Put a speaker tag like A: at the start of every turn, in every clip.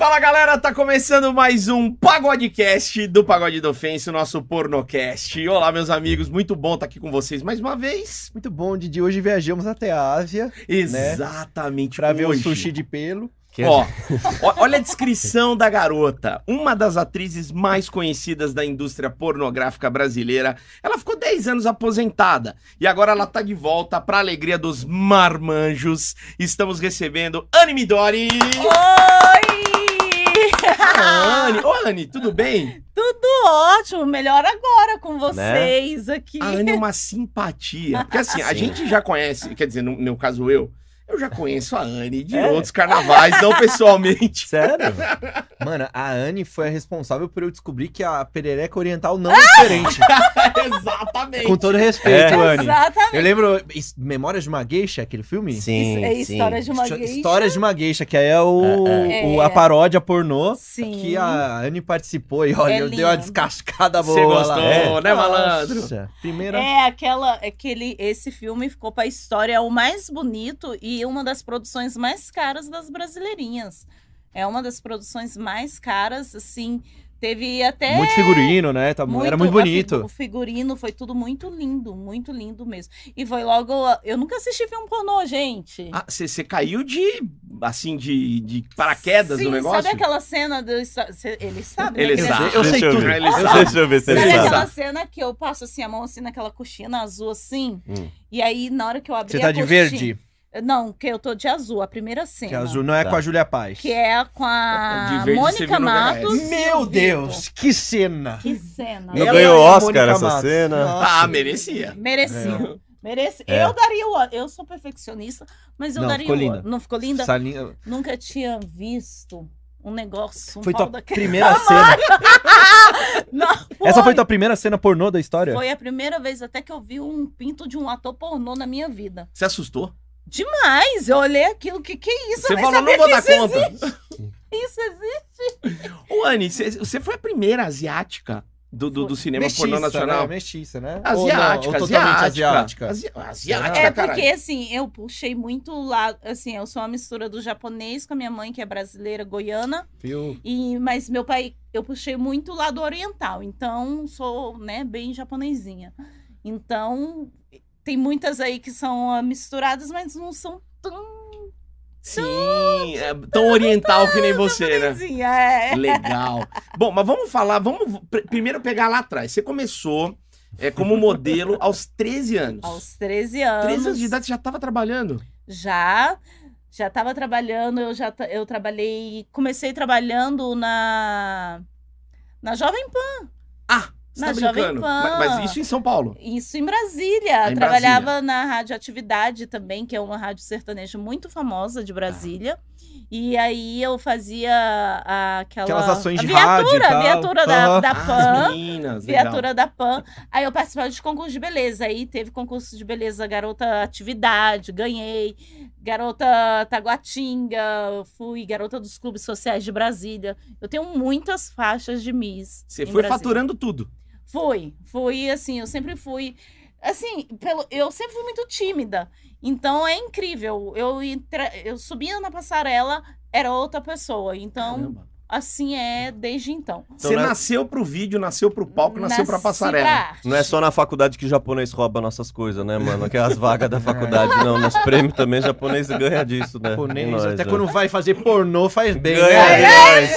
A: Fala galera, tá começando mais um Pagodecast do Pagode do Ofenso, nosso pornocast. Olá, meus amigos, muito bom estar aqui com vocês mais uma vez.
B: Muito bom, Didi. Hoje viajamos até a Ásia
A: Exatamente,
B: Né? pra ver o
A: hoje.
B: sushi de pelo.
C: Que
A: Ó, ó- olha a descrição da garota. Uma das atrizes mais conhecidas da indústria pornográfica brasileira. Ela ficou 10 anos aposentada e agora ela tá de volta pra alegria dos marmanjos. Estamos recebendo Anne Midori.
D: Oi!
A: Ah, Anne, ô Anne, tudo bem?
D: Tudo ótimo, melhor agora com
B: Né?
D: vocês aqui.
A: A Anne é uma simpatia. Porque assim, a
C: Sim.
A: gente já conhece, quer dizer, no meu caso eu, eu já conheço a Anne
D: É.
A: de outros carnavais, não pessoalmente.
C: Sério?
B: Mano, a Anne foi a responsável por eu descobrir que a perereca oriental não é diferente.
A: Exatamente.
B: Com todo respeito,
C: É.
B: Anne.
D: Ah! Exatamente.
B: Eu lembro is- Memórias de uma Geisha, aquele filme?
D: Isso é história de uma
B: Histó-
D: gay.
B: Histórias de uma Geisha, que é, o,
D: É, é.
B: o- a paródia pornô.
D: Sim.
B: Que a Anne participou e olha,
D: É
B: eu dei
D: lindo.
B: uma descascada boa
A: Você
B: lá.
A: gostou,
C: É.
A: né, malandro?
B: Nossa, primeira...
D: É aquela, aquele, esse filme ficou pra história é o mais bonito e uma das produções mais caras das brasileirinhas. É uma das produções mais caras, assim, teve até
B: Muito figurino, né? Tá- era muito
D: É. a fi-
B: bonito.
D: O figurino foi tudo muito lindo, muito lindo mesmo. E foi logo. Eu nunca assisti filme pornô, gente.
A: Ah, Você caiu de, assim, de, de paraquedas
D: Sim,
A: no negócio?
D: Sabe aquela cena do. sa- cê- Ele sabe? né,
A: Ele
D: que
A: sabe.
D: é-
B: Eu sei
C: Deixa eu
B: tudo.
C: ver.
A: Ele sabe.
C: Deixa eu ver se ele
D: Sabe
A: Exato.
C: sabe.
D: aquela cena que eu passo assim a mão assim naquela coxina azul assim?
C: Hum.
D: E aí, na hora que eu abri
B: Você
D: a
B: tá de
D: coxinha-
B: verde,
D: Não, que eu tô de azul, a primeira cena.
B: que azul não é
C: Tá.
B: com a Júlia Paz.
D: Que é a- com
A: De
D: a
A: verde você viu
D: Mônica
A: no
D: Matos. e o
B: Meu
D: Vitor.
B: Deus, que cena!
D: Que cena.
C: Não
B: Ela
C: ganhou
B: e a
C: Oscar
B: Mônica
C: essa
B: Matos.
C: cena?
A: Ah, merecia.
D: Merecia. Mereci.
C: É.
D: Eu daria o. Eu sou perfeccionista, mas eu
B: Não,
D: daria
B: ficou
D: o.
B: linda.
D: Não ficou linda?
B: Essa linha-
D: Nunca tinha visto um negócio. Um
B: Foi
D: pau
B: tua
D: daquele-
B: primeira cena.
D: Não,
B: Essa foi tua primeira cena pornô da história?
D: Foi a primeira vez até que eu vi um pinto de um ator pornô na minha vida.
A: Você assustou?
D: Demais! Eu olhei aquilo, que que é isso?
A: Você
D: eu nem
A: falou, não
D: sabia
A: vou
D: que
A: dar
D: isso exi-
A: conta.
D: Isso existe.
A: Ô, Anne, você foi a primeira asiática do, do, do cinema pornô nacional?
B: Né? Mexiça, né? Ou não,
A: Asiática,
B: ou totalmente
A: asiática,
B: asiática.
A: Asi- Asiática,
D: É
A: Ah, caralho.
D: porque assim, eu puxei muito lá, assim, eu sou uma mistura do japonês com a minha mãe que é brasileira, goiana,
B: Viu?
D: e mas meu pai, eu puxei muito lá do oriental, então sou, né, bem japonesinha. Então, tem muitas aí que são ah, misturadas, mas não são tão
A: Sim, é tão oriental que nem você, né?
D: japonesinha, é.
A: Legal. Bom, mas vamos falar, vamos pr- primeiro pegar lá atrás. Você começou é, como modelo aos 13 anos.
D: Aos 13 anos.
A: 13 anos de idade você já estava trabalhando?
D: Já. Já estava trabalhando, eu já ta- eu trabalhei, comecei trabalhando na na Jovem Pan,
A: Ah, você
D: Na
A: tá
D: Jovem
A: brincando.
D: Pan.
A: Ma- Mas, isso em São Paulo.
D: isso em Brasília.
A: Ah, em
D: Trabalhava na Rádio Atividade também, que é uma rádio sertaneja muito famosa
B: Tá.
D: de Brasília. E aí eu fazia a- aquela
B: Aquelas ações
D: a
B: de
D: viatura,
B: rádio e tal.
D: viatura da,
B: Aham.
D: da
A: Ah,
D: Pan.
A: as meninas, legal.
D: Viatura da Pan. Aí eu participava de concurso de beleza. Aí teve concurso de beleza Garota Atividade, ganhei. Garota Taguatinga, fui garota dos clubes sociais de Brasília. Eu tenho muitas faixas de Miss.
A: Você
D: em
A: foi
D: Brasília.
A: faturando tudo.
D: Fui, fui assim, eu sempre fui. Assim, pelo, eu sempre fui muito tímida. Então é incrível. Eu, entra- eu subia na passarela, era outra pessoa. Então,
A: Caramba.
D: assim é desde então.
A: Você
C: né?
A: nasceu pro vídeo, nasceu pro palco, nasceu pra
D: Nasci
A: passarela.
D: pra arte.
C: Não é só na faculdade que japonês rouba nossas coisas, né, mano? Aquelas vagas da faculdade, não. Nos prêmios também, japonês ganha disso, né?
B: Japonês,
C: É nóis,
B: até
C: né?
B: quando vai fazer pornô faz bem.
C: Ganha,
B: né?
C: ganha.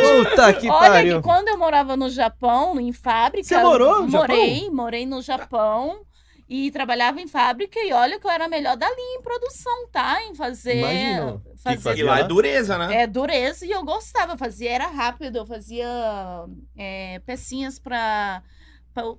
B: Puta que
D: É, Olha
B: pariu.
D: que quando eu morava no Japão, em fábrica.
B: Você morou no
D: Morei, morei no Japão e trabalhava em fábrica. E olha que eu era a melhor da linha em produção, tá? Em fazer.
B: Imagino.
D: Fazer.
A: E lá é dureza, né?
D: é dureza e eu gostava, eu fazia, era rápido, eu fazia é, pecinhas para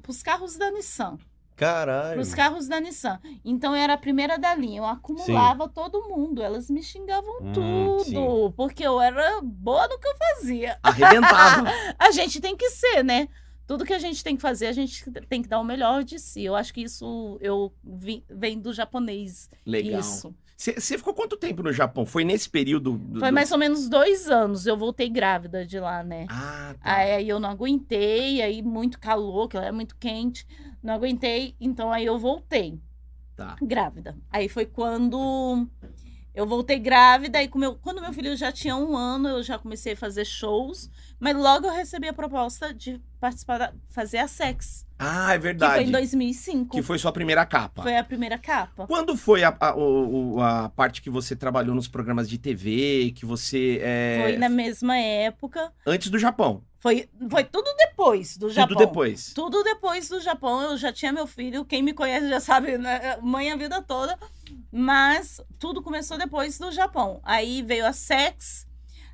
D: os carros da Nissan.
C: Caralho. É
D: Pros carros da Nissan. Então eu era a primeira da linha. Eu acumulava todo mundo. Elas me xingavam
C: Hum,
D: tudo. Porque eu era boa no que eu fazia.
A: Arrebentava.
D: A gente tem que ser, né? Tudo que a gente tem que fazer, a gente tem que dar o melhor de si. Eu acho que isso eu vi- vem do japonês.
A: Legal.
D: Isso.
A: Você você ficou quanto tempo no Japão? Foi nesse período? Do,
D: Foi
A: do-
D: mais ou menos dois anos. Eu voltei grávida de lá, né?
A: Ah, tá.
D: Aí eu não aguentei, aí muito calor, que era muito quente, não aguentei, então aí eu voltei.
A: Tá.
D: Grávida. Aí foi quando Eu voltei grávida e com meu, quando meu filho já tinha um ano, eu já comecei a fazer shows. Mas logo eu recebi a proposta de participar, da, fazer a Sex.
A: Ah, é
D: Que foi
A: verdade.
D: em 2005.
A: Que foi sua primeira capa.
D: Foi a primeira capa.
A: Quando foi a, a- o- o- a parte que você trabalhou nos programas de TV, que você. é,
D: Foi né? na mesma época.
A: Antes do Japão.
D: Foi, foi tudo depois do Japão.
A: Tudo depois.
D: Tudo depois do Japão, eu já tinha meu filho. Quem me conhece já sabe, né? mãe a vida toda. Mas tudo começou depois do Japão. Aí veio a Sex.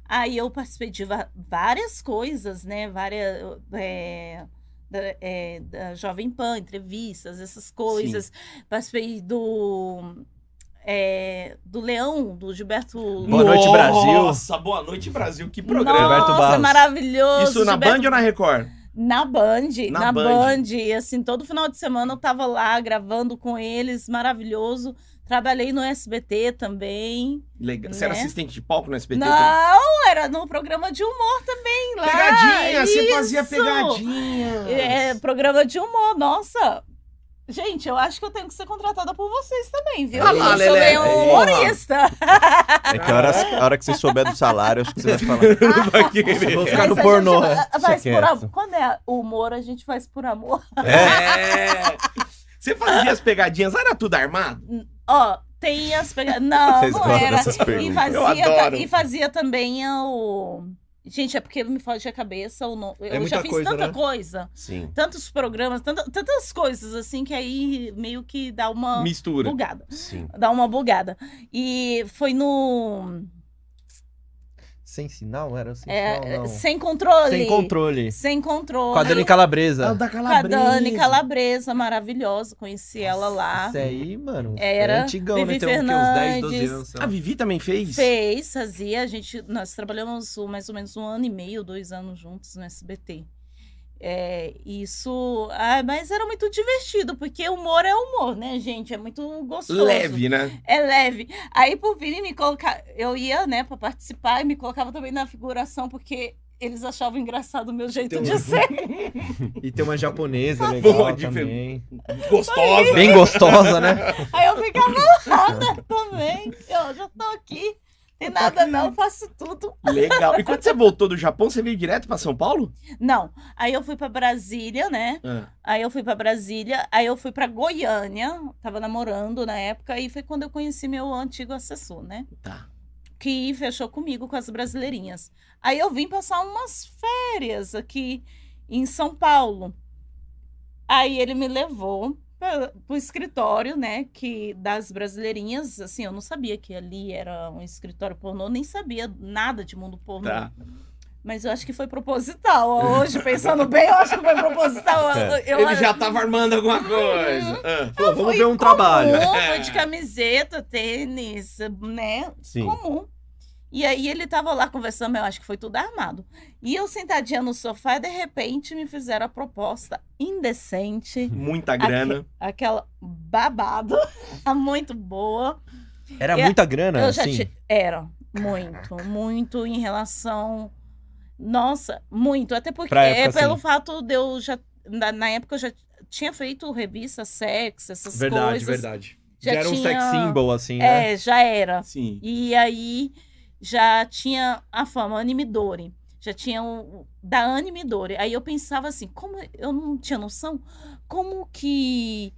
D: Aí eu participei de va- várias coisas, né? Várias. é, da, é, da Jovem Pan, entrevistas, essas coisas. Participei do. é, do Leão, do Gilberto.
B: Boa noite, Brasil.
A: Nossa, boa noite, Brasil. Que programa.
D: Nossa, é
B: Gilberto Barros.
D: maravilhoso.
A: Isso na
D: Gilberto
A: Band ou na Record?
D: na Band,
A: Na
D: na,
A: Band.
D: Band. E assim, todo final de semana eu tava lá gravando com eles, maravilhoso. Trabalhei no SBT também.
A: Legal. Você era
D: Né?
A: assistente de palco no SBT? também?
D: Não, era no programa de humor também lá.
A: Pegadinha, você
D: Ah, Isso!
A: fazia pegadinha.
D: É, programa de humor, nossa. Gente, eu acho que eu tenho que ser contratada por vocês também, viu?
A: Ah lá,
D: eu sou
A: Lelé.
D: meio
A: Porra.
D: humorista.
C: É que a hora, a hora que você souber do salário, acho que você vai falar.
A: Vai querer.
B: Vou ficar no
D: Mas a
B: pornô.
D: gente
B: é.
D: va- faz
C: Isso é
D: por
C: quieto.
D: amor. Quando é o humor, a gente faz por amor.
A: É. Você fazia as pegadinhas, era tudo armado?
D: Ó, tem as pegadinhas. Não,
C: Vocês
D: não
C: gostam
D: era.
C: dessas
D: E
C: perguntas.
A: Eu
D: fazia,
A: adoro.
D: e fazia também o. Gente, é porque me foge a cabeça. Ou não. Eu
B: muita
D: já fiz
B: coisa,
D: tanta
B: né?
D: coisa,
C: Sim.
D: tantos programas, tanta- tantas coisas assim, que aí meio que dá uma
A: Mistura.
D: bugada.
C: Sim.
D: Dá uma bugada. E foi no.
B: Sem sinal? Era sem
D: é,
B: sinal, não.
D: sem controle.
B: Sem controle.
D: Sem controle.
B: Com a Dani
A: É o
B: Calabresa.
A: da
D: Com a Dani
A: Calabresa.
D: Calabresa, maravilhosa. Conheci ela lá.
B: Isso aí, mano.
D: Era
B: É antigão, né?
D: Vivi
B: Tem o quê? uns 10, 12
D: Fernandes.
B: anos. sei lá.
A: A Vivi também fez?
D: Fez, fazia. A gente, nós trabalhamos o- mais ou menos um ano e meio, dois anos juntos no SBT. É, isso. Ah, mas era muito divertido, porque humor é humor, né, gente? É muito gostoso.
A: Leve, né?
D: É leve. Aí, por virem me colocar. Eu ia, né, pra participar e me colocava também na figuração, porque eles achavam engraçado o meu jeito
B: Tem um-
D: de ser.
B: E tem uma
D: Tá
B: japonesa legal
A: Pode,
B: também.
A: Gostosa.
B: Bem gostosa, né?
D: Aí eu ficava nada também. Eu já tô Tá aqui. Tem nada, não, faço tudo.
A: Legal. E quando você voltou do Japão, você veio direto pra São Paulo?
D: Não. Aí eu fui pra Brasília, né?
A: Ah.
D: Aí eu fui pra Brasília, aí eu fui pra Goiânia, tava namorando na época, e foi quando eu conheci meu antigo assessor, né?
A: Tá.
D: Que fechou comigo com as brasileirinhas. Aí eu vim passar umas férias aqui em São Paulo. Aí ele me levou pra, pro escritório, né, que das brasileirinhas, assim, eu não sabia que ali era um escritório pornô, nem sabia nada de mundo pornô.
A: Tá.
D: Mas eu acho que foi proposital. Hoje, pensando bem, eu acho que foi proposital.
C: É.
D: Eu, Uhum.
A: Ele já tava armando alguma coisa. Ah.
B: Pô, vamos
D: Foi
B: ver um trabalho.
D: Comum, foi de camiseta, tênis, né?
C: Sim.
D: Comum. E aí ele tava lá conversando, eu acho que foi tudo armado. E eu sentadinha no sofá e de repente me fizeram a proposta indecente,
A: Muita grana.
D: aquela babado, Tá muito boa.
B: Era
D: Eu-
B: muita grana,
D: É, eu já
B: assim.
D: ti- era muito, muito em relação nossa, muito, até porque
B: Pra época,
D: é pelo
B: sim.
D: fato de eu já na, na época eu já tinha feito revista sexo, essas
B: Verdade,
D: coisas.
B: verdade. Já,
D: Já
B: era um
D: tinha-
B: sex symbol, assim, né?
D: É, já era.
A: Sim.
D: E aí já tinha a fama Animidori. Já tinha o o- da Animidori. Aí eu pensava assim, como eu não tinha noção, como que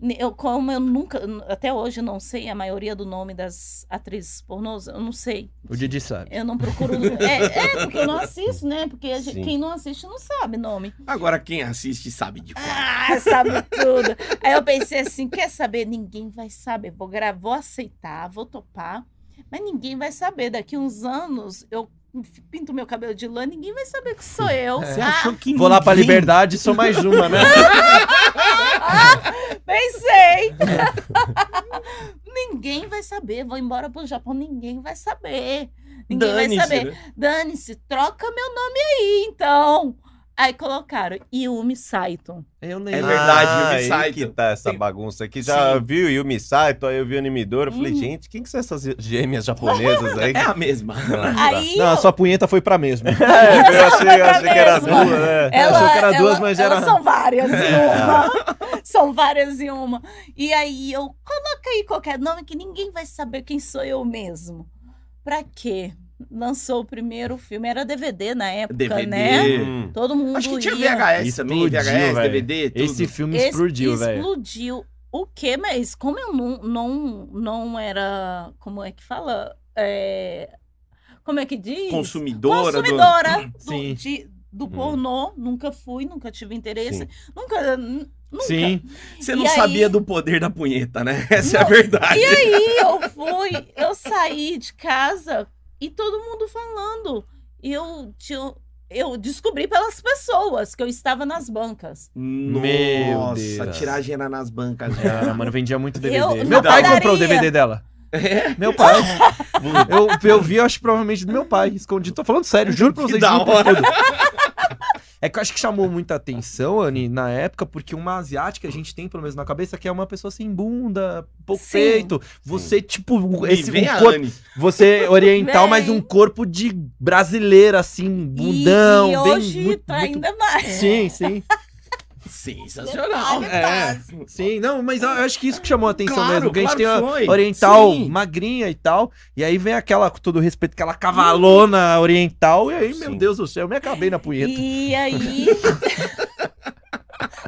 D: ne- eu, como eu nunca, até hoje eu não sei a maioria do nome das atrizes pornôs, eu não sei.
B: O Didi sabe.
D: Eu não procuro. é, é, porque eu não assisto, né? Porque a gente-
C: Sim.
D: quem não assiste não sabe nome.
A: Agora quem assiste sabe de qual.
D: Ah, sabe tudo. Aí eu pensei assim, quer saber? Ninguém vai saber. Vou gravar, vou aceitar, vou topar, mas ninguém vai saber. Daqui uns anos eu pinto meu cabelo de lã, ninguém vai saber que sou eu.
A: É. Você
D: Ah,
A: achou que
B: Vou lá pra
A: ninguém-
B: liberdade, sou mais uma, né?
D: Ah, pensei. ninguém vai saber. Vou embora pro Japão, ninguém vai saber. Ninguém vai
A: Dane-se,
D: saber.
A: né?
D: Dane-se, troca meu nome aí, então. Aí colocaram Yumi Saito.
B: Eu nem
A: É verdade,
C: ah,
A: Yumi
C: aí
A: Saito.
C: que tá essa
A: Sim.
C: bagunça aqui. Já viu Yumi Saito, aí eu vi o Animidora, eu falei,
D: Hum.
C: gente, quem que são essas gêmeas japonesas aí?
A: É a mesma. Tá.
D: Aí
B: Não, a
D: eu-
B: sua punheta foi pra mesmo.
C: É, eu achei,
D: Vai pra
C: eu achei que era
D: mesma.
C: duas, né?
B: É, achou que era duas, mas
D: elas
B: era- É.
D: são várias e uma. são várias e uma. E aí eu coloca aí qualquer nome que ninguém vai saber quem sou eu mesmo. Pra quê? Lançou o primeiro filme, era DVD na época,
A: DVD.
D: né?
C: Hum.
D: Todo mundo
A: Acho que tinha
D: ia.
A: VHS também,
B: Explodiu,
A: VHS,
B: velho.
A: DVD, tudo.
B: Esse filme
D: Esse-
B: explodiu, velho.
D: Explodiu. O quê? Mas como eu não, não, não era. Como é que fala? É, Como é que diz?
A: Consumidora.
D: Consumidora do,
B: Sim. Hum.
D: de- do pornô. Nunca fui, nunca tive interesse.
C: Sim.
D: Nunca. n- nunca.
B: Sim.
A: Do... Você não
D: E aí-
A: sabia do poder da punheta, né? Essa é a
D: Não.
A: verdade.
D: E aí eu fui, eu saí de casa e todo mundo falando. E eu, tinha- eu descobri pelas pessoas que eu estava nas bancas.
B: Meu
A: Nossa, a
B: Deus.
A: tiragem era nas bancas
B: Cara,
A: já.
B: mano, É, vendia muito DVD.
D: Eu- É?
B: meu pai
D: padaria.
B: comprou o DVD dela. Meu pai. eu, eu vi, eu acho, provavelmente do meu pai, escondido. Tô falando sério, juro pra
A: Que
B: vocês.
A: da
B: juro por
A: hora.
B: tudo. É que eu acho que chamou muita atenção, Anne, na época, porque uma asiática a gente tem, pelo menos na cabeça, que é uma pessoa sem bunda, pouco
D: Sim.
B: peito. Você, tipo, esse
A: e vem
B: um
A: a
B: corpo-
A: Anne.
B: Você é oriental,
D: Vem.
B: mas um corpo de brasileira, assim,
D: E-
B: bundão.
D: e,
B: bem,
D: hoje
B: muito-
D: tá
B: muito-
D: ainda mais.
B: Sim, sim.
A: Sensacional.
D: Detalhe
A: É.
D: básico.
B: Sim, não, mas eu acho que isso que chamou a atenção
A: Claro,
B: mesmo. Que a gente
A: claro
B: tem
A: que
B: uma
A: foi.
B: oriental
A: Sim.
B: magrinha e tal. E aí vem aquela, com todo respeito, aquela cavalona oriental. E aí, meu
C: Sim.
B: Deus do céu, eu me acabei na punheta.
D: E aí.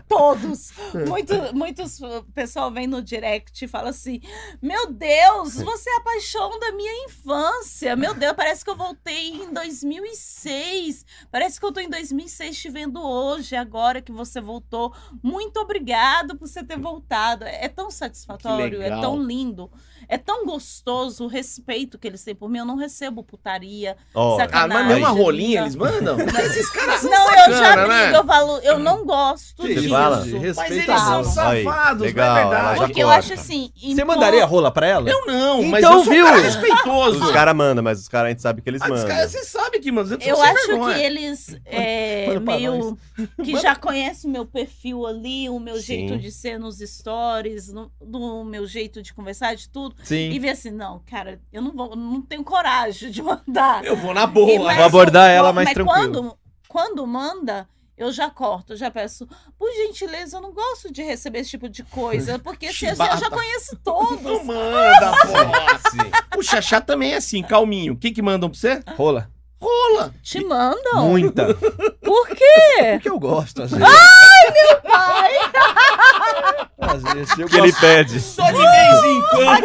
D: Todos. Muito, muitos o pessoal vem no direct e fala assim: Meu Deus, você é a paixão da minha infância. Meu Deus, parece que eu voltei em 2006. Parece que eu tô em 2006 te vendo hoje, agora que você voltou. Muito obrigado por você ter voltado. É é tão satisfatório, é
A: legal.
D: tão lindo, é tão gostoso o respeito que eles têm por mim. Eu não recebo putaria.
C: Ó,
D: Sacanagem.
A: Ah, mas nem uma
D: Ai,
A: rolinha
D: não.
A: eles mandam? Esses caras são
D: Não, eu já
A: sacanas,
D: brigo,
A: né?
D: eu falo, eu não gosto
B: Que
D: disso.
C: fala?
A: Mas
B: Respeita
A: eles são
D: Respeitável.
C: Aí,
A: safados,
C: legal,
A: não é verdade?
C: ela já
D: Porque eu
C: corta.
D: acho assim.
B: Você
D: em
B: mandaria
D: todo-
B: rola pra ela?
A: Eu não, mas
B: Então,
A: eu sou um
B: viu?
A: cara respeitoso.
C: Os caras mandam, mas os caras a gente sabe que eles
A: Ah, os
C: mandam.
A: caras, você tá sabe que, mano,
D: Eu acho que eles é,
B: manda pra
D: meio que já conhecem o meu perfil ali, o meu
C: Sim.
D: jeito de ser nos stories, no, do meu jeito de conversar, de tudo. E
B: Sim.
D: ver assim, não, cara, eu não vou, eu não tenho coragem de mandar.
A: Eu vou na
D: E-
A: boa.
D: mas-
B: Vou abordar ela mais
D: mas
B: tranquilo.
D: Quando, quando manda, eu já corto, eu já peço, por gentileza, eu não gosto de receber esse tipo de coisa, porque se eu, eu já
A: Chibata.
D: conheço
A: Não
D: todos.
A: manda, porra.
C: Sim.
A: O Xaxá também é assim, calminho. O que que mandam pra você?
B: Rola.
A: Rola.
D: Te mandam.
B: Muita.
D: Por quê?
B: Porque eu gosto, às vezes. Ai, meu pai! Às vezes eu
C: que ele
B: gosto,
C: pede.
A: Só de vez em quando.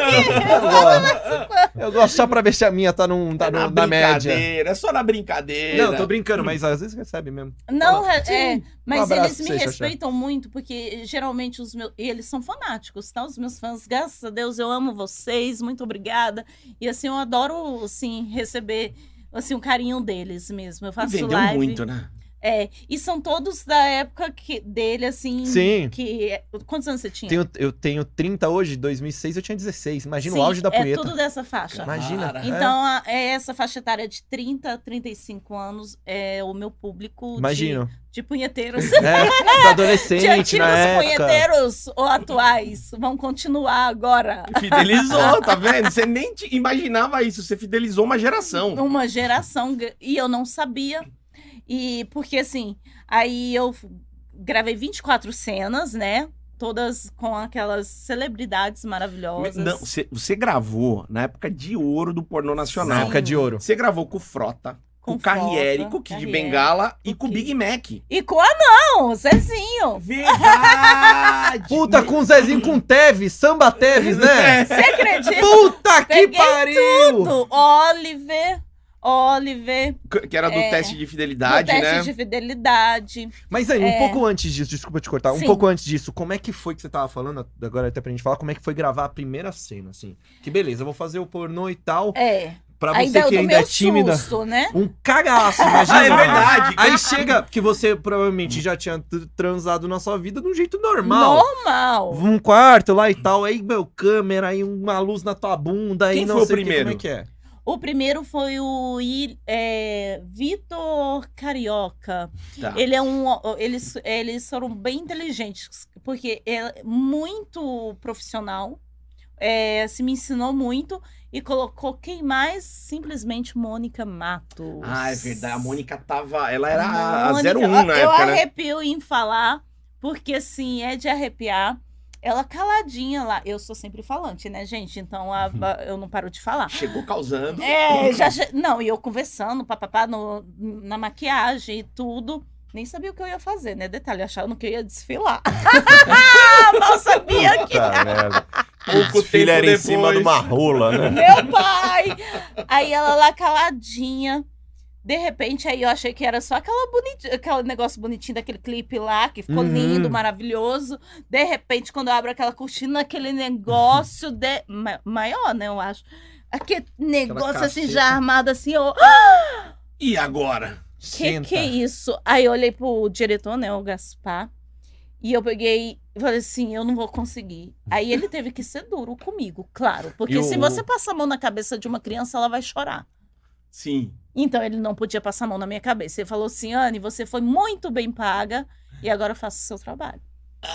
B: eu gosto. Eu gosto só pra ver se a minha tá, num, tá
A: É
B: num-
A: na
B: na média.
A: brincadeira, é só na brincadeira.
B: Não, tô brincando, mas às vezes recebe mesmo.
D: Não, é,
A: um
D: mas
B: abraço
D: eles
B: pra
D: me
B: você, Xaxá.
D: respeitam muito, porque geralmente os meus. E eles são fanáticos, tá? Os meus fãs, graças a Deus, eu amo vocês, muito obrigada. E assim, eu adoro, assim, receber. Assim, o carinho deles mesmo. Eu
A: E
D: faço
A: vendeu
D: live.
A: muito, né?
D: É, e são todos da época que, dele, assim.
B: Sim.
D: Que, quantos anos você tinha?
B: Tenho- eu tenho 30 hoje, 2006 eu tinha 16. Imagina
D: Sim,
B: o auge da
D: É
B: punheta.
D: tudo dessa faixa.
A: Mas-
B: Imagina.
A: Cara.
D: Então, a- é essa faixa etária de 30 a 35 anos é o meu público
B: é,
D: de-
B: imagino.
D: De, punheteiros.
B: É, do
D: De
B: adolescente,
D: antigos
B: na época.
D: punheteiros ou atuais. Vão continuar agora.
A: Fidelizou, tá vendo? Você nem te imaginava isso, você fidelizou uma geração.
D: Uma geração. gr- E eu não sabia. E porque assim, aí eu f- gravei 24 cenas, né? Todas com aquelas celebridades maravilhosas.
A: Não, você, você gravou na época de ouro do pornô
B: Na
A: nacional.
D: Sim.
B: época de ouro.
A: Você gravou com o Frota, com, o
D: Frota,
A: Carriere, com o Kid
D: Carriere.
A: Bengala e
D: com
A: com o
D: Kid.
A: Big Mac.
D: E com a não, Zezinho.
A: Verdade!
B: Puta, com o Zezinho, com o Teves, samba Teves, né?
A: É.
D: Você acredita?
B: Puta que
D: Peguei
B: pariu!
D: Do Oliver. Oliver,
A: Que era do
D: É.
A: teste de fidelidade,
D: do teste
A: né?
D: de fidelidade.
B: Mas aí, um
D: É.
B: pouco antes disso, desculpa te cortar, um
D: Sim.
B: pouco antes disso, como é que foi que você tava falando, agora até pra gente falar, como é que foi gravar a primeira cena, assim? Que beleza, eu vou fazer o pornô e tal,
D: É.
B: pra
D: Aí
B: você
D: deu
B: que
D: do
B: ainda é
D: meu
B: tímida.
D: susto, né?
B: Um cagaço, imagina.
A: Ah, é verdade.
B: Aí chega que você provavelmente já tinha t- transado na sua vida de um jeito normal.
D: Normal.
B: Um quarto lá e tal, aí, meu, câmera, aí uma luz na tua bunda, aí
A: Quem
B: não
A: foi o
B: sei que,
A: primeiro?
B: como é que é.
D: O primeiro foi o I- é, Vitor Carioca.
A: Tá.
D: Ele é um. Eles, eles foram bem inteligentes, porque é muito profissional. é, se me ensinou muito e colocou quem mais? Simplesmente Mônica Matos.
A: Ah, é verdade. A Mônica tava. Ela era a- a
D: Mônica,
A: 01 na
D: eu
A: época, né?
D: arrepio em falar, porque assim, é de arrepiar. Ela caladinha lá. Eu sou sempre falante, né, gente? Então
A: Uhum.
D: a- a- eu não paro de falar.
A: Chegou causando.
D: É, já, che- não, e eu conversando, papapá, no, na maquiagem e tudo. Nem sabia o que eu ia fazer, né? Detalhe, eu achava que eu ia desfilar. Mal sabia que.
B: tá.
C: Puta merda.
A: Pouco
C: Os filhos
A: tempo
C: eram em
A: depois.
C: cima de uma rola, né?
D: Meu pai! Aí ela lá caladinha. De repente, aí eu achei que era só aquela boniti- aquele negócio bonitinho daquele clipe lá, que ficou
B: Uhum.
D: lindo, maravilhoso. De repente, quando eu abro aquela cortina, aquele negócio de... ma- maior, né, eu acho. Aquele negócio assim, já
B: caceta.
D: armado assim, eu...
A: E agora?
D: Que
B: Senta.
D: que é isso? Aí eu olhei pro diretor, né, o Gaspar, e eu peguei e falei assim, eu não vou conseguir. Aí ele teve que ser duro comigo, claro, porque
B: E
D: se
B: o-
D: você passar a mão na cabeça de uma criança, ela vai chorar.
A: Sim.
D: Então ele não podia passar a mão na minha cabeça. Ele falou assim, Anne, você foi muito bem paga e agora faça o seu trabalho.
C: É.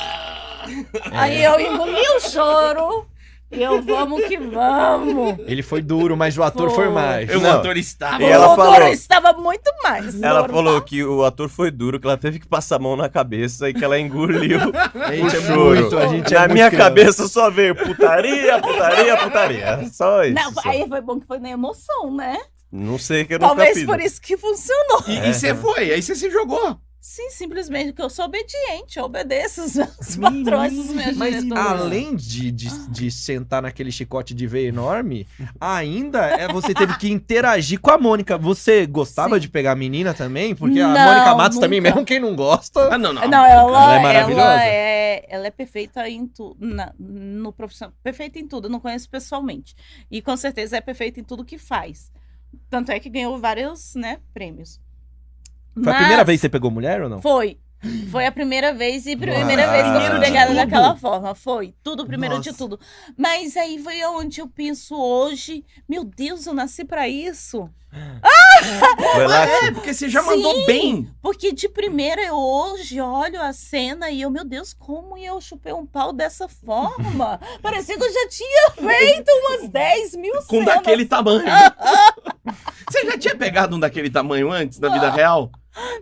D: Aí eu engoli o choro e eu vamos que vamos.
B: Ele foi duro, mas o ator foi,
D: Foi.
B: mais.
A: Eu, o
C: Não.
A: ator estava.
C: E ela
D: o
C: falou-
D: Dora estava muito mais.
C: Ela
D: Dora.
C: falou que o ator foi duro, que ela teve que passar a mão na cabeça e que ela engoliu
B: A
C: o
B: gente é
C: choro.
B: muito, a gente é
C: na
B: muito
C: minha
B: criança.
C: cabeça só veio putaria, putaria, putaria. Só isso.
D: Não,
C: só.
D: aí foi bom que foi na emoção, né?
C: Não sei que eu nunca
D: Talvez
C: fiz.
D: por isso que funcionou.
A: E e
B: É.
A: você foi, aí você se jogou.
D: Sim, simplesmente porque eu sou obediente, eu obedeço os meus patrões, os meus
B: Uhum. Mas
D: diretores.
B: além de, de, de sentar naquele chicote de veia enorme, ainda é, você teve que interagir com a Mônica. Você gostava
D: Sim.
B: de pegar a menina também? Porque a
D: Não,
B: Mônica Matos também,
D: nunca.
B: mesmo quem não gosta.
A: Ah, não, não.
D: Não, ela,
B: ela é
D: ela é
B: maravilhosa.
D: ela é, perfeita em tudo, no profissional, perfeita em tudo, eu não conheço pessoalmente. E com certeza é perfeita em tudo que faz. Tanto é que ganhou vários, né, prêmios.
B: Foi a primeira vez que você pegou mulher ou não?
D: Foi. Foi a primeira vez e primeira
C: Nossa.
D: vez que eu
C: Primeiro
D: fui
C: de
D: pegada
A: tudo.
D: daquela forma. Foi. Tudo primeiro de
B: Nossa.
D: tudo. Mas aí foi onde eu penso hoje. Meu Deus, eu nasci pra isso.
C: Foi lá que-
A: É, porque você já mandou
D: Sim.
A: bem.
D: Porque de primeira eu hoje olho a cena e eu, meu Deus, como eu chupei um pau dessa forma? Parecia que eu já tinha feito umas 10 mil
A: Com
D: cenas.
A: daquele tamanho. Você já tinha pegado um daquele tamanho antes, na vida real?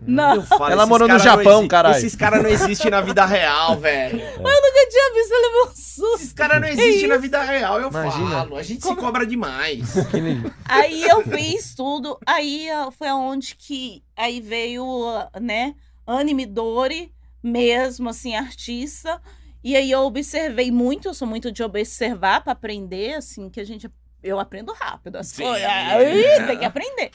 D: Não,
A: Eu falo,
B: Ela
A: esses
B: morou no
A: cara não
B: Japão,
A: exi-
B: caralho.
A: Esses caras não existem na vida real, velho.
D: eu tinha visto, eu levei um susto.
A: Esses caras não existem na vida real, eu
B: Imagina.
A: falo. A gente se
D: Como-
A: cobra demais.
D: Aí eu fiz tudo. Aí ah, foi aonde que. Aí veio, ah, né? Anime Dori, mesmo assim, artista. E aí eu observei muito, eu sou muito de observar para aprender, assim, que a gente. Eu aprendo rápido. As
A: Sim.
D: coisas. Aí tem que aprender.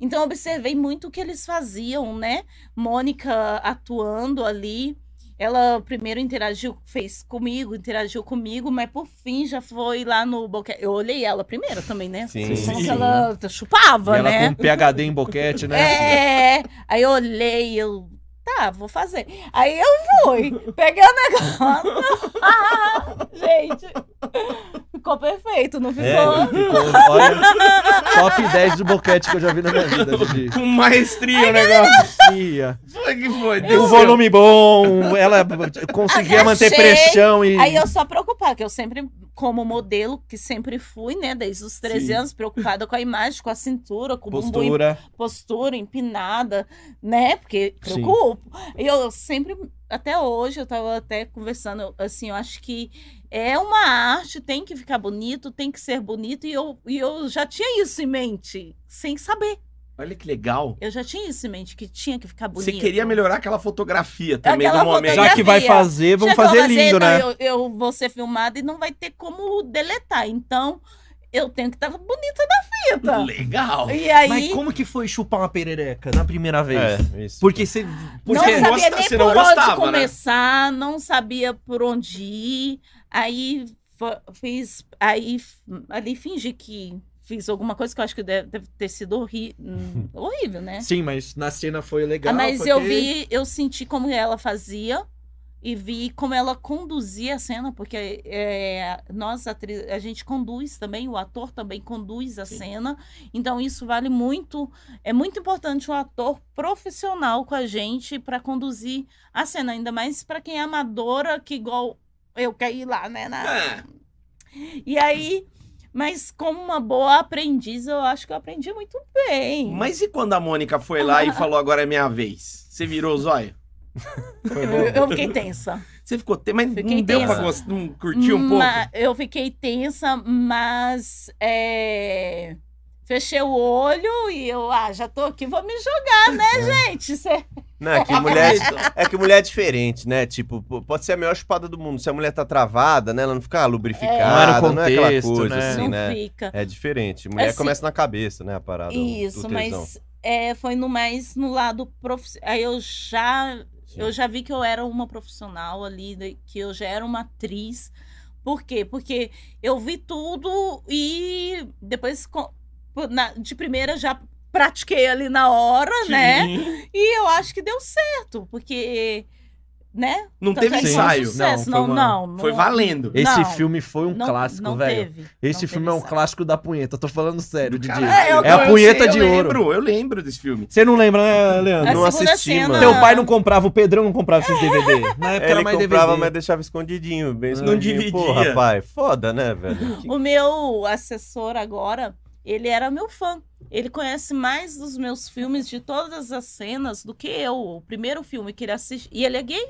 D: Então eu observei muito o que eles faziam, né? Mônica atuando ali. Ela primeiro interagiu, fez comigo, interagiu comigo, mas por fim já foi lá no boquete. Eu olhei ela primeiro também, né?
C: Sim,
D: Como
A: sim.
D: que ela chupava,
B: E ela
D: né?
B: com PHD em boquete, né?
D: É, aí eu olhei, eu. Tá, vou fazer. Aí eu fui, peguei o negócio. Ah, gente, ficou perfeito, não ficou?
C: É,
B: Ficou, olha, top 10 de boquete que eu já vi na minha vida, Didi.
A: Com maestria o negócio.
B: Ia.
A: Foi que foi.
B: Um
A: desceu.
B: volume bom, ela conseguia
D: Agachei,
B: manter pressão e.
D: Aí eu só preocupada, que eu sempre, como modelo, que sempre fui, né, desde os 13
A: Sim.
D: anos, preocupada com a imagem, com a cintura, com o bumbum em
B: Postura.
D: postura empinada, né? Porque
B: Sim.
D: preocupo. E Eu sempre, até hoje, eu tava até conversando, assim, eu acho que é uma arte, tem que ficar bonito, tem que ser bonito, e eu, e eu já tinha isso em mente, sem saber.
A: Olha que legal.
D: Eu já tinha isso em mente, que tinha que ficar bonito.
A: Você queria melhorar aquela fotografia também
D: Aquela
A: do momento.
B: Já que vai
D: Fotografia.
B: fazer, vamos
D: Chegou,
B: fazer
D: mas
B: lindo,
D: então
B: né?
D: Eu, eu vou ser filmada e não vai ter como deletar, então eu tenho que estar bonita na fita.
A: Legal.
D: E aí...
B: Mas como que foi chupar uma perereca na primeira vez?
C: É, isso.
B: Porque você.
A: Por
D: não
A: quê? sabe-
B: Porque
D: sabia
A: Gosta-
D: nem
A: você não
D: por
A: gostava,
D: onde
A: né?
D: começar, não sabia por onde ir. Aí fa- fiz, aí f- ali fingi que fiz alguma coisa que eu acho que deve, deve ter sido horri- hum, horrível, né?
B: Sim, mas na cena foi
D: Ah,
B: legal.
D: mas
B: porque-
D: eu vi, eu senti como ela fazia. e vi como ela conduzia a cena, porque é, nós, atri- a gente conduz também, o ator também conduz a cena, então isso vale muito. É muito importante o ator profissional com a gente para conduzir a cena, ainda mais para quem é amadora, que igual eu caí lá, né? na-
A: Ah,
D: E aí, mas como uma boa aprendiz, eu acho que eu aprendi muito bem.
A: mas e quando a Mônica foi lá e falou agora é minha vez? Você virou o zóio?
D: Eu, eu fiquei tensa.
A: Você ficou. Te... Mas
D: Fiquei
A: não deu pra
D: tensa. Hum,
A: gost... não curtir um pouco?
D: Ma- Eu fiquei tensa, mas é, fechei o olho e eu, ah, já tô aqui, vou me jogar,
C: É.
D: né, gente? Cê-
C: Não, é que mulher. É que mulher é diferente, né? Tipo, pô, pode ser a melhor espada do mundo. Se a mulher tá travada, né? Ela não fica lubrificada,
D: É.
C: não,
B: era o
D: Não
C: é aquela
B: contexto,
C: coisa,
B: né?
C: assim,
D: não
C: né?
D: fica.
C: É diferente. Mulher
D: Assim-
C: começa na cabeça, né? A parada. o-
D: Isso,
C: o tesão.
D: mas é, foi no mais no lado profissional. Aí eu já
C: Sim.
D: Eu já vi que eu era uma profissional ali, né, que eu já era uma atriz. Por quê? Porque eu vi tudo e depois, co- pô, na- de primeira, já pratiquei ali na hora, né?
A: Sim.
D: E eu acho que deu certo, porque, né?
A: Não
D: Tanto
A: teve
D: é que foi um
A: ensaio.
D: sucesso.
B: Não,
D: Não,
B: foi uma-
D: não, não.
A: Foi valendo.
B: Esse
D: Não,
B: filme foi um
D: Não-
B: clássico,
D: não
B: velho.
D: teve, não
B: Esse
D: teve
B: filme é um
D: ensaio.
B: clássico da punheta. Tô falando sério, Didi.
A: Caralho,
D: É o-
A: não,
D: é a
A: eu
B: punheta
A: sei,
B: de
A: eu
B: ouro.
A: Lembro, eu lembro desse filme.
B: Você não lembra, né,
C: Eu
B: Leandro?
D: A
C: não
D: segunda
C: assisti,
D: cena-
C: mano.
B: Teu pai não comprava, o Pedrão não comprava
D: É.
B: esses DVD. Na época era
C: Ele
B: É mais
C: comprava,
B: DVD.
C: mas deixava escondidinho, bem
B: Não
C: escondidinho.
A: dividia.
C: Porra, pai, foda, né, velho?
D: O meu assessor agora, ele era meu fã. Ele conhece mais dos meus filmes, de todas as cenas, do que eu. O primeiro filme que ele assiste. E ele é gay.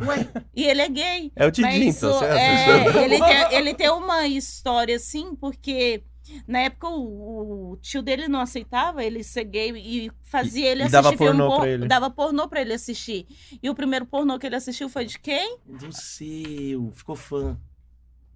D: Ué? E ele é gay.
C: É o Didi,
D: Mas
C: então,
D: o-
C: certo?
D: é, ele, tem, ele tem uma história assim, porque na época o, o tio dele não aceitava ele ser gay e fazia ele
B: e
D: assistir
B: dava
D: filme
B: pornô
D: por-
B: pra ele.
D: dava pornô pra ele assistir. E o primeiro pornô que ele assistiu foi de quem?
A: Do seu, ficou fã.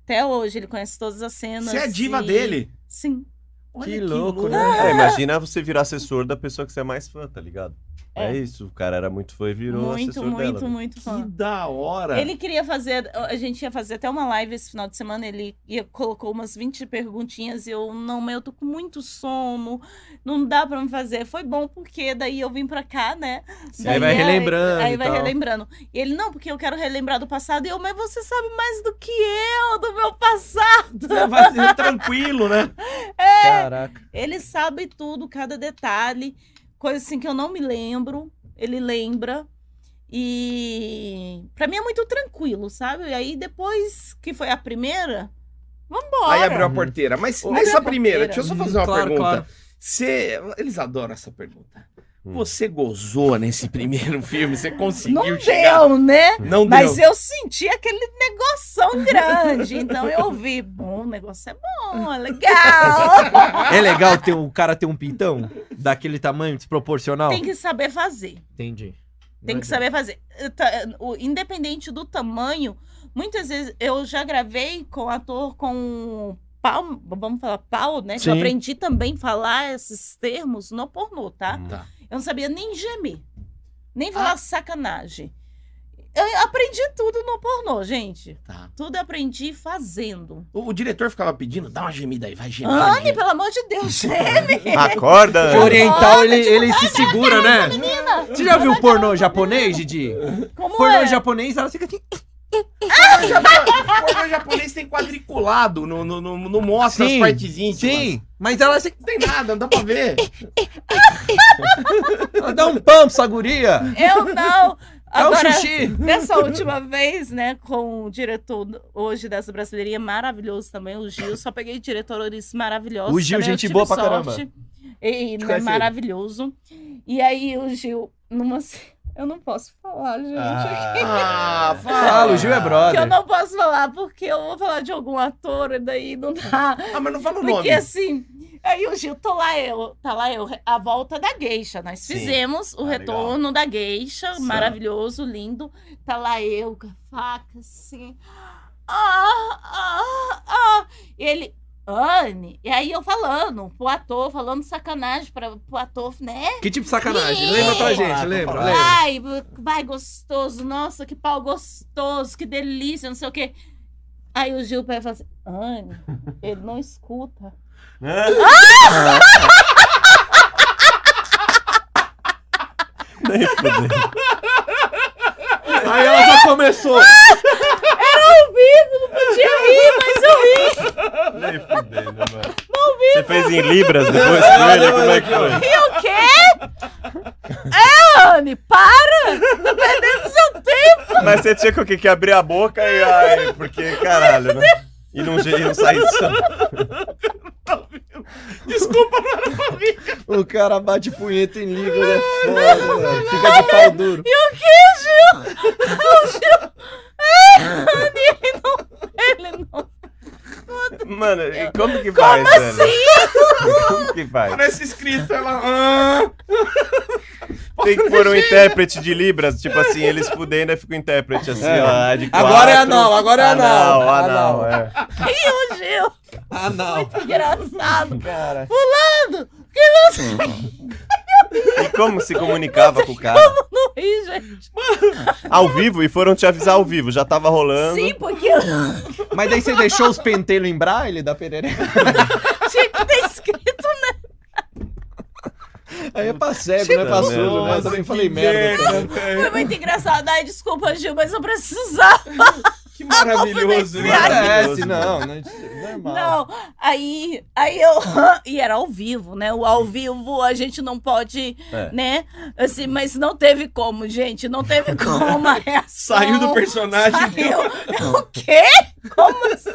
D: Até hoje ele conhece todas as cenas.
A: Você é a diva
D: e-
A: dele.
D: Sim.
A: Olha
B: louco, né?
C: É, imagina você virar assessor da pessoa que você é mais fã, tá ligado? É,
D: É.
C: isso, o cara era muito fã e virou
D: muito,
C: assessor
D: muito,
C: dela. velho.
D: muito
A: Que
D: fã.
A: da
B: Tá.
A: hora.
D: Ah, Ele queria fazer, a gente ia fazer até uma live esse final de semana, ele ia, colocou umas 20 perguntinhas e eu, não, mas eu tô com muito sono, não dá pra me fazer. Foi bom porque daí eu vim pra cá, né?
B: Aí
D: Daí
B: vai
D: é-
B: relembrando.
D: Aí
B: e
D: vai
B: tal.
D: relembrando. E ele, não, porque eu quero relembrar do passado. E eu, mas você sabe mais do que eu, do meu passado.
A: Vai ser tranquilo, né?
B: É,
D: É.
B: Caraca.
D: Ele sabe tudo, cada detalhe, coisa assim que eu não me lembro, ele lembra. E pra mim é muito tranquilo, sabe? E aí depois que foi a primeira, vambora.
A: Aí abriu a porteira. Mas
D: Ô, abriu
A: nessa
D: a
A: primeira,
D: porteira.
A: deixa eu só fazer uma
B: Hum, Claro,
A: pergunta.
B: claro.
A: Você- Eles adoram essa pergunta.
C: Hum.
A: Você gozou nesse primeiro filme? Você conseguiu
D: Não
A: chegar?
D: deu, né?
A: Não deu.
D: Mas eu senti aquele negoção grande. Então eu ouvi, bom, o negócio é bom, é legal.
B: É legal ter um cara ter um pintão daquele tamanho desproporcional?
D: Tem que saber fazer.
B: Entendi.
D: Tem que saber fazer. Eh, tá, eh, o- Independente do tamanho, muitas vezes eu já gravei com ator com pau, vamos falar pau, né? Que eu
B: Sim.
D: aprendi também a falar esses termos no pornô, tá?
C: Hum.
A: Tá.
D: Eu não sabia nem gemer, nem falar
B: Ah.
D: sacanagem. Eu aprendi tudo no pornô, gente.
A: Tá.
D: Tudo eu aprendi fazendo.
A: O, o diretor ficava pedindo, dá uma gemida aí, vai gemer.
D: Anne,
A: geme.
D: pelo amor de Deus, geme!
C: Acorda!
B: De oriental ele, ele se
D: tipo,
B: segura, né? Você já viu pornô japonês, Didi?
D: Como
B: Pornô
D: é?
B: japonês, ela fica assim.
A: Ah, o japo- o pornô japonês tem quadriculado, não, não, não, não mostra
B: Sim,
A: as partes íntimas.
B: Sim, tipo, mas ela, se-
A: Não tem nada, não dá pra ver.
B: ela dá um pão pra essa guria.
D: Eu não!
B: Dá um
D: Agora-
B: xixi.
D: Nessa última vez, né, com o diretor hoje dessa brasileirinha maravilhoso também, o Gil. Só peguei diretores maravilhosos.
B: O Gil,
D: também, eu
B: gente
D: tive
B: boa pra
D: sorte.
B: caramba.
A: Te
D: E, né,
A: conhece ele?
D: maravilhoso. E aí, o Gil, numa. ce- Eu não posso falar, gente.
A: Ah,
B: Fala, o Gil é
D: Que eu
B: brother.
D: não posso falar, porque eu vou falar de algum ator, e daí não dá.
A: Ah, mas não fala o
D: Porque
A: nome.
D: assim, aí o Gil, tô lá eu, tá lá eu, a volta da gueixa. Nós
C: Sim.
D: fizemos o
C: Ah,
D: retorno da gueixa,
C: Certo.
D: maravilhoso, lindo. Tá lá eu com a faca, assim. Ah, ah, ah. E ele, Anne. E aí eu falando pro ator, falando sacanagem pra, pro ator, né?
B: Que tipo de sacanagem? Lembra pra gente, lembra, lembra.
D: Ai, vai gostoso, nossa, que pau gostoso, que delícia, não sei o quê. Aí o Gil pega e fala assim, Anne, ele não escuta.
C: Nem fudeu. Aí ela já começou.
D: Podia rir, mas eu ri.
C: Nem fudendo, mano. Você fez em Libras depois com ele? Como é que foi?
D: O quê? É, Anne, para! Tá perdendo seu tempo!
C: Mas você tinha que, que abrir a boca e. Ai, porque caralho, né? E não, e não sair só.
A: Desculpa, não era pra mim.
B: O cara bate punheta em livro, é foda, velho. Fica de pau duro.
D: E o que, Gil? O Gil... É, Anne, ele não... Ele não... É
C: Mano, e como que faz,
D: Como assim?
C: velho? Como que faz?
A: Parece escrito, ela. Ah.
C: Tem que pôr um intérprete de Libras, tipo assim, eles fudendo, aí fica o intérprete assim,
B: É.
C: ó. de
B: Agora é
C: quatro.
B: anal, agora é anal.
C: Anal, anal, é.
D: E o Gil?
B: Anal.
D: Engraçado.
B: Cara.
D: Fulano, que não sei...
C: E como se comunicava com o cara?
D: Não ri, gente.
C: Ao vivo? E foram te avisar ao vivo, já tava rolando.
D: Sim, porque tinha
B: Mas daí você deixou os pentelhos em braille da perereca?
D: que ter escrito, né?
B: Aí é pra cego, não é pra
C: Puta
B: surdo, né? Eu
C: merda.
B: também falei merda. cara.
D: Foi muito engraçado. Ai, desculpa, Gil, mas eu precisava.
A: Que maravilhoso,
B: Não
A: né?
B: Parece, não, né? Normal.
D: Não, aí, aí eu. E era ao vivo, né? O ao vivo a gente não pode,
C: É.
D: né? Assim, mas não teve como, gente. Não teve como uma reação.
A: Saiu do personagem.
D: Saiu. O quê? Como assim?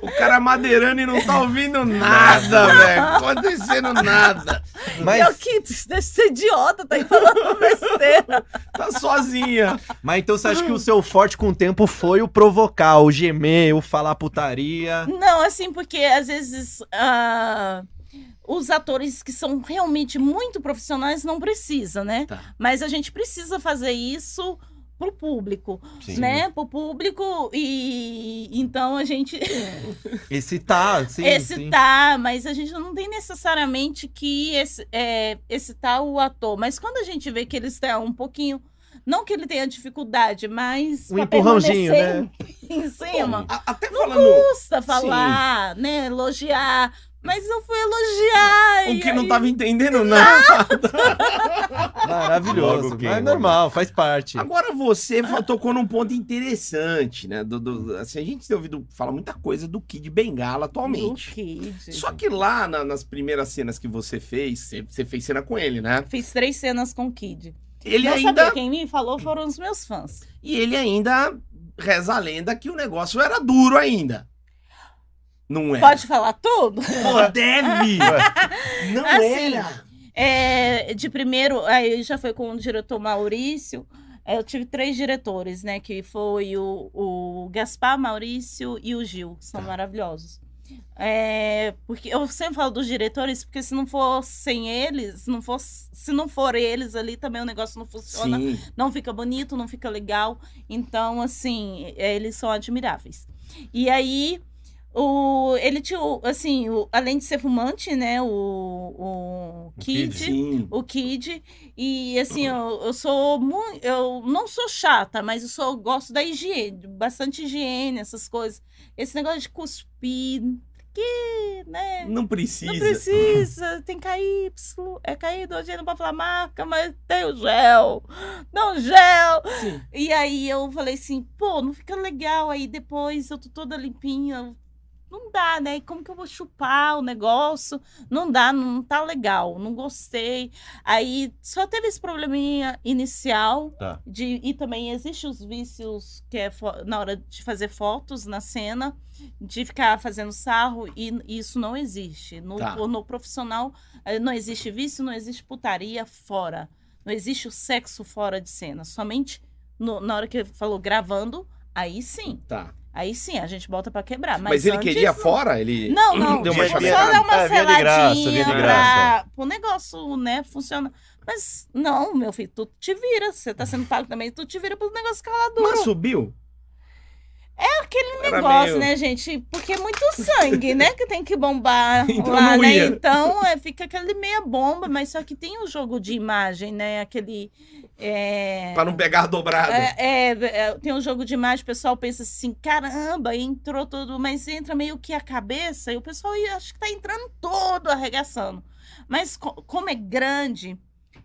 A: O cara madeirando e não tá ouvindo nada, velho. tá Acontecendo nada.
D: Eu
B: Mas,
D: que deixa de ser idiota, tá aí falando besteira.
A: Tá sozinha.
B: mas então você acha que o seu forte com o tempo foi o provocar, o gemer, o falar putaria?
D: Não, assim, porque às vezes. ah, Os atores que são realmente muito profissionais não precisa, né?
A: Tá.
D: Mas a gente precisa fazer isso pro público.
C: Sim.
D: né, pro público e então a gente
B: Excitar, tá, sim, sim.
D: excitar, mas a gente não tem necessariamente que esse, é, excitar o ator, mas quando a gente vê que ele está um pouquinho, não que ele tenha dificuldade, mas
B: Um
D: pra
B: empurrãozinho,
A: né?
D: permanecer em, em cima,
A: A- até falando
D: custa falar, né, elogiar, mas eu fui elogiar
A: o
D: e
A: que
D: aí-
A: não tá tava entendendo nada.
B: Maravilhoso.
C: Logo quem,
B: mas é
C: logo.
B: normal, faz parte. Tá
A: Agora você fa- tocou num ponto interessante, né? Do, do- assim, a gente tem ouvido falar muita coisa do Kid Bengala atualmente.
D: Ok, gente.
A: Só que lá na- nas primeiras cenas que você fez, você- você fez cena com ele, né?
D: Fiz três cenas com o Kid.
A: Ele
D: não
A: ainda
D: sabia quem me falou foram os meus fãs.
A: e ele ainda reza a lenda que o negócio era duro ainda. Não é?
D: Pode falar tudo?
A: Pô, deve. Não
D: Assim,
A: era.
D: É, de primeiro, aí já foi com o diretor Maurício. É, Eu tive três diretores, né? Que foi o, o Gaspar, Maurício e o Gil. que São maravilhosos. É, porque eu sempre falo dos diretores, porque se não for sem eles, se não for, se não for eles ali, também o negócio não funciona
A: Sim.
D: não fica bonito, não fica legal. Então, assim, é, eles são admiráveis. E aí, o, ele tinha, o- assim, o- além de ser fumante, né, o, o, Kid,
C: Kid,
A: Sim.
D: o Kid, e assim, eu, eu sou muito, eu não sou chata, mas eu sou, eu gosto da higiene, bastante higiene, essas coisas. Esse negócio de cuspir, que, né,
A: Não precisa.
D: não precisa, tem KY, é KY, hoje não pode falar marca, mas tem o gel, não gel.
A: Sim.
D: E aí eu falei assim, pô, não fica legal aí depois, eu tô toda limpinha, não dá, né? Como que eu vou chupar o negócio? Não dá, não tá legal, não gostei. Aí só teve esse probleminha inicial.
C: Tá.
D: De, e também existe os vícios que é fo- na hora de fazer fotos na cena, de ficar fazendo sarro, e, e isso não existe. No,
A: Tá.
D: no profissional eh, não existe vício, não existe putaria fora. Não existe o sexo fora de cena. Somente no- na hora que ele falou gravando, aí sim.
A: Tá.
D: Aí sim, a gente bota pra quebrar. Mas,
A: Mas, ele
D: antes,
A: queria
D: não.
A: fora? Ele
D: Não, não.
A: deu uma
C: Dia-
D: só
C: dia-
A: chaveirada.
D: dá uma
C: Ah, via de graça, via
D: seladinha
C: de
D: pra...
C: graça.
D: pro negócio, né, funciona. Mas não, meu filho, tu te vira. Você tá sendo pago também, tu te vira pro negócio caladura.
A: Mas subiu?
D: aquele
A: era
D: negócio,
A: meio-
D: né, gente? Porque é muito sangue, né, que tem que bombar
A: Então
D: lá,
A: não
D: né?
A: ia.
D: Então é, fica aquele meia bomba, mas só que tem um jogo de imagem, né? Aquele... é,
A: Pra não pegar dobrado.
D: é, é, é, tem um jogo de imagem, o pessoal pensa assim, caramba, entrou todo, mas entra meio que a cabeça, e o pessoal "Ih, acho que tá entrando todo arregaçando. Mas co- como é grande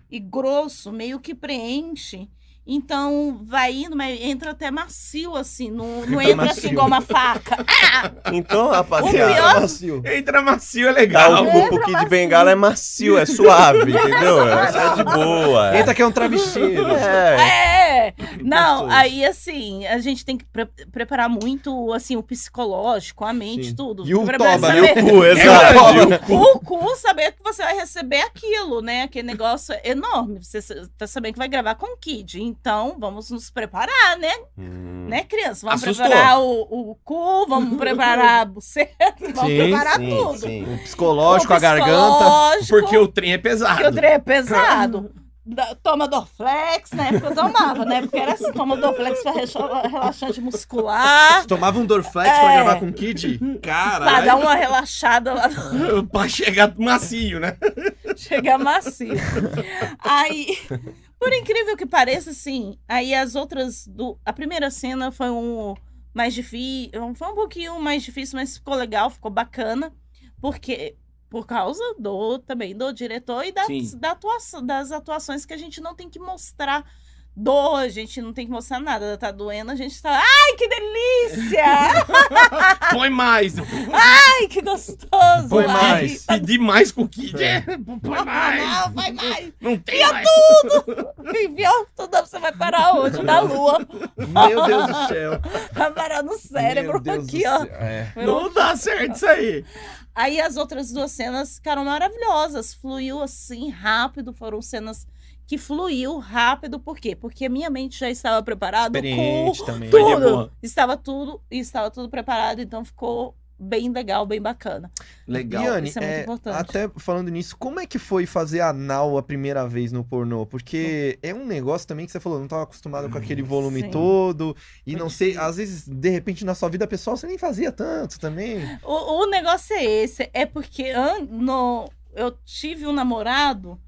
D: e grosso, meio que preenche. Então vai indo, mas entra até macio, assim. Não, não
B: Entra
D: entra
B: macio.
D: assim igual uma faca. Ah,
C: Então,
D: O pior-
C: rapaziada,
B: Macio.
A: Entra macio é
C: tá,
A: legal.
C: o, o Kid Bengala é macio, é suave, entendeu? É de boa. É.
B: Entra que é um travesseiro.
C: É.
D: É! Não,
B: Gostoso.
D: aí assim, a gente tem que pre- preparar muito assim o psicológico, a mente,
B: Sim.
D: tudo.
B: E o
D: Pra- pra
B: toba, né?
D: saber-
C: E o cu,
A: É
C: exato.
A: verdade.
C: E o cu.
D: o cu saber que você vai receber aquilo, né? Aquele negócio enorme. Você s- tá sabendo que vai gravar com o Kid. Então, vamos nos preparar, né,
C: Hum.
D: né criança? Vamos
A: Assustou.
D: preparar o, o cu, vamos preparar a buceta, vamos
B: Sim,
D: preparar
C: Sim,
D: tudo. Um
C: sim.
B: O psicológico, a garganta.
D: psicológico,
A: Porque o trem é
D: porque o
A: pesado.
D: trem é pesado. Da- Toma Dorflex, na época eu tomava, né? Porque era assim, toma Dorflex pra recha- relaxante muscular,
B: Tomava um Dorflex
D: É.
B: pra gravar com o Kid?
D: pra dar
B: Caralho.
D: uma relaxada lá
A: pra chegar macio, né?
D: Chega macio. Aí, por incrível que pareça, assim, aí as outras do a primeira cena foi um mais difícil, foi um pouquinho mais difícil, mas ficou legal, ficou bacana, porque por causa do também do diretor e da,
A: Sim.
D: da atuação, das atuações que a gente não tem que mostrar dor, a gente não tem que mostrar nada, tá doendo, a gente tá, ai, que delícia!
A: Põe mais.
D: Ai, que gostoso!
B: Põe
D: Ai,
B: mais.
A: Pedir mais com o Kid. É, põe
D: Não,
A: mais.
D: não, vai mais!
A: Não tem mais.
D: Enviou um tudo, você vai parar onde? Na lua.
B: Meu Deus do céu.
D: Vai parar no
B: Meu
D: cérebro
B: Deus do
D: aqui, ó.
B: céu. É.
A: Não dá certo isso aí.
D: Aí as outras duas cenas ficaram maravilhosas. Fluiu assim, rápido. Foram cenas que fluiu rápido. Por quê? Porque minha mente já estava preparada. o cu,
B: Experiente também.
A: Foi de
D: tudo.
A: boa.
D: Estava tudo, estava tudo preparado. Então ficou bem legal, bem bacana.
A: Legal.
B: Iane,
D: Isso é muito
B: é,
D: importante.
B: até falando nisso, como é que foi fazer anal a primeira vez no pornô? Porque é um negócio também que você falou, não tava acostumado com aquele volume
D: Hum, Sim.
B: todo, e
D: Foi
B: não sei,
D: difícil.
B: às vezes, de repente, na sua vida pessoal, você nem fazia tanto também.
D: O, o negócio é esse. É porque an- no, eu tive um namorado.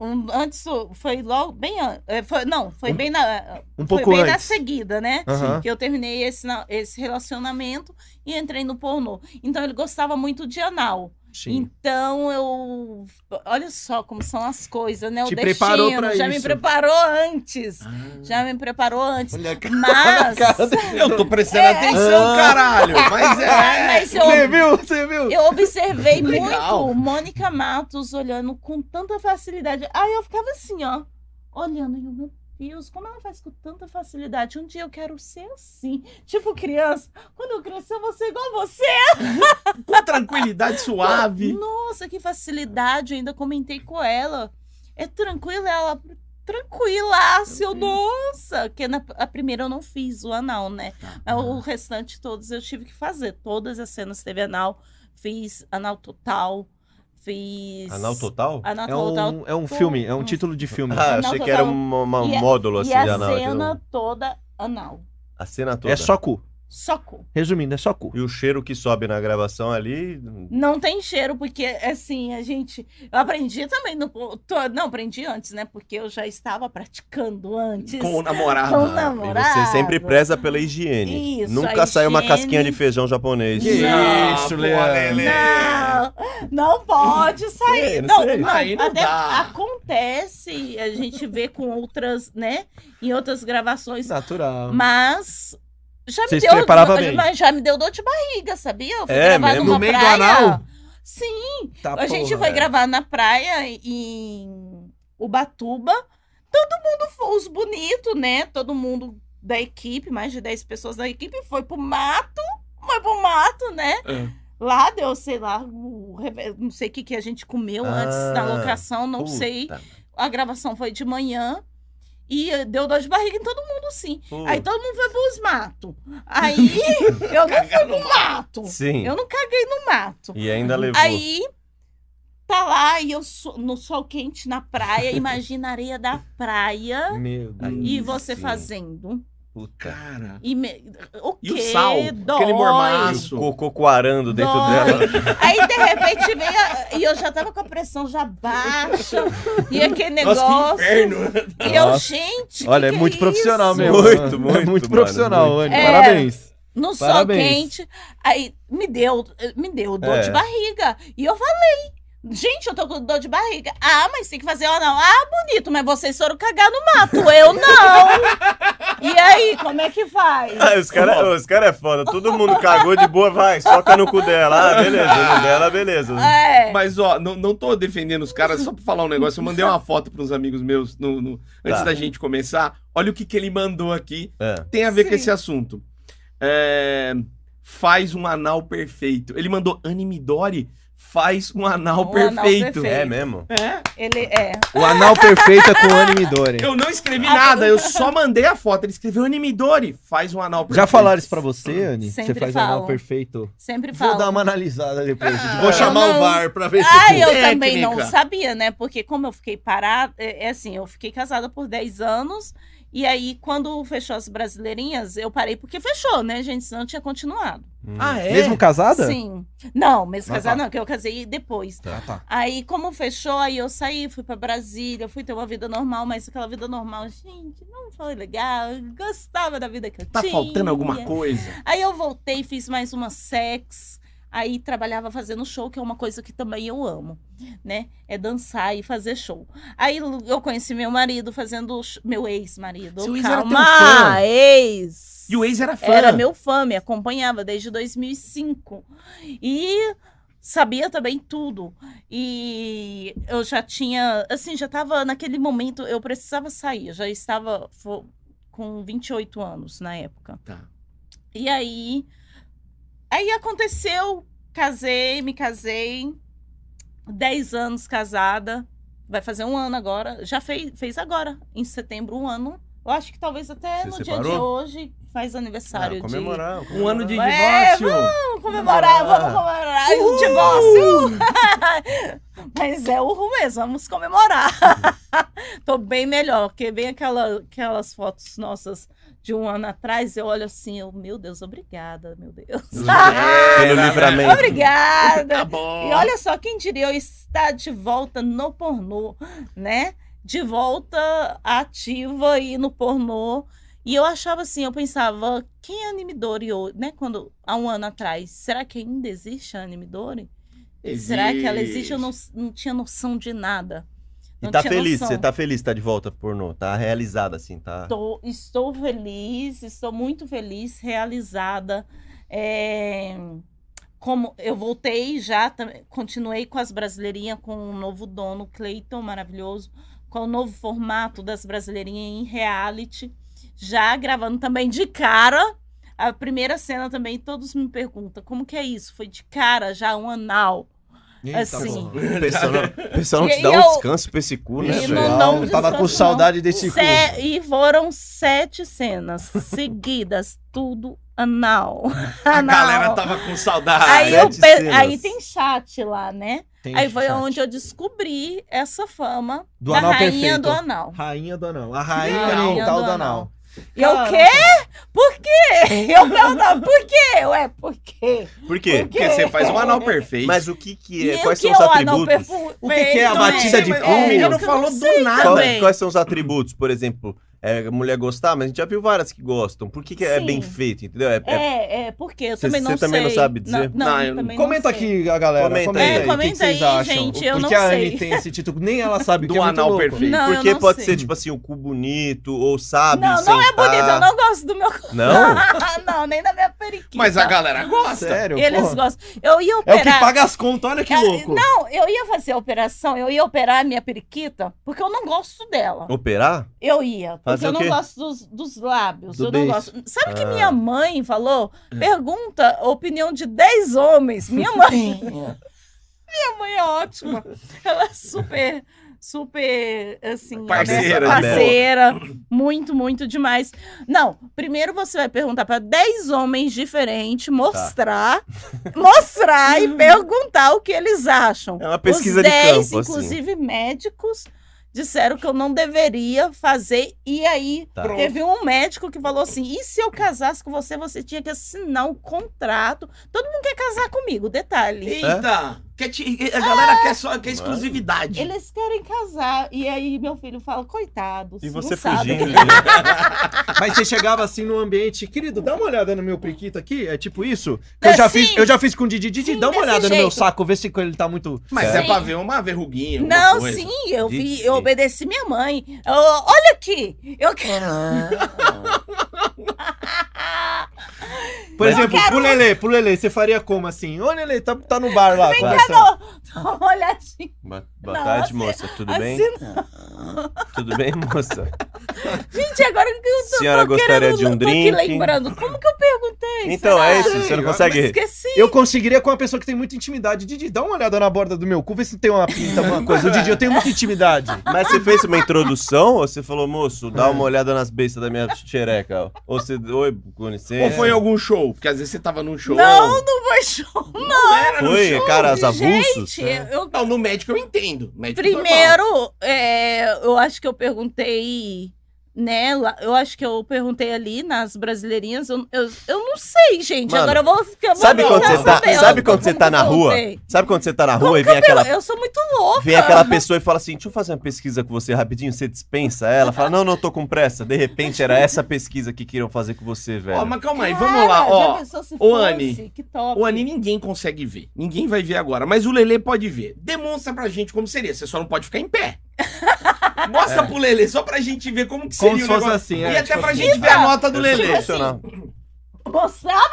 D: um- antes o- foi logo bem an- eh, foi, não foi
B: Um-
D: bem na
B: Um
D: foi
B: pouco
D: bem na
B: antes.
D: seguida né
B: Aham.
D: que eu terminei esse, na- esse relacionamento e entrei no pornô então ele gostava muito de anal
B: Sim.
D: então eu olha só como são as coisas né o
B: Te
D: destino
B: preparou pra
D: já me
B: isso. Ah.
D: preparou antes já me preparou antes mas
A: Eu tô prestando
D: É.
A: atenção, caralho. Mas
D: Ah,
A: é.
D: mas eu
B: Você viu? Você viu?
D: Eu observei
A: Legal.
D: muito Mônica Matos olhando com tanta facilidade. Aí eu ficava assim, ó, olhando, e eu, meu Deus, como ela faz com tanta facilidade? Um dia eu quero ser assim. Tipo, criança, quando eu crescer, eu vou ser igual a você.
A: Com tranquilidade suave.
D: Nossa, que facilidade. Eu ainda comentei com ela. É tranquila ela. Tranquila, seu nossa! Porque na, a primeira eu não fiz o anal, né? Mas O restante todos eu tive que fazer. Todas as cenas teve anal. Fiz anal total. Fiz.
C: Anal total?
D: Anal
B: É
D: total.
B: um, é um filme, é um
D: Hum.
B: título de filme.
C: Ah,
D: Anal
C: achei que era
D: total.
C: um, uma- um
D: E a-
C: módulo assim
D: E a
C: de anal.
D: cena toda anal.
C: A cena toda.
B: É só cu.
D: Só cu.
B: Resumindo, é só cu.
C: E o cheiro que sobe na gravação ali.
D: Não tem cheiro, porque assim, a gente. Eu aprendi também no. tô- Não, aprendi antes, né? Porque eu já estava praticando antes.
A: Com o
D: Com o
A: namorado.
C: E
D: um namorado.
C: você sempre preza pela higiene.
D: Isso,
C: Nunca
D: a
C: sai uma
D: higiene.
C: casquinha de feijão japonês.
B: Que
A: Ah,
B: isso,
A: pô,
B: Leandro.
A: Lele.
D: Não, não pode sair.
C: Sei, não
D: não,
C: sei.
D: não,
A: Aí não
D: até
A: dá.
D: acontece, a gente vê com outras, né? Em outras gravações,
B: Natural.
D: mas já
B: Você
D: me
B: se
D: deu,
B: preparava bem.
D: mas já me deu dor de barriga, sabia? Eu fui
C: É
D: gravar
C: mesmo?
D: numa
B: No meio do
D: praia.
B: anal?
D: Sim,
B: Tá,
D: a gente
B: porra.
D: foi gravar na praia em Ubatuba. Todo mundo, foi- os bonitos, né? Todo mundo da equipe, mais de 10 pessoas da equipe, foi pro mato, foi pro mato, né?
A: É.
D: Lá deu, sei lá, o reve- não sei o que, que a gente comeu antes da
C: Ah,
D: locação, não
C: Puta,
D: sei. A gravação foi de manhã. E eh, deu dor de barriga em todo mundo, sim.
C: puta.
D: Aí todo mundo foi pros mato. Aí eu não fui pro mato.
C: Sim.
D: Eu não caguei no mato.
C: E ainda levou.
D: Aí tá lá e eu so- no sol quente na praia, imagina a areia da praia
B: Meu Deus.
D: e
A: Hum,
D: você
C: sim.
D: fazendo.
C: Puta.
A: Cara.
D: E me- O quê?
A: E o sal?
D: Dói.
A: Aquele mormaço.
C: O cocô coarando dentro
D: Dói.
C: dela.
D: Aí de repente veio a- e eu já tava com a pressão já baixa e aquele negócio.
A: Nossa, que inferno.
D: E eu,
B: Nossa.
D: gente, que
B: Olha,
D: que
B: é muito profissional
D: isso?
B: mesmo.
C: Muito,
B: mano.
C: muito,
B: É muito
C: mano,
B: profissional,
C: muito.
B: Anne.
D: É.
B: Parabéns.
D: No sol
B: Parabéns.
D: quente. Aí me deu, me deu dor
C: É.
D: de barriga. E eu falei. Gente, eu tô com dor de barriga. Ah, mas tem que fazer ou não. Ah, bonito, mas vocês foram cagar no mato. Eu não. E aí, como é que faz?
C: Ah, os caras os cara é foda. Todo mundo cagou de boa, vai, soca no cu dela. Ah, beleza, no dela, beleza.
D: É.
A: Mas, ó, não, não tô defendendo os caras, só pra falar um negócio. Eu mandei uma foto pros amigos meus no, no- antes
C: Tá.
A: da gente começar. Olha o que, que ele mandou aqui.
C: É.
A: Tem a ver com
D: Sim.
A: esse assunto. É, faz um anal perfeito. Ele mandou Animidori faz um anal
D: Um anal
A: perfeito.
D: perfeito.
C: É mesmo?
A: É,
D: Ele é.
B: O anal perfeito é com anime Dori.
A: eu não escrevi nada, eu só mandei a foto. Ele escreveu Animidori faz um anal perfeito.
B: Já falaram isso pra você, Anne?
D: Sempre
B: você faz
D: falam.
B: anal perfeito?
D: Sempre falo.
B: Vou dar uma analisada depois.
A: Ah.
B: Vou
A: Eu
B: chamar
D: não-
B: o VAR pra ver se...
D: Ah, eu
A: Técnica.
D: também não sabia, né? Porque como eu fiquei parada, é, é assim, eu fiquei casada por 10 anos. E aí, quando fechou as brasileirinhas, eu parei porque fechou, né, gente? Senão eu tinha continuado.
C: Hum.
A: Ah, é?
B: Mesmo casada?
D: Sim. Não, mesmo
B: Ah,
D: casar
B: tá.
D: não, que eu casei depois.
B: Ah, tá.
D: Aí, como fechou, aí eu saí, fui pra Brasília, fui ter uma vida normal, mas aquela vida normal, gente, não foi legal. Eu gostava da vida que eu
A: Tá
D: tinha.
A: faltando alguma coisa?
D: Aí eu voltei, fiz mais uma sex. Aí trabalhava fazendo show, que é uma coisa que também eu amo, né? É dançar e fazer show. Aí l- eu conheci meu marido fazendo. sh- Meu ex-marido.
A: Seu ex era teu
D: Calma,
A: fã.
D: ex!
A: E o ex era fã.
D: Era meu fã, me acompanhava desde 2005. E sabia também tudo. E eu já tinha, assim, já estava naquele momento, eu precisava sair, eu já estava fo- com 28 anos na época.
A: Tá.
D: E aí aí aconteceu, casei, me casei, 10 anos casada. Vai fazer um ano agora. Já fez, fez agora, em setembro, um ano. Eu acho que talvez até
C: Se
D: no dia de
C: separou?
D: hoje faz aniversário de.
C: Ah, comemorar,
A: Um ano de
D: É,
A: divórcio.
D: Vamos comemorar,
C: Comemorar.
D: vamos comemorar
B: Uh!
D: o divórcio. Mas é urro mesmo, vamos comemorar. Tô bem melhor, porque bem aquela, aquelas fotos nossas de um ano atrás, eu olho assim, eu, meu Deus, obrigada, meu Deus.
A: Uhum.
C: Pelo
D: né?
C: livramento.
A: Tá
D: obrigada.
A: bom.
D: E olha só, quem diria eu estar de volta no pornô, né? De volta ativa e no pornô. E eu achava assim, eu pensava, quem é anime Dori hoje, né? Quando, há um ano atrás, será que ainda existe a anime Dori? Será que ela existe? Eu não, não tinha noção de nada.
C: E
D: Não
C: tá
D: tinha
C: feliz,
D: noção.
C: você tá feliz, tá de volta pro pornô. Tá realizada, assim, tá.
D: Tô- estou feliz, estou muito feliz, realizada. É, como eu voltei já, tam- continuei com as brasileirinhas, com o novo dono, Cleiton, maravilhoso, com o novo formato das brasileirinhas em reality, já gravando também de cara. A primeira cena também, todos me perguntam, como que é isso? Foi de cara, já um anal.
B: Eita,
D: Assim.
B: porra.
C: O pessoal não, o pessoal não
D: E-
C: te dá
D: e
C: um
D: eu-
C: descanso pra esse cu, né,
D: E
C: velho?
D: não-
B: Pessoal,
D: não é-
B: tava com
D: descansa,
B: saudade desse cu.
D: Se- E foram sete cenas seguidas, tudo anal.
A: A
D: Anal.
A: galera tá tava com saudade.
D: Aí, eu
C: sete
D: pe-
C: cenas.
D: aí tem chat lá, né?
B: Tem
D: aí foi
B: chat.
D: onde eu descobri essa fama
B: Do
D: da
B: anal
D: rainha
B: perfeito.
D: do anal.
B: Rainha do anal. A rainha
A: Rainha
B: oriental
D: do
B: do
D: anal.
B: anal.
D: E eu, o
B: Caraca.
D: quê? Por quê? Eu perguntava, por quê? Ué, por quê?
C: Por quê?
A: Porque você faz um anal perfeito.
C: Mas o que que
D: E
C: é?
D: o
C: Quais
D: que
C: são os
D: é o anal
C: atributos?
D: perfeito?
B: O que que é a
D: né?
B: batida de
A: mas-
B: cu?
A: é, ele
D: Eu
A: não
D: que
A: falou
D: não
A: do
D: sei
A: nada.
C: Qual-
D: também.
C: quais são os atributos? Por exemplo, é, mulher gostar, mas a gente já viu várias que gostam. Por que, que é
D: Sim.
C: bem feito, entendeu? É- é-
D: É, é, por quê? Eu
C: Cê-
D: também não
C: cê
D: sei.
C: também não sabe dizer?
A: Não,
D: Não, não,
A: eu-
D: também não
B: Comenta
D: sei.
B: aqui, a galera.
C: Comenta
B: Comenta, aí.
C: aí.
B: o
C: É,
B: que que
D: comenta
B: vocês
D: aí,
B: acham?
D: gente, eu
B: Porque
D: não
B: a
D: sei.
B: Anne tem esse título, nem ela sabe.
A: Do
B: que é muito
A: anal
B: louco.
A: perfeito.
D: Não, eu
C: Porque
D: não
C: pode
D: sei.
C: ser, tipo assim, o cu bonito, ou sabe.
D: Não, não é
C: sentar.
D: bonito, eu não gosto do meu cu.
C: Não?
D: não, nem da minha periquita.
A: Mas a galera gosta.
B: Sério,
D: Eles
B: porra.
D: gostam. Eu ia
B: É o
D: operar.
B: que paga as contas, olha que
D: É,
B: louco.
D: Não, eu ia fazer a operação, eu ia operar a minha periquita, porque eu não gosto dela.
C: Operar?
D: Eu ia, porque
C: Fazer
D: eu
C: o
D: não
C: quê?
D: gosto dos, dos lábios.
B: Do
D: eu não
B: beijo.
D: gosto. Sabe o que
C: Ah. É.
D: minha mãe falou? Pergunta a opinião de 10 homens. Minha mãe. minha mãe é ótima. Ela é super, super, assim,
A: Parceira,
D: honesta,
C: né?
D: parceira. Muito, muito demais. Não, primeiro você vai perguntar para 10 homens diferentes,
C: Tá.
D: mostrar, mostrar e perguntar o que eles acham.
C: É uma pesquisa
D: Os
C: de
D: 10,
C: campo, assim.
D: inclusive médicos, disseram que eu não deveria fazer. E aí,
C: Tá.
A: Pronto.
D: teve um médico que falou assim: e se eu casasse com você, você tinha que assinar um contrato. Todo mundo quer casar comigo, detalhe.
A: Eita! Quer te- a galera quer só quer exclusividade.
D: Eles querem casar. E aí meu filho fala, coitado.
C: E
D: não
C: você
D: sabe.
C: fugindo. né? de-
B: Mas você chegava assim no ambiente, querido, dá uma olhada no meu priquito aqui, é tipo isso? Que
D: É,
B: eu, já
D: sim.
B: fiz, eu já fiz com o Didi, Didi,
D: Sim,
B: dá uma
D: desse
B: olhada no meu
D: jeito.
B: saco, vê se ele tá muito...
A: Mas é
D: Sim.
A: pra ver uma verruguinha. alguma
D: Não,
A: coisa.
D: sim, eu vi,
A: Vixe.
D: eu obedeci minha mãe. Eu- olha aqui, eu quero.
B: Por
D: Mas-
B: exemplo,
D: Eu quero-
B: pro
D: um-
B: Lelê, pro Lelê, você faria como assim? Ô Lelê, tá, tá no bar lá,
C: cá,
B: conversando.
D: Não, dá uma olhadinha.
C: Boa, boa
D: Não,
C: tarde,
D: assim-
C: moça. Tudo bem?
D: Assim, não.
C: Tudo bem, moça?
D: Gente, agora que eu tô,
C: Senhora
D: tô
C: gostaria
D: querendo,
C: de um
D: tô aqui
C: drink?
D: lembrando. Como que eu perguntei?
C: Então,
D: Será?
C: é isso. Você não
B: Sim,
D: Eu
C: consegue.
D: Esqueci.
B: Eu conseguiria com uma pessoa que tem muita intimidade. Didi, dá uma olhada na borda do meu cu, vê se tem uma pinta, alguma coisa. Didi, eu tenho muita intimidade.
C: Mas você fez uma introdução ou você falou, moço, dá uma olhada nas bestas da minha xereca? ó? Ou você. Oi, com licença.
B: É.
A: Ou foi em algum show? Porque às vezes você tava num show.
D: Não, não foi show.
A: não era no
C: Foi,
A: show.
C: caras avulsos?
D: Gente, eu
A: Não, no médico eu entendo.
C: é
A: Médico normal.
D: Primeiro, é, eu acho que eu perguntei nela, eu acho que eu perguntei ali nas brasileirinhas, eu, eu, eu não sei, gente,
C: Mano,
D: agora eu vou um ficar...
C: Sabe
D: vou
C: quando
D: ficar
C: você tá,
D: sabendo
C: sabe quando
D: como
C: você tá
D: que
C: na
D: eu
C: rua?
D: voltei.
C: Sabe quando você tá na
D: Como
C: rua e vem aquela
D: Eu sou muito louca.
C: Vem aquela pessoa e fala assim: deixa eu fazer uma pesquisa com você rapidinho, você dispensa ela. Fala, não, não, tô com pressa. De repente era essa pesquisa que queriam fazer com você, velho.
A: Ó, mas calma aí,
D: Cara,
A: vamos lá,
D: já
A: ó.
D: pensou se
A: Ô,
D: fosse?
A: Anne,
D: Que top.
A: O Ani ninguém consegue ver. Ninguém vai ver agora. Mas o Lelê pode ver. Demonstra pra gente como seria. Você só não pode ficar em pé. Mostra pro Lelê, só pra gente ver como que seria
B: Como se
A: o
B: fosse
A: negócio.
B: assim,
A: e
B: é.
A: até pra gente ver a nota do
D: Tipo
C: Eu sou
D: assim,
A: Lelê.
C: profissional.
D: Mostrar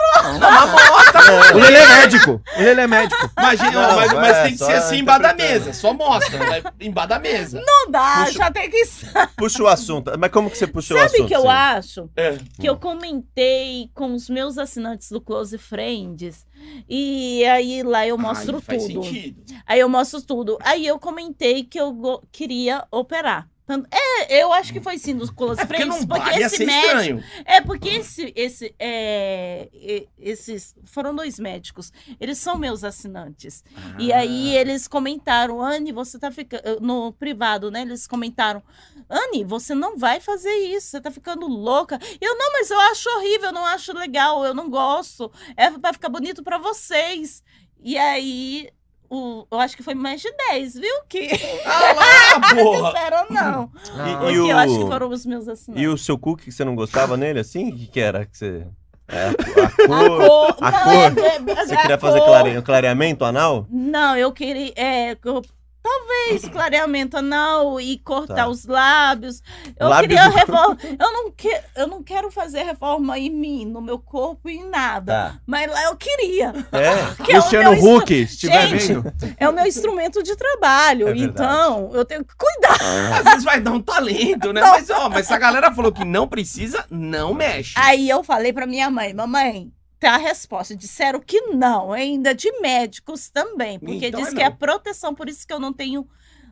B: O Lelê é médico. O Lelê é médico.
A: Imagina,
C: Não,
A: mas,
C: é,
A: mas tem que
C: só
A: ser assim embaixo da
C: interpretando.
A: mesa. Só mostra, né? embaixo da mesa.
D: não dá,
C: Puxa-
D: já tem que... Sabe
C: Puxa o assunto. Mas como que você puxou o assunto? Hum.
D: que eu
C: assim?
D: acho?
A: É.
D: que eu comentei com os meus assinantes do Close Friends. E aí lá eu mostro
A: Aí Faz
D: tudo.
A: sentido.
D: Aí eu mostro tudo. Aí eu comentei que eu go- queria operar. Tanto- É, eu acho que foi sim dos Close
A: É porque
D: Friends,
A: não
D: porque,
A: vale, ia
D: esse
A: ser
D: médico.
A: estranho.
D: É porque esse, esse, é, e- esses foram dois médicos. Eles são meus assinantes. E aí
C: Ah.
D: eles comentaram, Anne, você tá ficando no privado, né? Eles comentaram, Anne, você não vai fazer isso. Você tá ficando louca. Eu não, mas eu acho horrível, eu não acho legal, eu não gosto. É pra ficar bonito pra vocês. E aí o- eu acho que foi mais de 10, viu? Que
A: Ah lá, porra!
D: disseram não.
C: E
D: Porque
C: o-
D: eu acho que foram os meus assim, assinantes.
C: E o seu cu que você não gostava nele assim? O que, que era? Que você... É, a, a cor.
D: cor.
C: a
D: não,
C: cor.
D: é- é-
C: Você
D: a
C: queria fazer
D: cor.
C: clare... um clareamento anal?
D: Não, eu queria. é, eu- talvez clareamento anal e cortar
C: Tá.
D: os lábios. Eu
C: Lábio
D: queria
C: do-
D: reforma. Eu não, que, eu não quero fazer reforma em mim, no meu corpo, em nada.
C: Tá.
D: Mas lá eu queria.
C: É.
D: porque
B: Luciano
D: é o meu instru-
B: Huck, se estiver
D: Gente,
B: vendo.
D: É o meu instrumento de trabalho.
C: É verdade.
D: então, eu tenho que cuidar.
A: Às vezes vai dar um talento, né? Mas, ó, mas se a galera falou que não precisa, não mexe.
D: Aí eu falei pra minha mãe, mamãe. Tá a resposta. Disseram que não, ainda de médicos também. Porque
A: Então é
D: diz que é
A: não.
D: proteção, por isso que eu não tenho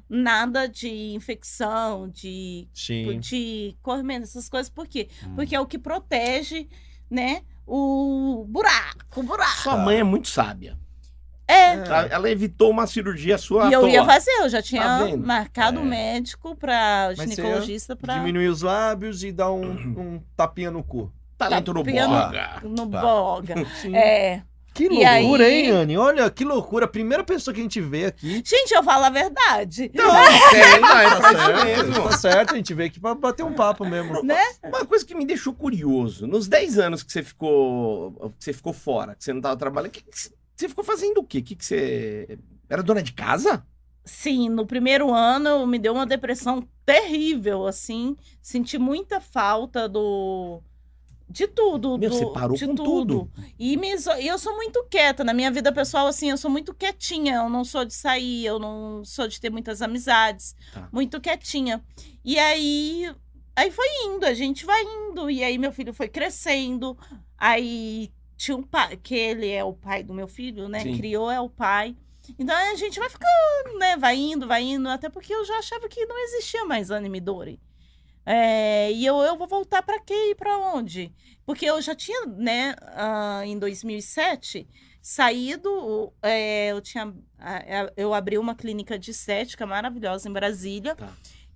D: nada de infecção, de
B: Sim.
D: de corrimento, essas coisas, por quê?
C: Hum.
D: Porque é o que protege, né? O buraco, o buraco.
A: Sua mãe é muito sábia.
D: É.
A: Tá? Ela evitou uma cirurgia sua
D: E
A: à
D: eu
A: toa.
D: ia fazer, eu já tinha
A: vendo?
D: marcado o
C: É.
D: médico pra
B: você ia
D: ginecologista pra.
B: Diminuir os lábios e dar um, um tapinha no cu.
A: Talento no
D: Piano.
A: Tá boga.
D: No
C: Tá.
D: boga.
B: Sim.
D: É.
B: Que
D: E aí-
B: loucura, hein, Anne? Olha, que loucura. A primeira pessoa que a gente vê aqui.
D: Gente, eu falo a verdade.
A: Não, sei lá, é pra isso mesmo.
B: Tá certo, a gente veio aqui pra bater um papo mesmo.
A: Uma coisa que me deixou curioso, nos 10 anos que você ficou, que você ficou fora, que você não tava trabalhando, que que você- você ficou fazendo o quê? Que que você era dona de casa?
D: Sim, no primeiro ano me deu uma depressão terrível, assim. Senti muita falta do. De tudo.
A: Meu,
D: do-
A: você parou
D: de
A: com tudo.
D: E me iso- e eu sou muito quieta. Na minha vida pessoal, assim, eu sou muito quietinha. Eu não sou de sair, eu não sou de ter muitas amizades.
A: Tá.
D: Muito quietinha. E aí. Aí foi indo, a gente vai indo. E aí meu filho foi crescendo. Aí tinha um pai, que ele é o pai do meu filho, né?
A: Sim.
D: Criou é o pai. Então a gente vai ficando, né? Vai indo, vai indo. Até porque eu já achava que não existia mais anime Dory. É, e eu, eu vou voltar pra quê e pra onde? Porque eu já tinha, né, ah, em 2007, saído. é, eu tinha. ah, Eu abri uma clínica de estética maravilhosa em Brasília.
A: Tá.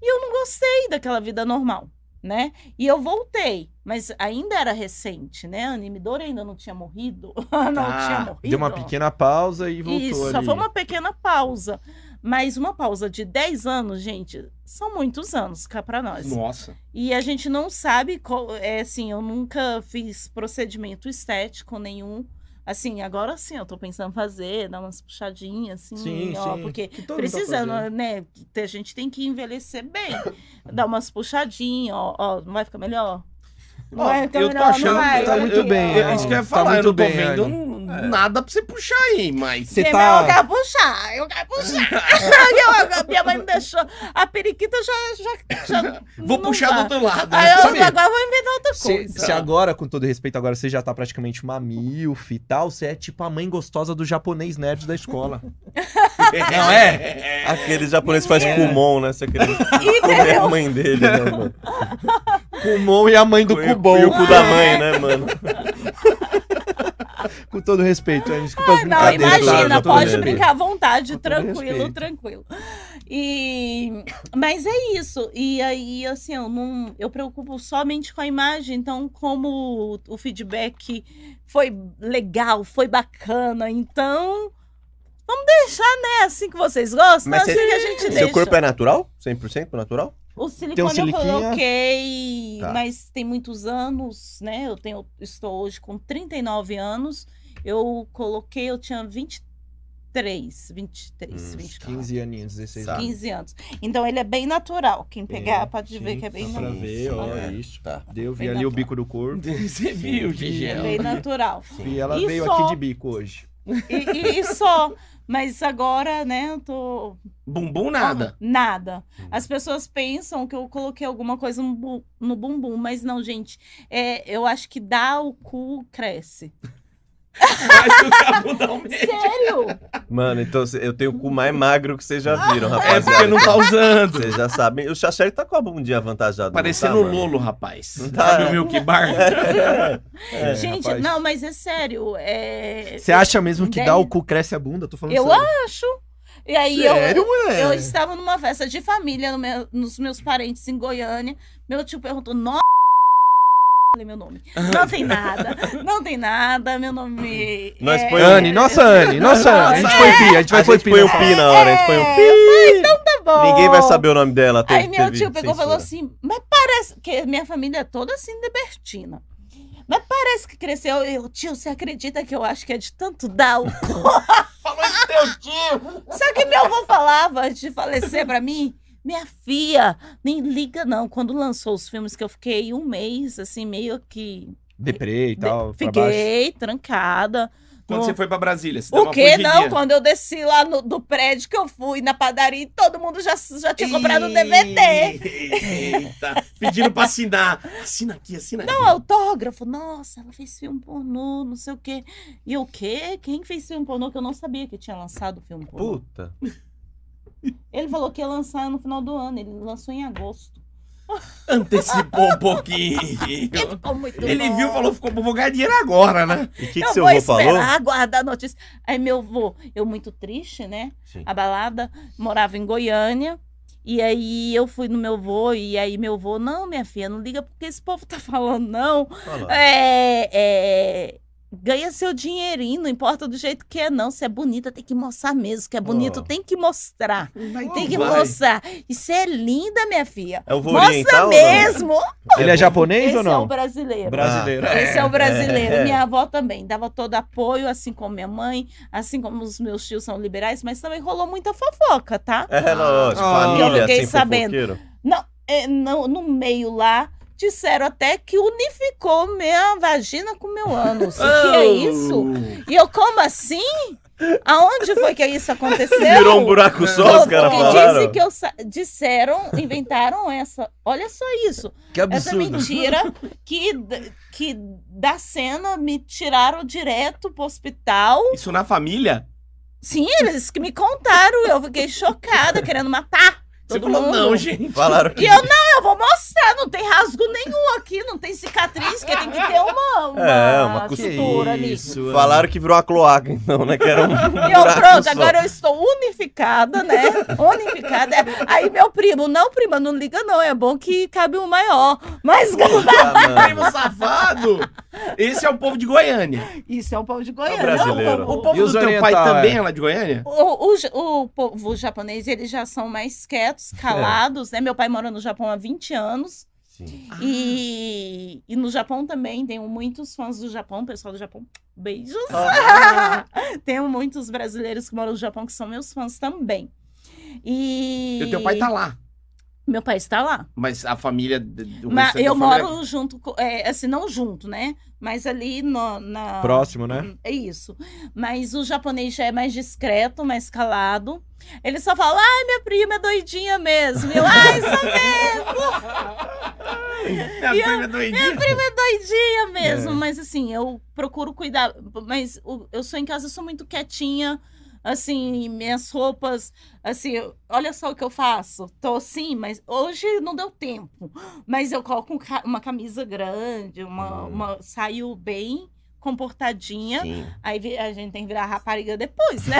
D: E eu não gostei daquela vida normal, né? E eu voltei. Mas ainda era recente, né? A Anime Dory ainda não tinha morrido. não
A: Tá,
D: tinha morrido.
B: Deu uma pequena pausa e voltou
D: Então. Isso,
B: ali.
D: só foi uma pequena pausa. Mas uma pausa de 10 anos, gente, são muitos anos cá pra nós.
A: Nossa.
D: E a gente não sabe qual. É assim, eu nunca fiz procedimento estético nenhum. Assim, agora sim, eu tô pensando em fazer, dar umas puxadinhas, assim,
B: Sim,
D: ó,
B: sim.
D: porque
B: Que todo mundo tá
D: precisando,
B: fazendo.
D: né? A gente tem que envelhecer bem. dar umas puxadinhas, ó, ó, não vai ficar melhor?
A: Ó,
D: Não vai ficar
A: eu tô
D: melhor, não
A: achando que
D: vai,
A: tá
D: olha
A: muito
D: aqui,
B: bem,
D: ó.
A: É isso que eu ia
B: Tá
A: falar, eu
B: muito
A: não tô
B: bem,
A: vendo
B: Anne.
A: n- nada pra você puxar aí, mas.
B: Você
D: Porque,
B: tá-
D: meu, eu quero puxar, eu quero puxar. Eu- eu- minha mãe me deixou. A periquita já. já, já
A: Vou
D: não
A: puxar
D: dá.
A: do outro lado. né?
D: Aí eu
B: Sabe-
D: agora vou inventar outra
B: Se,
D: coisa.
B: se agora, com todo respeito, agora você já tá praticamente uma milf e tal, você é tipo a mãe gostosa do japonês nerd da escola.
A: Não é?
C: Aquele japonês faz kumon, né? Você queria comer a
D: Entendeu?
C: mãe dele, né, mano?
B: Kumon e a mãe do Kubon.
C: E o cu da mãe, né, mano?
B: Com todo respeito, hein? desculpa as
D: Ah, Não,
B: brincadeiras.
C: claro,
D: imagina,
C: já
B: claro,
C: tô
D: pode
C: vendo.
D: brincar à vontade,
B: Com todo
D: tranquilo,
B: respeito.
D: tranquilo. E mas é isso. E aí assim, eu não eu preocupo somente com a imagem, então como o feedback foi legal, foi bacana, então vamos deixar, né, assim que vocês gostam,
C: Mas
D: assim
C: cê-
D: que a gente deixa.
C: Seu corpo é natural? 100% natural?
B: Tem um
D: O silicone eu
B: siliquinha?
D: coloquei,
C: Tá.
D: mas tem muitos anos, né? Eu tenho, estou hoje com 39 anos. Eu coloquei, eu tinha 23, 23,
C: Hum,
D: 24,
B: 15 aninhos, 16
C: Tá.
B: anos.
D: 15 anos. Então ele é bem natural. Quem pegar
B: É,
D: pode ver
B: sim,
D: que é bem
B: dá pra
D: natural.
B: ver, ó,
C: É.
B: isso.
C: Tá.
B: Deu, vi
D: Bem
B: ali o
D: natural.
B: bico do corpo.
A: Você viu, Gigi?
D: É bem natural.
B: E ela
D: E
B: veio
D: só.
B: aqui de bico hoje.
D: E, e- e só. Mas agora, né, eu tô.
A: Bumbum nada.
D: Nada.
B: Hum.
D: As pessoas pensam que eu coloquei alguma coisa no, bu- no bumbum, mas não, gente. É, eu acho que dá o cu, cresce.
A: Mas o cabo dá um medo.
D: Sério?
C: Mano, então cê- eu tenho o cu mais magro que vocês já viram,
A: É porque
C: rapaziada.
A: não tá usando.
C: Vocês já sabem. O Chacheri tá com a bundinha avantajada.
A: Parecendo um o
C: não tá, mano?
A: Lolo, rapaz.
C: Tá.
A: Sabe o Milk Bar?
B: É,
D: Gente,
B: rapaz.
D: não, mas é sério. É...
B: Você acha mesmo que
D: Deve-
B: dá o cu, cresce a bunda? Tô falando
D: Eu
B: sério.
D: acho. E aí
B: Sério,
D: eu,
B: moleque?
D: eu estava numa festa de família no meu- nos meus parentes em Goiânia. Meu tio perguntou, nossa. Falei meu nome. Não tem nada, não tem nada. Meu nome.
C: Nós
D: é-
C: põe-
B: Anne, nossa Anne, nossa Anne. A gente foi pi, a gente vai
C: A
B: foi
C: gente
B: pi.
C: põe o
B: nessa
C: pi na hora, a gente põe o pi.
D: É, então tá bom.
C: Ninguém vai saber o nome dela. Teve,
D: Aí meu
C: teve
D: tio pegou e
C: censura.
D: falou assim, mas parece que minha família é toda assim libertina. Mas parece que cresceu. Eu, tio, você acredita que eu acho que é de tanto dar o
A: Falou isso teu tio.
D: Só que meu avô falava antes de falecer pra mim, minha filha, nem liga não. Quando lançou os filmes que eu fiquei um mês, assim, meio que...
B: Deprê e tal,
D: de-
B: pra baixo.
D: Fiquei trancada.
A: Quando
D: No-
A: você foi pra Brasília, você deu
D: O
A: uma
D: que
A: fugidinha.
D: não? Quando eu desci lá no- do prédio que eu fui, na padaria, e todo mundo já, já tinha comprado um o DVD.
A: Eita. Pedindo pra assinar. Assina aqui, assina aqui.
D: Um autógrafo, nossa, ela fez filme pornô, não sei o quê. E eu, o quê? Quem fez filme pornô? Que eu não sabia que tinha lançado filme pornô.
C: Puta.
D: Ele falou que ia lançar no final do ano, ele lançou em agosto.
A: Antecipou um pouquinho.
D: Ele ficou muito
A: Ele
D: louco.
A: viu e falou, ficou, vou ganhar dinheiro agora, né?
C: E o que,
D: eu
C: que seu
D: vou
C: avô falou?
D: esperar aguardar a notícia. Aí meu avô, eu muito triste, né?
C: Sim.
D: Abalada, morava em Goiânia. E aí eu fui no meu avô, e aí meu avô, não, minha filha, não liga porque esse povo tá falando, não.
C: Olha lá.
D: É, é, ganha seu dinheirinho, não importa do jeito que é, não. Se é bonita, tem que mostrar mesmo. Que é bonito,
C: Oh.
D: tem que mostrar.
A: Vai,
D: Tem que
A: Hum, vai.
D: mostrar. Isso é linda, minha filha.
C: É o vô
D: Mostra
C: oriental ou não?
D: mesmo.
B: Ele é japonês
D: Esse
B: ou
D: é o
B: não? Ah.
D: brasileiro.
B: Brasileiro.
D: Esse é o brasileiro.
C: É.
D: Minha avó também dava todo apoio, assim como minha mãe, assim como os meus tios são liberais, mas também rolou muita fofoca, tá?
C: É, lógico.
B: Ah.
C: família,
D: Eu fiquei
C: assim,
D: sabendo.
C: fofoqueiro.
D: É, no, no meio lá, disseram até que unificou minha vagina com meu ânus. O que é isso? E eu, como assim? Aonde foi que isso aconteceu?
C: Virou um buraco
D: Não,
C: só, os caras
D: porque
C: falaram.
D: disse que eu sa- disseram, inventaram essa. Olha só isso.
B: Que
D: Essa mentira que, d- que da cena me tiraram direto pro hospital.
A: Isso na família?
D: Sim, eles que me contaram. Eu fiquei chocada, querendo matar.
A: Você
D: todo
A: falou,
D: mundo.
A: não, gente.
C: Falaram
D: E
C: que
D: eu não, eu eu vou mostrar, não tem rasgo nenhum aqui, não tem cicatriz, que tem que ter uma, uma,
C: É, uma
D: costura ali.
B: isso, é.
C: né? Falaram que virou a cloaca, então, né? Que era um.
D: E eu,
C: buraco
D: pronto,
C: só.
D: agora eu estou unificada, né? Unificada. Aí meu primo, não, prima, não liga não, é bom que cabe um maior. Mas
C: Ah, mano.
A: Primo safado! Esse é o povo de Goiânia.
D: isso é um povo de Goiânia.
C: brasileiro.
D: não,
A: O povo
B: E
A: do
B: os
A: teu pai
B: orientais?
A: também é lá de Goiânia?
D: O, o, ja- o povo japonês, eles já são mais quietos, calados, né? Meu pai mora no Japão há 20 anos.
C: Sim.
D: Ah. E, e no Japão também, tenho muitos fãs do Japão, pessoal do Japão, beijos. Ah. tenho muitos brasileiros que moram no Japão que são meus fãs também. E...
A: E o teu pai tá lá.
D: Meu pai está lá.
A: Mas a família. do- do
D: Mas
A: resto da
D: eu
A: família-
D: moro junto, co- é, assim, não junto, né? Mas ali no, na...
B: Próximo, né?
D: É isso. Mas o japonês já é mais discreto, mais calado. Ele só fala, ai, minha prima é doidinha mesmo. E Eu, ai, isso
A: Minha
D: E
A: prima é doidinha.
D: é doidinha
C: É.
D: mesmo. Mas assim, eu procuro cuidar. Mas o- eu sou em casa, eu sou muito quietinha. Assim, minhas roupas, assim, eu- olha só o que eu faço. Tô assim, mas hoje não deu tempo. Mas eu coloco um ca- uma camisa grande, uma,
C: Hum.
D: uma saio bem comportadinha.
C: Sim.
D: Aí vi- a gente tem que virar rapariga depois, né?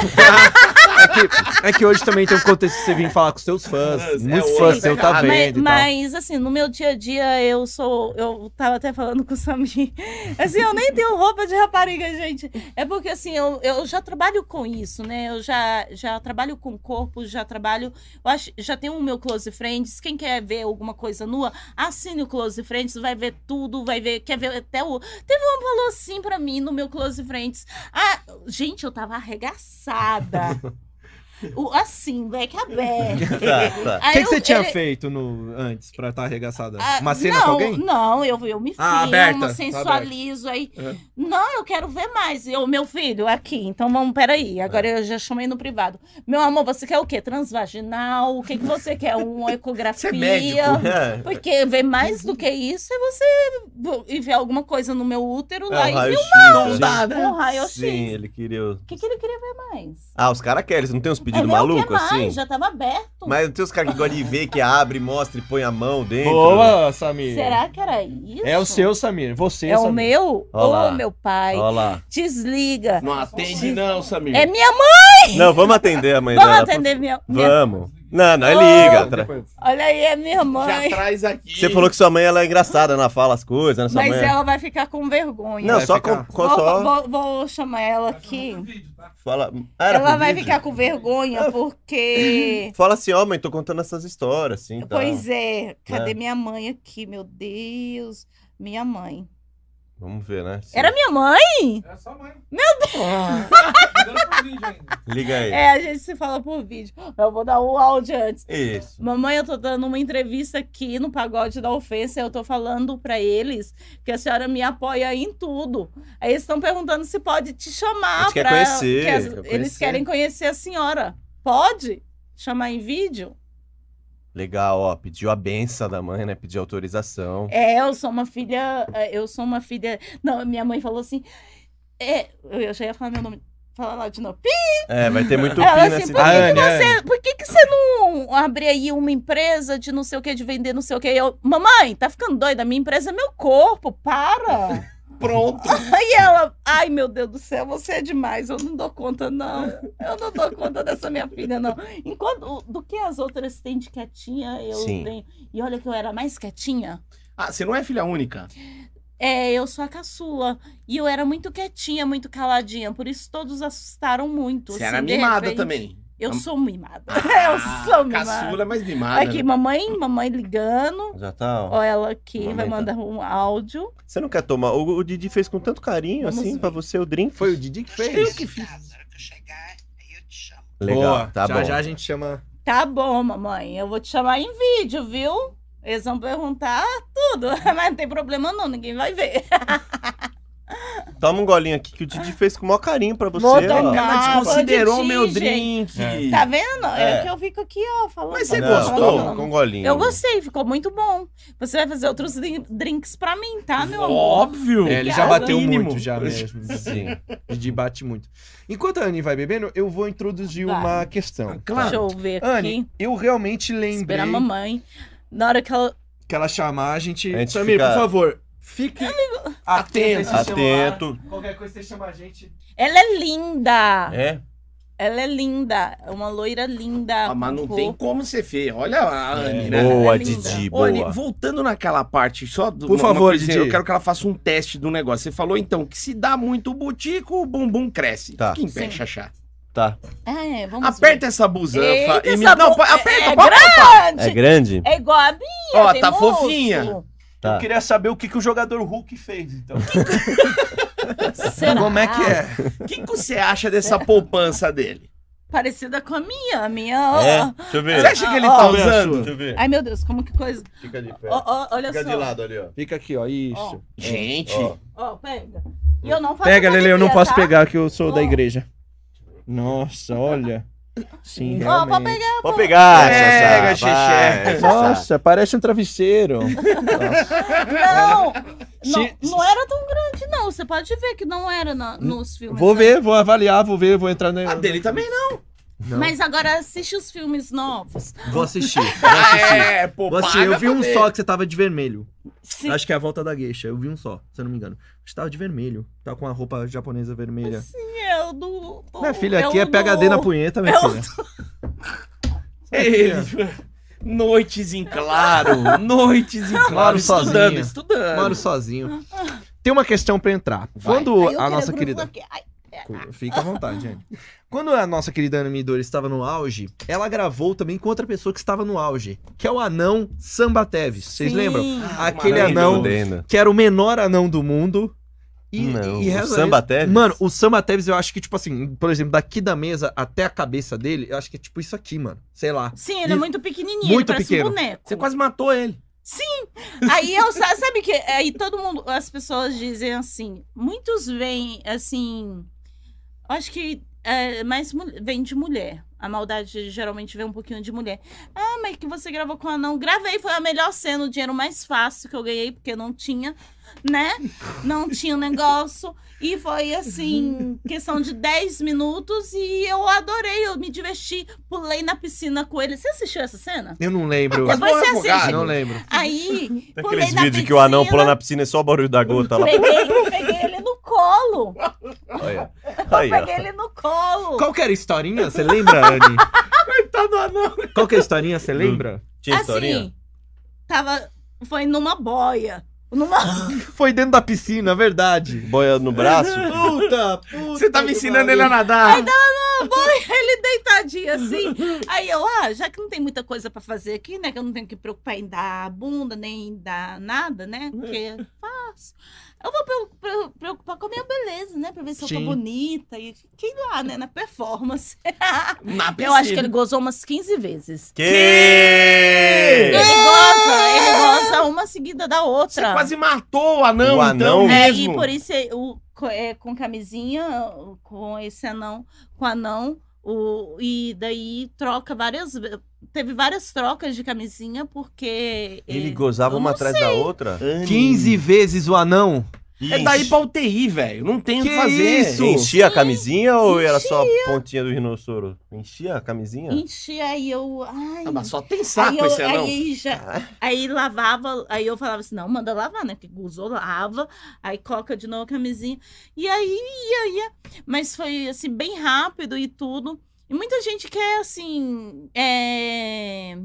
B: É que, é que hoje também tem um contexto de você vir falar com seus fãs.
A: É,
B: Muitos
A: hoje
B: fãs
A: tá
B: seu tá
A: errado.
D: Mas,
B: vendo e tal.
D: mas, assim, no meu dia a dia eu sou. Eu tava até falando com o Samir. Assim, eu nem tenho roupa de rapariga, gente. É porque assim, eu, eu já trabalho com isso, né? Eu já, já trabalho com corpo, já trabalho. Eu acho, já tenho o meu Close Friends. Quem quer ver alguma coisa nua, assine o Close Friends, vai ver tudo, vai ver. Quer ver até o. Teve um falou assim pra mim no meu Close Friends. Ah, gente, eu tava arregaçada. O- assim, leque aberto.
C: Tá, tá.
B: O que,
D: Aí
B: que
D: eu-
B: você tinha
D: ele-
B: feito no, antes pra estar arregaçada?
D: ah,
B: Uma cena
D: não,
B: com alguém?
D: Não, eu, eu me
B: Ah,
D: filmo,
B: aberta, tá
D: sensualizo aí.
B: É.
D: Não, eu quero ver mais. Eu, meu filho, aqui. Então vamos, peraí. Agora
B: É.
D: eu já chamei no privado. Meu amor, você quer o quê? Transvaginal? O que, que você quer? Um Uma
A: Você
D: ecografia?
A: é médico.
C: É,
D: Porque ver mais do que isso é você e ver alguma coisa no meu útero
C: é
D: lá
C: o
D: e ver
C: raio-x,
A: Não
C: né?
A: dá,
D: um
A: né?
D: raio-x.
C: Sim,
D: O
C: ele queria. o-
D: que, que ele queria ver mais? É
C: Ah, os caras querem, eles não tem uns
D: Ele
C: pedidos
D: não quer
C: malucos
D: mais,
C: assim?
D: já tava aberto.
C: Mas não tem os caras que gostam de ver, que abre, mostra e põe a mão dentro. né?
B: Boa, Samir.
D: Será que era isso?
B: É o seu, Samir. Você,
D: É o
B: Samir.
D: meu? Ô,
C: Ó lá.
D: meu pai,
C: Olha lá.
D: desliga.
A: Não atende, não, Samir.
D: É minha
C: Não, vamos atender a mãe
D: Vamos
C: dela.
D: atender minha, minha-
C: Vamos. Não, não, é
D: Oh.
C: liga. Tra-
B: Depois-
D: Olha aí, é minha
A: Já
D: mãe.
A: traz aqui.
C: Você falou que sua mãe ela é engraçada, ela fala as coisas, né? Sua
D: Mas
C: mãe é-
D: ela vai ficar com vergonha.
C: Não,
B: Vai
C: só
B: ficar.
C: com, com
D: vou,
C: só
D: vou- vou chamar ela aqui.
C: fala. Ah, era
D: Ela
C: pro
D: vai
C: vídeo?
D: ficar com vergonha porque.
C: Fala assim, ó, mãe, tô contando essas histórias, assim, tá?
D: Pois é, cadê
C: É.
D: minha mãe aqui? Meu Deus, minha mãe.
C: Vamos ver, né? Sim.
D: Era minha mãe?
E: É só mãe.
A: Ah,
E: Ligando pro vídeo ainda.
C: Liga aí.
D: É, a gente se fala por vídeo. Eu vou dar o áudio antes.
C: Isso.
D: Mamãe, eu tô dando uma entrevista aqui no Pagode da Ofensa. Eu tô falando pra eles que a senhora me apoia em tudo. Aí eles estão perguntando se pode te
C: A
D: chamar.
C: gente quer
D: pra-
C: conhecer,
D: que as-
C: quer conhecer.
D: Eles querem conhecer a senhora. Pode chamar em vídeo?
C: Legal, ó. Pediu a benção da mãe, né? Pediu autorização.
D: É, eu sou uma filha. é, Eu sou uma filha. Não, minha mãe falou assim. é, eu já ia falar meu nome. Falar lá de novo. Pi,
C: É, vai ter muito pi tá
D: Ela,
C: nessa
D: assim,
C: cidade.
D: por
B: A
D: que, que
B: Anne, a
C: É.
D: você, por que, que você não abre aí uma empresa de não sei o que, de vender não sei o que? Eu, mamãe, tá ficando doida? Minha empresa é meu corpo, para!
A: pronto.
D: Aí ela, ai meu Deus do céu, você é demais, eu não dou conta, não. Eu não dou conta dessa minha filha, não. Enquanto do que as outras têm de quietinha, eu
C: Sim.
D: tenho. E olha que eu era mais quietinha.
A: Ah, você não é filha única?
D: É, eu sou a caçula. E eu era muito quietinha, muito caladinha. Por isso todos assustaram muito.
A: Você
D: assim,
A: era
D: de
A: mimada
D: repente.
A: também.
D: Eu
A: Am-
D: sou mimada. eu
A: Ah,
D: sou mimada.
A: Caçula é mais mimada.
D: Aqui,
A: né?
D: mamãe, mamãe ligando.
C: Já tá, ó.
D: Ó, ela aqui
C: Mamãe
D: vai
C: tá-
D: mandar um áudio.
C: Você não quer tomar? O, o Didi fez com tanto carinho,
D: Vamos
C: assim,
D: ver.
C: pra você o drink.
B: Foi o Didi que
A: Eu
B: fez.
A: que fiz.
C: Legal,
B: Boa,
C: tá
B: já
C: bom.
B: já a gente chama.
D: Tá bom, mamãe. Eu vou te chamar em vídeo, viu? Eles vão perguntar tudo. Mas não tem problema não, ninguém vai ver.
C: Toma um golinho aqui que o Didi fez com o maior carinho pra você.
D: Vou
C: ó.
D: tomar.
A: Ela
D: Ah,
A: desconsiderou
D: pode
A: meu
D: dizer,
A: drink.
D: Tá vendo? É,
C: É.
D: que eu fico aqui, ó, falando.
A: Mas você
D: falando,
C: Não,
A: gostou?
D: falando.
C: toma com um golinho.
D: Eu gostei, ficou muito bom. Você vai fazer outros drin- drinks pra mim, tá, meu amor?
A: Óbvio.
B: É, ele já
D: Obrigada.
B: bateu
A: Mínimo.
B: muito, já mesmo.
C: Sim.
B: Didi bate muito. Enquanto a Anne vai bebendo, eu vou introduzir
D: Vai.
B: uma questão.
A: Claro.
D: Deixa eu ver aqui.
B: Anne, eu realmente lembrei.
D: Esperar a mamãe. Na hora que ela
B: que ela chamar, a gente.
C: A gente
B: Samir,
C: fica-
B: por favor, fique atento.
A: Atento.
C: Atento.
B: Qualquer coisa você chama a gente.
D: Ela é linda.
C: É?
D: Ela é linda. É uma loira linda.
A: Ah, mas não
D: com
A: tem como ser feio. Olha a Anne, né?
C: Boa,
D: É linda.
C: Didi,
A: Ô, Anne,
C: boa.
A: voltando naquela parte, só do,
B: Por favor,
A: coisinha,
B: Didi.
A: eu quero que ela faça um teste do negócio. Você falou, então, que se dá muito o butico, o bumbum cresce.
C: Tá.
A: Fica em pé,
D: Sim.
A: Xaxá.
C: Tá.
D: Ah, é, vamos
A: Aperta essa busanfa.
D: Eita,
A: e me-
D: essa
A: Não,
D: bu-
A: pa- aperta,
D: é
A: pode
D: ver.
C: É
D: Grande.
C: grande?
D: É igual a minha.
A: Ó,
D: tem
A: tá
D: músculo.
A: fofinha.
C: Tá.
F: Eu queria saber o que, que o jogador Hulk fez, então.
D: Será?
B: Como é que é?
A: O que, que você acha dessa
D: É.
A: poupança dele?
D: Parecida com a minha. A minha. ó.
C: É? Deixa eu ver.
A: Você acha que ele
D: Ó,
A: tá
D: ó,
A: usando?
C: eu ver.
D: Ai, meu Deus, como que coisa.
C: Fica ali, pé.
D: Ó, ó, olha só. tá
C: ali, ó.
B: É. Fica aqui, ó. Isso.
A: Gente,
C: Ó.
D: Ó, pega. E eu não faço
B: Pega, Lele, eu não
D: academia,
B: posso
D: tá?
B: pegar, que eu sou da
D: Ó.
B: igreja. Nossa, olha. Sim,
D: Ó, pode
B: realmente.
D: pegar.
C: Vou pegar,
A: Pega,
C: Xaxá, vai, É,
A: Xexé.
C: Xaxá.
B: Nossa, parece um travesseiro. Nossa.
D: Não.
B: Se-
D: não, não era tão grande, não. Você pode ver que não era na- nos filmes.
B: Vou
D: né?
B: ver, vou avaliar, vou ver, vou entrar na.
A: a dele também não.
D: Mas agora assiste os filmes novos.
B: Vou assistir. Vou assistir.
A: É, pô,
B: Vou assistir. Eu
A: paga
B: vi um
A: pra ver.
B: só que você tava de vermelho.
D: Sim.
B: Acho que é a volta da gueixa. Eu vi um só, se eu não me engano. Acho que tava de vermelho. Tava com a roupa japonesa vermelha.
D: Eu é do. do-
B: Minha filha,
D: eu
B: aqui é
D: do-
B: PHD na punheta, minha
D: eu
B: filha.
A: é Ele. Noites em claro, noites em claro,
B: Moro
A: estudando,
B: sozinho.
A: estudando.
B: Moro sozinho. Tem uma questão pra entrar.
A: Vai.
B: Quando
D: Ai,
B: a
D: eu queria
B: Ah, nossa
D: grudar
B: querida.
D: aqui. Ai,
B: Fica à vontade, Anne. Quando a nossa querida Ana Midori estava no auge, ela gravou também com outra pessoa que estava no auge, que é o anão Samba Teves. Vocês
D: sim.
B: lembram?
C: Tá
B: Aquele
A: maravilha.
B: anão
C: Fudendo.
B: que era o menor anão do mundo. E,
C: não,
B: e
C: o
B: reza-
C: samba até.
B: Mano, o Samba Teves, eu acho que, tipo assim, por exemplo, daqui da mesa até a cabeça dele, eu acho que é tipo isso aqui, mano. Sei lá.
D: Sim, ele é
B: E-
D: muito pequenininho,
B: muito
D: ele parece
B: pequeno.
D: um boneco.
A: Você quase matou ele.
D: Aí eu sa- sabe que aí todo mundo, as pessoas dizem assim, muitos vêm assim, acho que é, mais mul- vem de mulher. A maldade geralmente vem um pouquinho de mulher. Ah, mas que você gravou com anão? Gravei, foi a melhor cena, o dinheiro mais fácil que eu ganhei, porque não tinha, né? Não tinha negócio. E foi assim, questão de 10 minutos e eu adorei, eu me diverti, pulei na piscina com ele. Você assistiu essa cena?
B: Eu não lembro.
A: Quase
D: Mas
A: morreu
D: você assiste-
A: afogado.
B: Não lembro.
D: Aí,
C: Tem
D: pulei
C: aqueles
D: na
C: vídeos que o anão
D: piscina.
C: pula na piscina e só o barulho da gota lá.
D: Peguei, peguei ele no colo.
C: Olha.
D: Eu
C: Aí, ó.
D: peguei ele no colo.
B: Qual que era a historinha? Você lembra, Anne?
A: Coitado do anão.
B: Qual que é a historinha? Você lembra?
C: Tinha é historinha?
D: assim, tava. Foi numa boia. Numa.
C: Hum.
B: Foi dentro da piscina, é verdade.
C: Boia no braço?
B: Puta, puta.
A: Você tava
B: que
A: ensinando
B: pariu.
A: ele a nadar.
D: ele deitadinho assim. Aí eu, ah, já que não tem muita coisa pra fazer aqui, né? Que eu não tenho que me preocupar em dar a bunda, nem em dar nada, né? Porque é fácil. Eu vou pre- pre- preocupar com a minha beleza, né? Pra ver se eu
B: Sim.
D: tô bonita. E que lá, né? Na performance.
A: Na
D: Eu acho que ele gozou umas 15 vezes.
C: Que? É.
D: Ele goza, ele goza uma seguida da
A: Você
D: outra.
A: quase matou o anão,
C: O anão?
A: então,
D: Tá. É,
A: mesmo.
D: e por isso é, o, co- é, com camisinha, o- com esse anão, com anão, o, e daí troca várias. ve- Teve várias trocas de camisinha, porque. é,
C: Ele gozava
D: eu
C: uma
D: não
C: atrás da outra?
B: 15 vezes o anão.
A: É daí pra UTI, velho. Não tem o que
B: Que
A: fazer.
B: isso?
C: Enchia a camisinha ou era só a pontinha do rinossoro? Enchia a camisinha?
D: Enchia, aí eu. Ai,
A: Ah, mas só tem
D: aí,
A: saco
D: eu
A: esse anão.
D: aí,
C: Ah,
D: já, aí lavava, aí eu falava assim: não, manda lavar, né? Porque gozou, lava, aí coloca de novo a camisinha. E aí ia, ia. Mas foi assim, bem rápido e tudo. E muita gente quer, assim, é,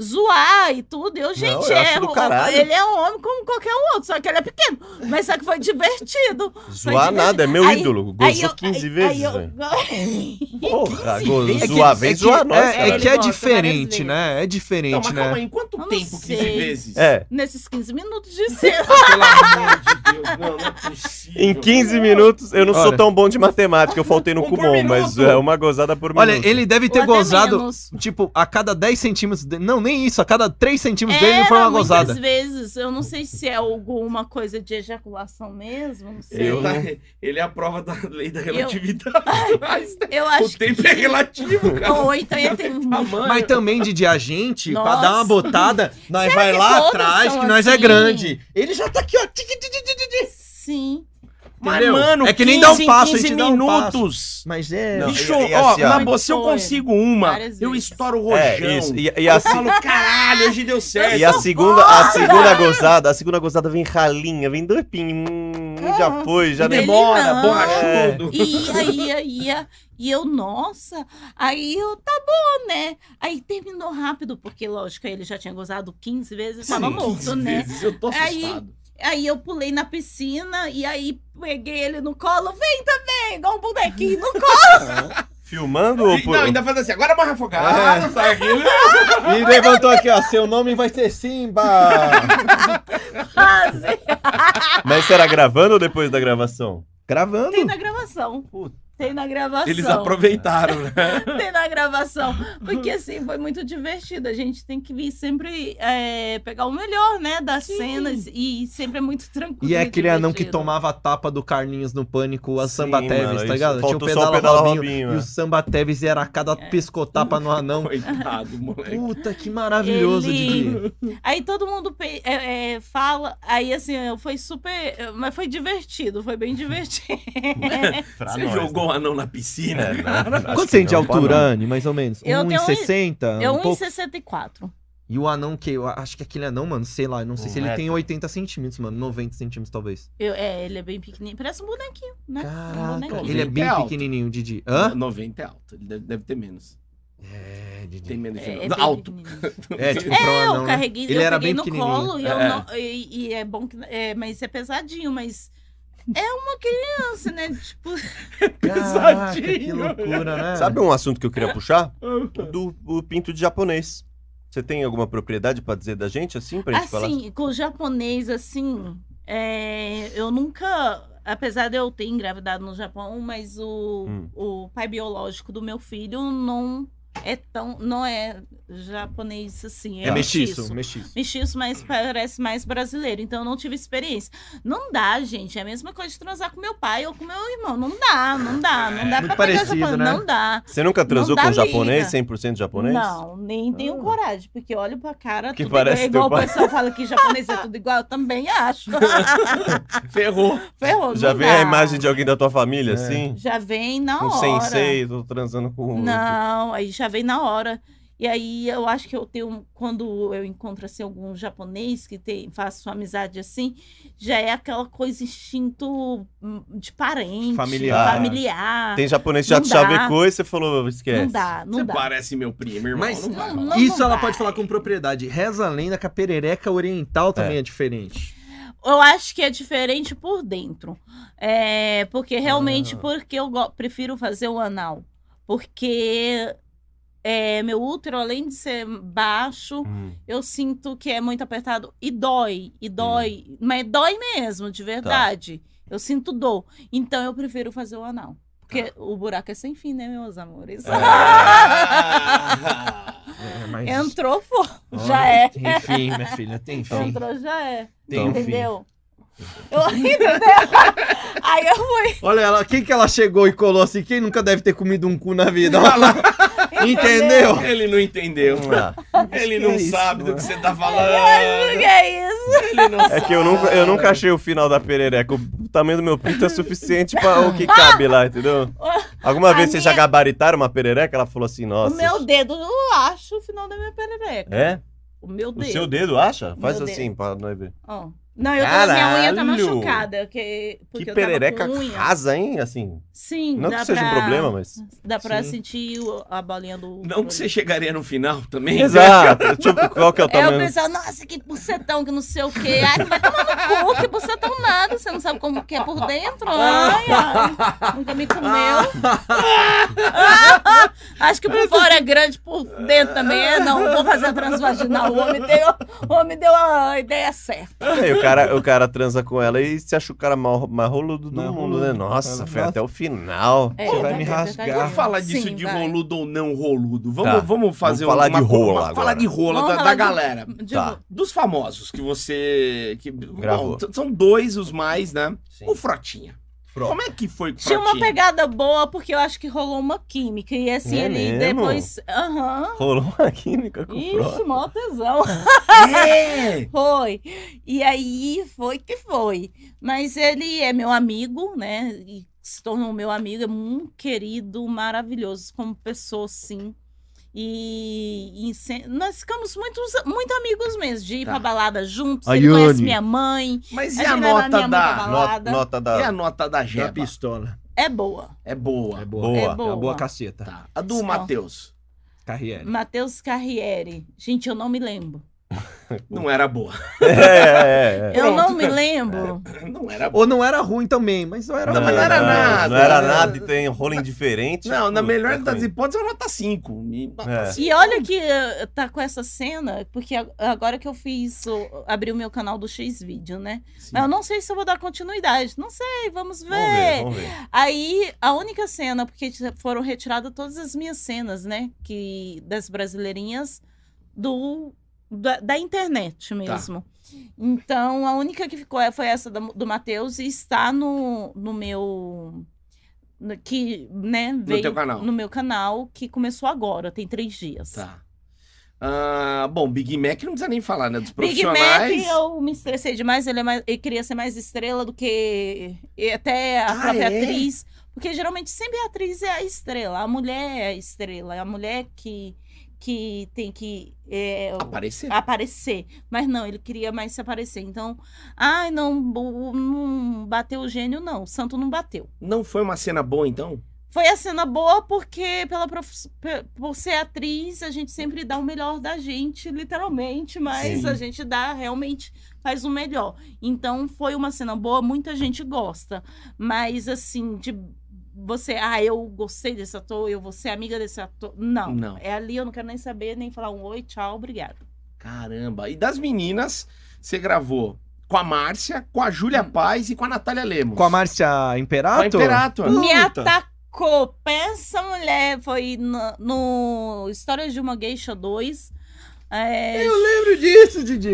D: zoar e tudo. Eu, gente,
C: eu acho
D: é,
C: do caralho.
D: ele é um homem como qualquer um outro, só que ele é pequeno. Mas só que foi divertido.
C: Zoar
D: divertido.
C: nada, é meu
D: Aí-
C: ídolo.
D: Aí
C: Gozou
D: eu-
C: 15
D: aí-
C: vezes,
D: aí eu-
C: velho.
D: É
C: Porra,
D: 15
C: go-
D: vezes.
A: É que-
C: zoar vem,
B: é,
C: zoar
B: que,
C: nós,
B: é- é
C: cara.
B: que é
D: Nossa,
B: diferente,
D: várias
B: né? É diferente,
A: Não, mas calma
B: né?
A: aí. Em quanto
D: Eu não
A: tempo? 15
D: sei.
A: vezes?
C: É,
D: Nesses 15 minutos de cena.
A: Pelo amor de Deus. Não, não é possível.
C: em 15 minutos, eu não sou
B: Olha.
C: tão bom de matemática, eu faltei no
A: Um por
C: Kumon, mas
A: minuto.
C: é uma gozada por
B: Olha,
C: minuto.
B: ele deve
D: ou
B: ter
D: até
B: gozado,
D: menos.
B: tipo, a cada 10 centímetros dele. Não, nem isso, a cada 3 centímetros dele
D: Era,
B: não foi uma
D: É, muitas
B: gozada.
D: vezes. Eu não sei se é alguma coisa de ejaculação mesmo. Não sei.
A: Ele,
D: Eu,
A: tá- ele é a prova da lei da relatividade. o
D: acho
A: tempo é relativo,
D: que.
A: cara.
D: Ou então ele tem.
A: Tamanho.
B: Mas também de, de a gente, pra
D: Nossa.
B: dar uma botada, nós
D: Será
B: vai
D: que
B: lá
D: todas
B: atrás,
D: são
B: que nós é
D: assim?
B: grande. Ele já tá aqui, ó. tic, tic, tic, tic, tic.
D: Sim.
A: Mas,
B: Entendeu?
A: mano,
B: É que nem dá um
A: 15 em
B: passo, a
A: 15
B: gente dá um passo.
A: minutos.
B: Mas é.
C: Não,
A: Bicho,
C: e- e
A: ó,
C: assim, ó.
A: na boa, se eu
D: Muito.
A: consigo uma,
D: Várias
A: eu
D: vezes.
A: estouro o rojão.
C: É, isso. E, e a,
A: Eu falo, é caralho, hoje deu certo.
C: e assim, a segunda, a segunda gozada, a segunda gozada vem ralinha, vem dopinho. Hum,
D: Ah,
C: já foi, já É.
D: Ele
C: nem.
A: demora,
D: não.
A: borrachudo.
D: E ia, ia, ia. E eu, nossa. Aí eu, tá bom, né? Aí terminou rápido, porque, lógico, ele já tinha gozado 15 vezes, tava morto, né?
A: Eu tô
D: Aí-
A: assustado.
D: Aí eu pulei na piscina e aí peguei ele no colo. Vem também, igual um bonequinho no colo.
C: Filmando ou
A: E- não, ainda faz assim, agora morre afogado.
B: É.
A: não sai aquilo.
B: E levantou aqui, ó. Seu nome vai ser Simba.
D: Quase.
C: Mas será gravando ou depois da gravação?
B: Gravando.
D: Tem na gravação. Tem na gravação.
A: Eles aproveitaram, né?
D: Tem na gravação. Porque assim, foi muito divertido. A gente tem que vir sempre é, pegar o melhor, né? Das cenas. E sempre é muito tranquilo.
B: E é aquele anão que
D: divertido.
B: tomava a tapa do Carlinhos no pânico, a
C: Sim,
B: Samba
C: mano,
B: Teves,
C: isso.
B: tá ligado? Tinha o
C: Faltou só
B: pedala,
C: o pedala
B: Robinho,
C: Robinho,
B: e
C: é.
B: o Samba Teves era a cada pescotapa no anão.
A: Coitado, moleque.
B: Puta, que maravilhoso,
D: Ele-
B: Didi.
D: Aí todo mundo pe- é, é, fala. Aí assim, foi super. Mas foi divertido. Foi bem divertido.
C: Pra
A: Você
C: nós,
A: jogou
C: né?
A: o anão na piscina?
C: É, não, acho
B: Quanto
C: que
B: você tem de
C: não, né? pra
B: altura,
C: não.
B: Anne, mais ou menos?
D: Eu tenho um-
B: 1,60?
D: Eu
B: um pouco?
D: 1,64.
B: E o anão que? Eu acho que é aquele anão, mano, sei lá, eu não sei
C: Um
B: se ele tem
C: metro.
B: 80 centímetros, mano. 90 centímetros, talvez.
D: Eu- é, ele é bem pequenininho. Parece um bonequinho, né? um
B: Caraca,
D: bonequinho.
B: ele é
A: Ele
B: bem
A: é alto.
B: pequenininho, Didi. Hã?
A: 90 é alto, ele deve, deve ter menos.
B: É,
A: Tem
B: Didi.
A: menos de
D: É, é
A: nove.
D: bem
A: alto.
D: pequenininho.
B: É, tipo, pra um
D: É, eu
B: anão, né?
D: carreguei,
B: Ele
D: eu
B: era
D: peguei
B: bem
D: no colo e, eu
A: É.
D: não- e- e é bom que. é, mas é pesadinho, mas. É uma criança, né? Tipo,
B: Caraca, que loucura, né?
C: Sabe um assunto que eu queria puxar? Do o pinto de japonês. Você tem alguma propriedade pra dizer da gente assim pra gente falar?
D: assim, com o japonês, assim. é, eu nunca. Apesar de eu ter engravidado no Japão, mas o,
C: Hum.
D: o pai biológico do meu filho não é tão. Não é japonês assim. É,
B: É
D: mestiço.
B: mestiço, mestiço.
D: mestiço, mas parece mais brasileiro. Então eu não tive experiência. Não dá, gente. É a mesma coisa de transar com meu pai ou com meu irmão. Não dá, não dá. Não dá
B: muito
D: pra pegar
B: parecido,
D: japonês.
B: né?
D: Não dá.
C: Você nunca transou
D: dá
C: com um japonês,
D: liga.
C: 100% japonês? Ah.
D: Não, nem tenho coragem, porque olho pra cara,
C: Que
D: tudo
C: parece
D: igual.
C: teu
D: Igual
C: pai.
D: o pessoal fala que japonês é tudo igual, eu também acho.
A: Ferrou.
D: Ferrou,
C: Já
D: não
C: vem
D: dá.
C: a imagem de alguém da tua família, assim?
D: Já vem na
C: Um
D: hora.
C: sensei, tô transando com um.
D: Não, aí já vem na hora. E aí eu acho que eu tenho, quando eu encontro assim, algum japonês que tem, faço amizade assim, já é aquela coisa instinto hum, de parente,
B: Familiar.
D: familiar.
C: Tem japonês que já
D: Não
C: te
D: dá.
C: chavecou e você falou, esquece.
D: Não dá, não
A: Você
D: dá.
A: parece meu primo, irmão.
B: Mas-
A: não vai
D: Não,
A: rolar.
D: não.
B: Isso ela
D: vai.
B: pode falar com propriedade. Reza a lenda que a perereca oriental também é, diferente.
D: Eu acho que é diferente por dentro. É, porque realmente, porque eu go- prefiro fazer o anal. Porque é, meu útero, além de ser baixo,
C: Hum,
D: eu sinto que é muito apertado e dói, e dói, mas dói mesmo, de verdade. Eu sinto dor. Então eu prefiro fazer o anal. Porque o buraco é sem fim, né, meus amores?
A: É. Ah!
B: É, mas...
D: Entrou, pô,
B: Olha,
D: já é.
B: Tem fim, minha filha, tem fim.
A: Então,
D: Entrou, já é.
B: Tem um fim.
D: Entendeu? Eu, entendeu? Aí eu fui.
B: Olha ela, quem que ela chegou e colou assim? Quem nunca deve ter comido um cu na vida? Olha lá. Entendeu?
A: Ele não entendeu.
C: vamos lá.
A: Ele não
B: é isso,
A: sabe do
B: mano.
A: que você tá falando.
D: O que é isso?
A: Ele não
C: É que eu nunca, eu nunca achei o final da perereca. O tamanho do meu pinto é suficiente pra o que cabe lá, entendeu? Alguma
D: A
C: vez vocês já
D: minha-
C: gabaritaram uma perereca? Ela falou assim, nossa.
D: O meu dedo, eu acho o final da minha perereca.
C: É?
D: O meu
C: O
D: dedo.
C: seu dedo, acha? Faz
D: Meu
C: assim pra nós ver.
D: Ó. Não, eu tô, minha unha tá
C: Caralho!
D: machucada. Que, porque
C: Que
D: eu tava
C: perereca
D: com unha.
C: rasa, hein? Assim,
D: Sim,
C: não
D: dá
C: que seja
D: pra...
C: um problema, mas...
D: Dá pra
B: Sim.
D: sentir o- a bolinha do.
A: Não que você chegaria no final também. né?
C: Exato. Tipo, qual que é
D: É,
C: o
D: o
C: tamanho?
D: pessoal, nossa, que bucetão, que não sei o quê. Ai, não vai tomar no cu, que bucetão nada. Você não sabe como que é por dentro? Ai, ai, nunca me comeu. Acho que por fora é grande, por dentro também é. Não, vou fazer a transvaginal. O homem deu, o homem deu a ideia certa.
C: Aí o cara, o cara transa com ela e se acha o cara mais, mais roludo do
B: Mais
C: mundo,
B: roludo.
C: né? Nossa, foi
B: Nossa.
C: até o final.
D: É,
B: Você vai me
D: é
B: rasgar.
D: verdadeiro.
A: Vamos falar disso
D: Sim,
A: de
D: vai.
A: roludo ou não roludo. Vamos,
C: Tá.
A: vamos fazer
C: Vamos falar
A: uma
C: de
A: co-
C: rola
A: uma-
C: agora.
A: Falar de rola
D: Vamos
A: da,
D: falar
A: da
D: de-
A: galera.
D: De-
C: Tá.
A: Dos famosos que você. Que,
C: Gravou.
A: Bom, t- são dois os mais, né?
C: Sim.
A: O Frotinha. Como é que foi com o
D: Tinha uma
A: Frotinha?
D: pegada boa, porque eu acho que rolou uma química. E assim,
C: É
D: ele
C: mesmo?
D: depois. Aham.
C: Rolou uma química com o Frota.
D: Ixi, mó tesão.
A: É!
D: Foi. E aí foi que foi. Mas ele é meu amigo, né? E se tornou meu amigo, é um querido, maravilhoso como pessoa, sim. E, e se- nós ficamos muito, muito amigos mesmo, de ir
A: Tá.
D: pra balada juntos.
C: A
D: Ele conhece
C: Yane.
D: minha mãe,
A: Mas
D: A
A: e a
D: gente vai na
A: nota
D: minha
A: da.
D: mão
C: Nota,
D: Balada.
A: E
C: nota
A: a
C: da.
A: nota da
B: Já
A: Jeba?
B: pistola.
D: é boa.
A: É boa.
B: É
C: Boa.
B: boa.
D: É
B: É
D: boa.
B: uma boa caceta.
A: Tá. A do
D: Só.
A: Matheus.
B: Carriere.
D: Matheus Carriere. Gente, eu não me lembro.
A: Não era boa.
C: É, é, é.
D: Eu não me lembro.
A: Não era boa.
B: Ou não era ruim também, mas não era
A: Não,
B: ruim.
A: mas não era nada.
C: Não era nada e tem um rolo indiferente.
A: Não, na
C: Puta,
A: melhor das
C: ruim.
A: hipóteses, é nota 5.
C: É.
D: E olha que eh, tá com essa cena, porque a- agora que eu fiz, o- abri o meu canal do X Vídeo, né? Mas eu não sei se eu vou dar continuidade. Não sei, vamos ver.
C: Vamos ver, vamos ver.
D: Aí, a única cena, porque t- foram retiradas todas as minhas cenas, né? Que, das brasileirinhas do, da, da internet mesmo. Então, a única que ficou é- foi essa da- do Matheus e está no, no meu. no- Que, né, veio
A: teu canal.
D: no meu canal, que começou agora, tem três dias.
A: Tá. Ah, bom, Big Mac não precisa nem falar, né? Dos
D: Big
A: profissionais.
D: Mac, eu me estressei demais. Ele, é mais- ele queria ser mais estrela do que e até a
A: Ah,
D: própria
A: é?
D: atriz. Porque geralmente sempre a atriz é a estrela, a mulher é a estrela, a mulher que, que tem que é,
A: Aparecer.
D: aparecer. Mas não, ele queria mais se aparecer. Então, ai, não, o- não bateu o gênio, não. O santo não bateu.
A: Não foi uma cena boa, então?
D: Foi a cena boa porque, pela prof- pe- por ser atriz, a gente sempre dá o melhor da gente, literalmente, mas
A: Sim.
D: a gente dá realmente, faz o melhor. Então, foi uma cena boa, muita gente gosta. Mas, assim, de você, ah, eu gostei desse ator, eu vou ser amiga desse ator. Não,
A: Não.
D: é ali, eu não quero nem saber, nem falar um oi, tchau, obrigado.
A: Caramba. E das meninas, você gravou com a Márcia, com a Júlia
D: Hum.
A: Paz e com a Natália Lemos.
B: Com a Márcia
A: Com a
B: Imperato?
A: Imperato.
D: Me
B: Puta.
D: atacou. Pensa, mulher. Foi no, no Histórias de uma Geisha 2. É,
B: lembro disso, Didi.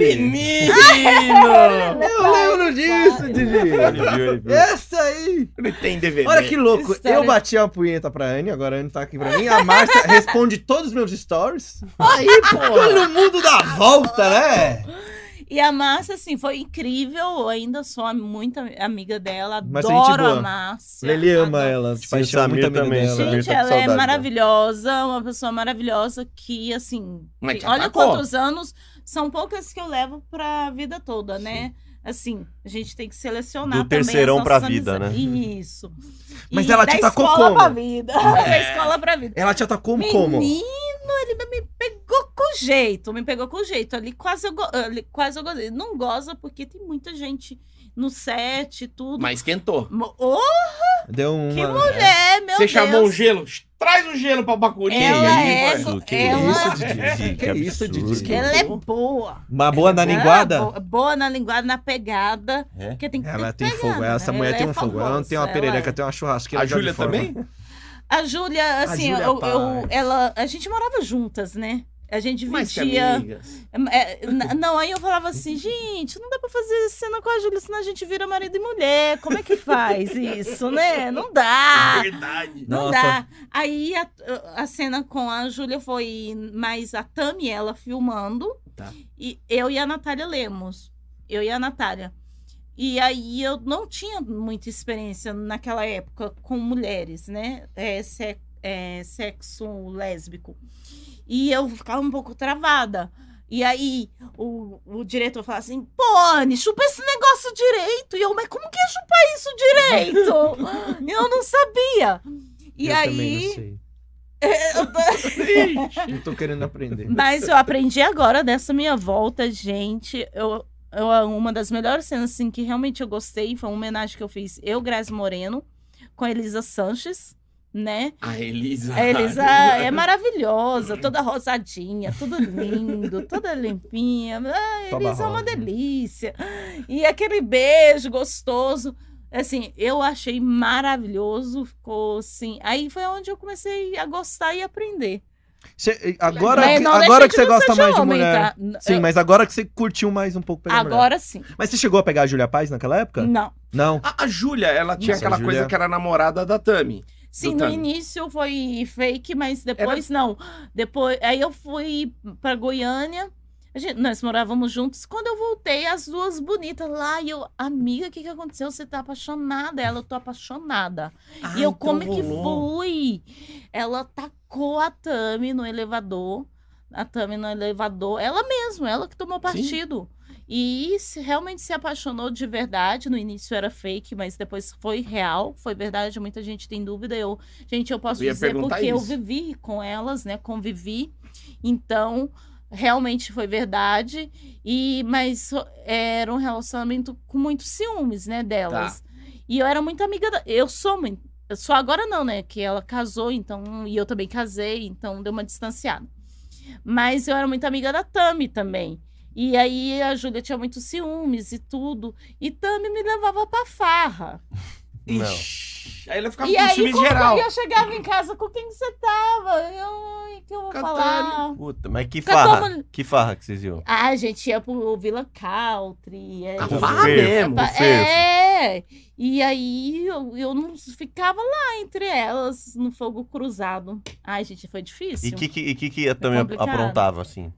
A: Menino!
B: Eu lembro disso,
D: É
B: Didi.
C: Ele viu, ele viu.
B: Essa aí.
A: Ele tem DVD.
B: Olha que louco.
D: História.
B: Eu bati a punheta pra Anne, agora a Anne tá aqui pra mim. A Márcia responde todos os meus stories.
A: Aí, pô!
B: Todo mundo dá a volta, né?
D: E a Márcia, assim, foi incrível. Eu ainda sou am- muito am- amiga dela.
B: Mas a gente
D: adoro a
B: boa.
D: Márcia.
B: Lele ama
D: adoro.
B: ela. De
C: Sim,
B: paixão,
C: Samir
B: muito amiga
C: também,
B: dela.
C: Samir.
D: Gente,
C: tá com
D: ela é
C: saudade, né?
D: maravilhosa, uma pessoa maravilhosa que, assim,
A: Mas te
D: olha
A: atacou.
D: quantos anos, são poucas que eu levo pra vida toda, né? Assim, a gente tem que selecionar
C: Do
D: também as
C: terceirão
D: nossas
C: pra vida,
D: amizades. Isso.
B: né? Mas
D: E
B: ela te
D: da
B: atacou
D: escola
B: como?
D: pra vida. da escola pra vida.
B: Ela te atacou como?
D: Menino, ele me pegou com jeito, me pegou com jeito. Ali quase eu, go- ali quase eu gozei. Não goza porque tem muita gente no set e tudo.
A: Mas esquentou.
D: Mo- Ô,
B: Deu uma...
D: que mulher, meu
A: Você
D: Deus.
A: chamou um gelo? Traz o gelo pra Bacuri.
D: Ela
A: Aí,
D: é-
A: vai.
C: Isso, que
D: ela-
C: isso, Didi.
B: Que isso, Didi?
C: absurdo.
B: Que-
D: Ela é boa.
B: Uma boa na
D: Ela é
B: linguada?
D: bo- boa na linguada, na pegada.
C: É?
D: Porque tem que
B: Ela
D: ter
B: tem
D: pegada,
B: fogo.
D: né?
B: Essa mulher
D: Ela
B: tem
D: é
B: um fogo. Ela não tem uma
D: famosa,
B: perereca,
D: ela
B: tem uma churrasqueira.
A: A
B: já de
A: Júlia
B: forma.
A: também?
D: é. A Júlia, assim,
B: Júlia
D: eu, eu-
B: Paz.
D: ela, a gente morava juntas, né? A gente
A: Mais que
D: dividia.
A: amigas.
D: É, n- não, aí eu falava assim, gente, não dá pra fazer cena com a Júlia, senão a gente vira marido e mulher. Como é que faz isso, né? Não dá.
A: Verdade.
D: Não
B: Nossa.
D: dá. Aí a, a cena com a Júlia foi mais a Tami, ela filmando,
A: Tá.
D: e eu e a Natália Lemos. Eu e a Natália. E aí eu não tinha muita experiência naquela época com mulheres, né? É, se- é, sexo lésbico. E eu ficava um pouco travada. E aí o, o diretor falava assim, pô, Anne, chupa esse negócio direito. E eu, mas como que é chupar isso direito? eu não sabia. E
B: Eu também não
D: aí,
B: sei.
D: eu tô-
B: Eu tô querendo aprender.
D: mas eu aprendi agora dessa minha volta, gente. Eu, eu, uma das melhores cenas assim, que realmente eu gostei foi uma homenagem que eu fiz eu, Grazi Moreno, com a Elisa Sanches, né?
A: A Elisa.
D: A Elisa é maravilhosa, toda rosadinha, tudo lindo, toda limpinha. Ah,
B: Toba
D: Elisa é uma
B: rosa.
D: delícia. E aquele beijo gostoso. Assim, eu achei maravilhoso, ficou assim. Aí foi onde eu comecei a gostar e aprender.
B: Cê- agora
D: Mas
B: que,
D: não deixa
B: agora que
D: de
B: você
D: não
B: gosta
D: ser
B: mais de
D: homem,
B: mulher.
D: tá? N-
B: Sim, mas agora que você curtiu mais um pouco pegar mulher.
D: Agora sim.
B: Mas você chegou a pegar a Júlia Paz naquela época?
D: Não.
B: Não.
A: A, a Júlia, ela tinha
B: Nossa,
A: aquela
B: a Júlia-
A: coisa que era namorada da Tami.
D: Sim,
A: Do
D: no
A: Tami.
D: início foi fake, mas depois não. Depois, aí eu fui pra Goiânia. a gente- nós morávamos juntos. Quando eu voltei, as duas bonitas lá. E eu, amiga, o que, que aconteceu? Você tá apaixonada? Ela, eu tô apaixonada.
A: Ah,
D: e
A: então
D: eu, como é que fui? Ela tacou a Tami no elevador. A Tami no elevador. Ela mesma, ela que tomou partido. E se- realmente se apaixonou de verdade. No início era fake, mas depois foi real, foi verdade. Muita gente tem dúvida. Eu, gente, eu posso
A: Eu ia
D: dizer
A: perguntar
D: porque eu
A: isso.
D: vivi com elas, né? Convivi. Então, realmente foi verdade. E mas era um relacionamento com muitos ciúmes, né, delas. E eu era muito amiga da, eu sou muito, só agora não, né, que ela casou, então e eu também casei, então deu uma distanciada. Mas eu era muito amiga da Tami também. E aí a Júlia tinha muitos ciúmes e tudo, e Tami me levava pra farra.
C: Não.
A: Ixi, aí ela ficava
D: e
A: com
D: aí
A: ciúmes
D: quando
A: geral.
D: eu chegava em casa com quem que você tava? Eu, ai, que eu vou
A: Com a
D: falar?
C: Puta, mas que
D: Cadê
C: farra.
D: uma-
C: Que farra que vocês iam?
D: Ah, a gente ia pro Vila Country. é,
B: Ah,
A: A
D: ia-
A: farra
C: fervo,
A: mesmo.
D: Pa-
C: o fervo.
D: É, e aí eu, eu não ficava lá entre elas no fogo cruzado. Ai, gente, foi difícil. É
C: E que, que, e que, que a Tami ap-
D: complicado.
C: aprontava, assim?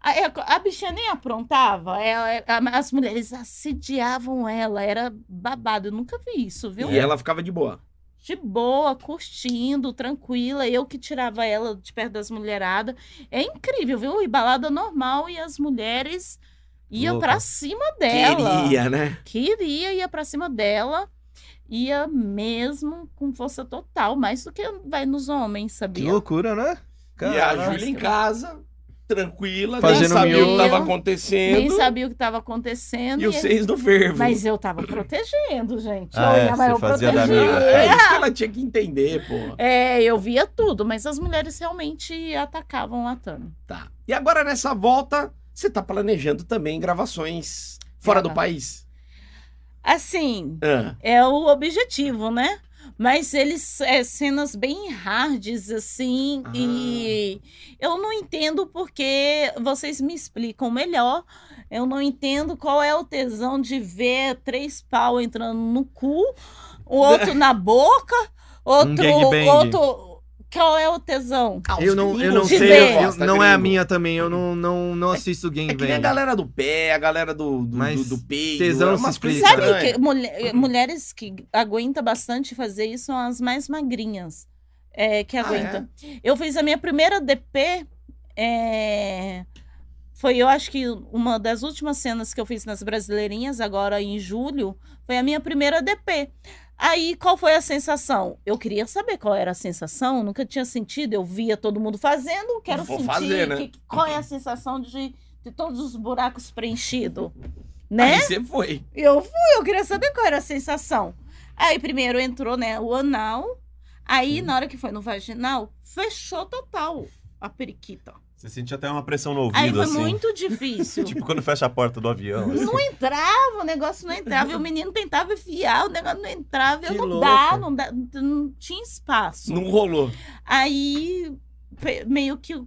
C: A
D: A, é, a bichinha nem aprontava, ela- a- as mulheres assediavam ela, era babado. Eu nunca vi isso, viu?
A: E ela ficava de boa.
D: de boa, curtindo, tranquila. Eu que tirava ela de perto das mulheradas. É incrível, viu? E balada normal e as mulheres iam
C: Louca.
D: pra cima dela.
A: Queria, né?
D: Queria, ia pra cima dela. Ia mesmo com força total, mais do que vai nos homens,
B: Que
D: sabia?
B: loucura, né?
A: e a
B: Caraca.
A: Júlia em casa, tranquila,
B: Fazendo
A: nem sabia o que
D: miolo.
A: tava acontecendo.
D: Nem sabia o que estava acontecendo.
A: E os
D: e-
A: seis do fervo.
D: Mas eu tava protegendo, gente.
C: Ah,
D: Olha,
C: é,
D: mas
C: você
D: eu
C: fazia da
D: protegia.
C: amiga.
A: É isso que ela tinha que entender, pô.
D: É, eu via tudo, mas as mulheres realmente atacavam a Tami.
A: Tá. E agora, nessa volta, você tá planejando também gravações fora do
D: Ah.
A: país?
D: Assim,
A: Ah,
D: é o objetivo, né? Mas eles é cenas bem hards assim
A: Ah.
D: e eu não entendo porque vocês me explicam melhor. Eu não entendo qual é o tesão de ver três pau entrando no cu, o outro na boca, outro,
B: gangbang.
D: outro qual é o tesão?
B: Eu não, eu não
A: Você
D: Te
B: sei,
D: vê.
B: eu- eu-
A: gosta,
B: não é a
A: gringo.
B: minha também, eu não, não, não assisto Game
A: É que nem a galera do pé, a galera do, do,
B: Mas
A: do, do peito.
B: tesão
A: é
B: se
A: umas coisas
B: explica,
D: Sabe
B: né?
A: estranhas.
D: que mulher-
A: Uhum.
D: mulheres que aguentam bastante fazer isso são as mais magrinhas é, que
A: Ah,
D: aguentam. Eu fiz a minha primeira DP. é, Foi, eu acho que uma das últimas cenas que eu fiz nas Brasileirinhas, agora em julho, foi a minha primeira DP. Aí, qual foi a sensação? Eu queria saber qual era a sensação, nunca tinha sentido. Eu via todo mundo fazendo, quero
A: Vou
D: sentir
A: fazer, né?
D: que- qual é a sensação de, de todos os buracos preenchidos, né?
A: Aí você foi.
D: Eu fui, eu queria saber qual era a sensação. Aí primeiro entrou, né, o anal. Aí, na hora que foi no vaginal, fechou total a periquita.
C: Você sentia até uma pressão no
D: Aí
C: ouvido,
D: foi
C: assim.
D: muito difícil.
C: Tipo quando fecha a porta do avião. assim.
D: Não entrava, o negócio não entrava. E o menino tentava enfiar, o negócio não entrava. Eu
B: Que
D: não
B: louco.
D: dá, não dá, não tinha espaço.
A: Não rolou.
D: Aí, pe- meio que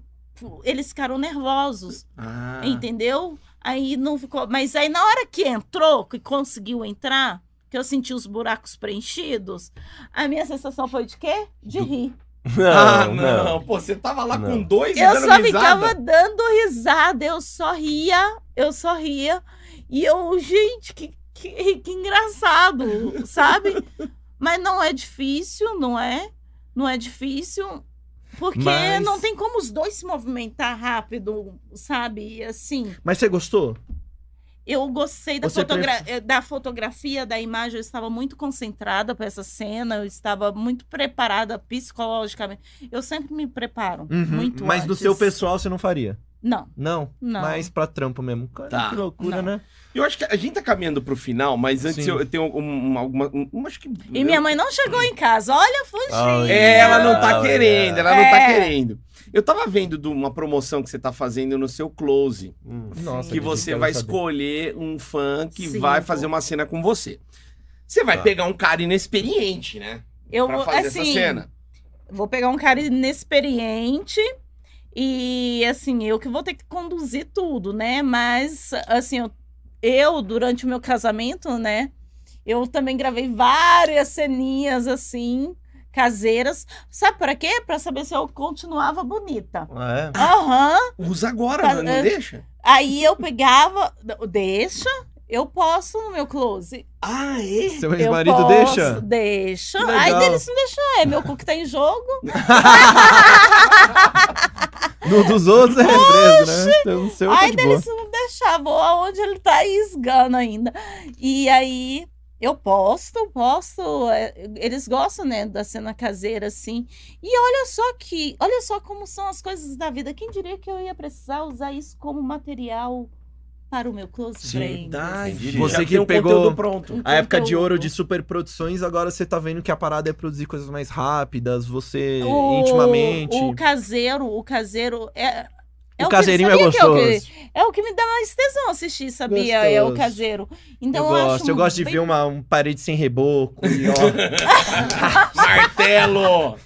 D: eles ficaram nervosos.
A: Ah.
D: Entendeu? Aí não ficou. Mas aí na hora que entrou, que conseguiu entrar, que eu senti os buracos preenchidos, a minha sensação foi de quê? De rir.
A: Ah,
C: Não,
A: não.
C: não.
A: Pô, você tava lá
C: Não.
A: com dois e
D: Eu
A: dando
D: só
A: risada.
D: ficava dando risada, eu só ria, eu só ria. E eu, gente, que, que, que engraçado, sabe? Mas não é difícil, não é? Não é difícil. Porque
B: Mas-
D: não tem como os dois se movimentar rápido, sabe? E Assim.
B: Mas você gostou?
D: Eu gostei da,
B: Você
D: fotogra- eh, da fotografia, da imagem. Eu estava muito concentrada para essa cena. Eu estava muito preparada psicologicamente. Eu sempre me preparo. Muito
B: Uhum, Mas do
D: antes.
B: seu pessoal você não faria?
D: Não,
B: Não?
D: não.
B: Mas pra trampo mesmo. Cara,
A: Tá.
B: Que loucura, né?
A: Eu acho que a gente tá caminhando pro final, mas antes
B: Sim.
A: eu, eu tenho um- um- alguma... um- um- acho que...
D: E minha mãe não chegou em casa. Olha, fugindo.
C: Olha.
A: É, ela não tá
C: Olha.
A: querendo, ela não tá
D: É.
A: querendo. Eu tava vendo de uma promoção que você tá fazendo no seu close,
C: Hum.
B: Nossa,
A: que
B: Gui,
A: você
B: quero
A: vai
B: saber.
A: escolher um fã que
D: Sim,
A: vai
D: pô.
A: fazer uma cena com você. Você vai
C: Tá.
A: pegar um cara inexperiente, né?
D: Eu
A: Pra
D: vou-
A: fazer
D: Então, assim,
A: essa cena.
D: vou pegar um cara inexperiente E assim, eu que vou ter que conduzir tudo, né? Mas assim, eu, eu, durante o meu casamento, né, eu também gravei várias ceninhas assim, caseiras. Sabe para quê? Para saber se eu continuava bonita.
C: Ah,
D: Aham.
A: Usa agora,
D: Mas,
A: não,
D: é-
A: não deixa?
D: Aí eu pegava, deixa, eu posto no meu close.
A: Ah, é?
B: Seu
D: Eu
B: ex-marido
D: posto,
B: deixa?
D: Deixa.
B: Que
D: Aí
B: legal.
D: deles não deixam, é meu cu que tá em jogo.
B: No dos outros é preso, né? Então, no seu tá
D: Aí
B: de boa.
D: deles não deixavam, vou aonde ele tá esgando ainda. E aí eu posto, posto. é, Eles gostam, né, da cena caseira, assim. E olha só que, olha só como são as coisas da vida. Quem diria que eu ia precisar usar isso como material para o meu close assim, friends?
A: Verdade.
B: Você
A: Já
B: que
A: tem um
B: pegou-
A: conteúdo pronto.
B: então. A época de ouro
D: Conteúdo.
B: de superproduções, agora você tá vendo que a parada é produzir coisas mais rápidas, você
D: O-
B: intimamente.
D: O caseiro, o caseiro é.
B: O
D: que-
B: caseirinho é
D: sabia que é o que-
B: gostoso.
D: é o que me dá mais tesão assistir, sabia? É o
B: Gostoso.
D: caseiro.
B: Eu
D: Então eu,
B: gosto,
D: acho
B: eu gosto de
D: bem-
B: ver uma um parede sem reboco. e ó,
A: Martelo!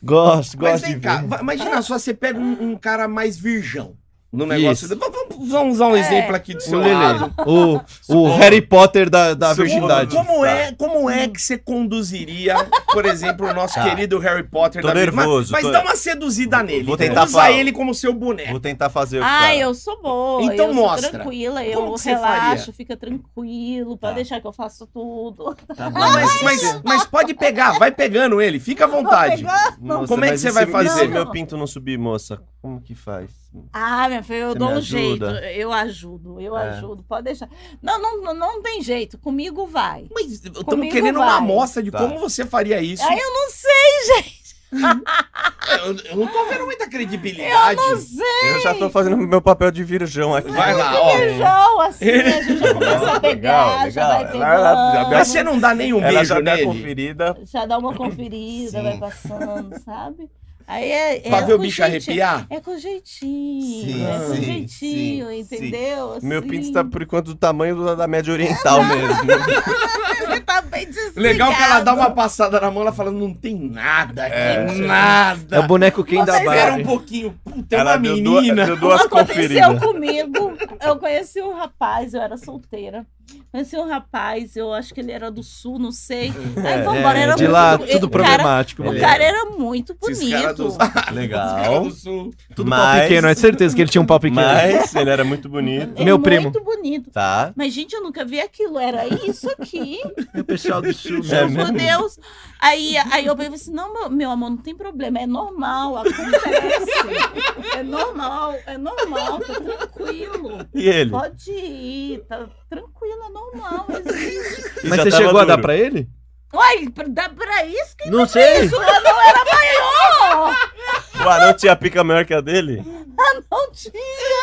B: gosto,
A: Mas
B: gosto de
A: vem
B: ver.
A: cá, va- imagina
D: Ah.
A: só, você pega um, um cara mais virgão no negócio.
B: Isso.
A: V- Vamos, vamos usar um
D: É.
A: exemplo aqui do
B: O
A: seu lado.
B: Lele, o, o Harry Potter da, da
A: Seu-
B: virgindade.
A: Como é, como é que você conduziria, por exemplo, o nosso
C: Tá.
A: querido Harry Potter
C: Tô
A: da vida?
C: nervoso,
A: Mas,
C: tô-
A: mas dá uma seduzida nele.
C: Vou
A: entendeu?
C: tentar
A: Usa
C: falar.
A: ele como seu boneco.
C: é? Vou tentar fazer o que
D: Ah,
C: tá-
D: eu sou boa.
A: Então
D: eu
A: mostra.
D: Sou tranquila,
A: Como
D: eu
A: que você
D: relaxo,
A: faria?
D: fica tranquilo, pode
C: Tá.
D: deixar que eu faço tudo.
C: Tá bom,
A: Não, mas, mas, mas pode pegar, vai pegando ele, fica à vontade.
C: Nossa,
A: Como é que
C: mas
A: você
C: e se-
A: vai
C: e
A: fazer?
C: Se meu pinto não subir, moça, como que faz?
D: Ah, minha filha, eu
C: Você
D: dou
C: me
D: um jeito.
C: ajuda?
D: Eu ajudo, eu
C: É.
D: ajudo. Pode deixar. Não, não, não, não tem jeito. Comigo vai.
A: Mas estamos
D: Comigo
A: querendo uma
D: vai.
A: amostra de
C: Tá.
A: como você faria isso.
D: Aí eu não sei,
A: Eu, eu não tô vendo muita credibilidade.
D: não sei,
C: Eu já tô fazendo meu papel de virgão aqui.
A: Vai lá, ó.
D: João, assim, a gente já começa
C: Legal,
D: a pegar, já vai
C: legal. Vai lá, já
D: pegando.
A: Mas você não dá nem um
C: Ela
A: beijo
C: já dá a
A: nele.
C: conferida.
D: já dá uma conferida,
C: Sim.
D: vai passando, sabe? Aí é, é
A: Pra ver o
D: com
A: bicho
D: jeitinho,
A: arrepiar?
D: É com jeitinho,
C: Sim,
D: é com
C: sim,
D: jeitinho,
C: sim, sim.
D: entendeu?
C: Meu
D: Assim.
C: pinto tá está por enquanto do tamanho do- da média oriental mesmo.
D: Ele tá bem desligado.
A: Legal que ela dá uma passada na mão, ela fala, não tem nada aqui, nada.
B: É o boneco quem da
D: Vocês
A: Espera
B: Barbie.
A: um pouquinho, puta, é
C: Ela
A: uma
C: deu duas,
A: menina.
C: deu duas
D: Aconteceu
C: conferidas.
D: comigo, eu conheci um rapaz, eu era solteira. Conheci um rapaz, eu acho que ele era do sul, não sei. Aí vambora,
B: É,
D: era
B: de
D: muito
B: lá,
D: bo-
B: tudo
D: o cara,
B: problemático.
D: o
B: mano.
D: cara era muito
A: Esses caras do-
D: bonito.
A: Os caras
C: Legal.
A: do sul.
B: Tudo pau pequeno, é certeza que ele tinha um pau pequeno.
C: Mas ele era muito bonito.
D: É
B: Meu primo.
D: Muito bonito.
C: Tá.
D: Mas, gente, eu nunca vi aquilo. Era isso aqui.
B: O pessoal do sul,
C: É
B: né?
D: Juro por
C: mesmo?
D: Deus. Aí, aí eu falei assim: não, meu, meu amor, não tem problema, é normal, acontece. É normal, é normal, tá tranquilo.
C: E ele?
D: Pode ir, tá tranquilo, é normal, existe.
C: E
B: Mas
C: já
B: você
C: tava
B: chegou a dar
C: duro.
B: pra ele?
D: Uai, pra- dá pra isso? Que
B: Não sei.
D: isso? Eu não era maior!
C: O anão tinha a pica maior que a dele?
D: Não tinha!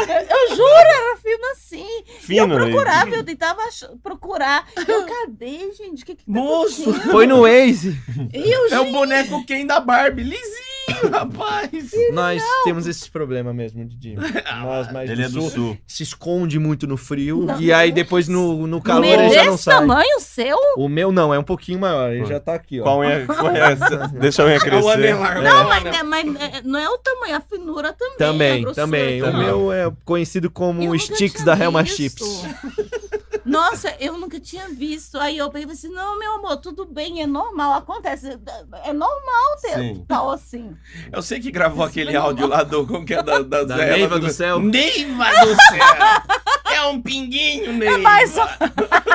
D: Eu, eu juro, era fino assim.
C: Fino.
B: né?
D: eu
C: ele.
D: procurava, eu tentava ach- procurar. Eu, cadê, gente? O que que tá
A: Moço,
D: acontecendo?
B: Foi no Waze.
D: E eu,
A: É o boneco quem da Barbie, lisinho, rapaz.
B: Nós temos esse problema mesmo, Didi. Nós mais
C: Ele é do sul.
B: se esconde muito no frio
D: Não.
B: e aí depois no, no calor
D: Meu,
B: ele já não
D: desse
B: sai.
D: tamanho seu?
B: O meu não, é um pouquinho maior, ele
C: Pô.
B: já tá aqui, ó.
C: Com a unha- com a unha- Deixa a unha
A: É o
C: crescer.
A: anelar.
D: Não, mas, né, mas, é, não é o tamanho, a finura também. a
B: Também,
D: Tá grossura
B: também. O
C: também.
B: meu é conhecido
D: Eu
B: como
D: nunca
B: Sticks
D: tinha
B: da Helma
D: visto.
B: Chips.
D: Nossa, eu nunca tinha visto. Aí eu peguei e falei assim: não, meu amor, tudo bem, é normal, acontece. É normal ter
C: Sim.
D: tal assim.
A: Eu sei que gravou aquele áudio lá do. Como que é da, da,
B: Da
A: Zé, ela
B: Neiva do Céu.
A: Neiva do céu! É um pinguinho, Neiva!
D: Mas ó,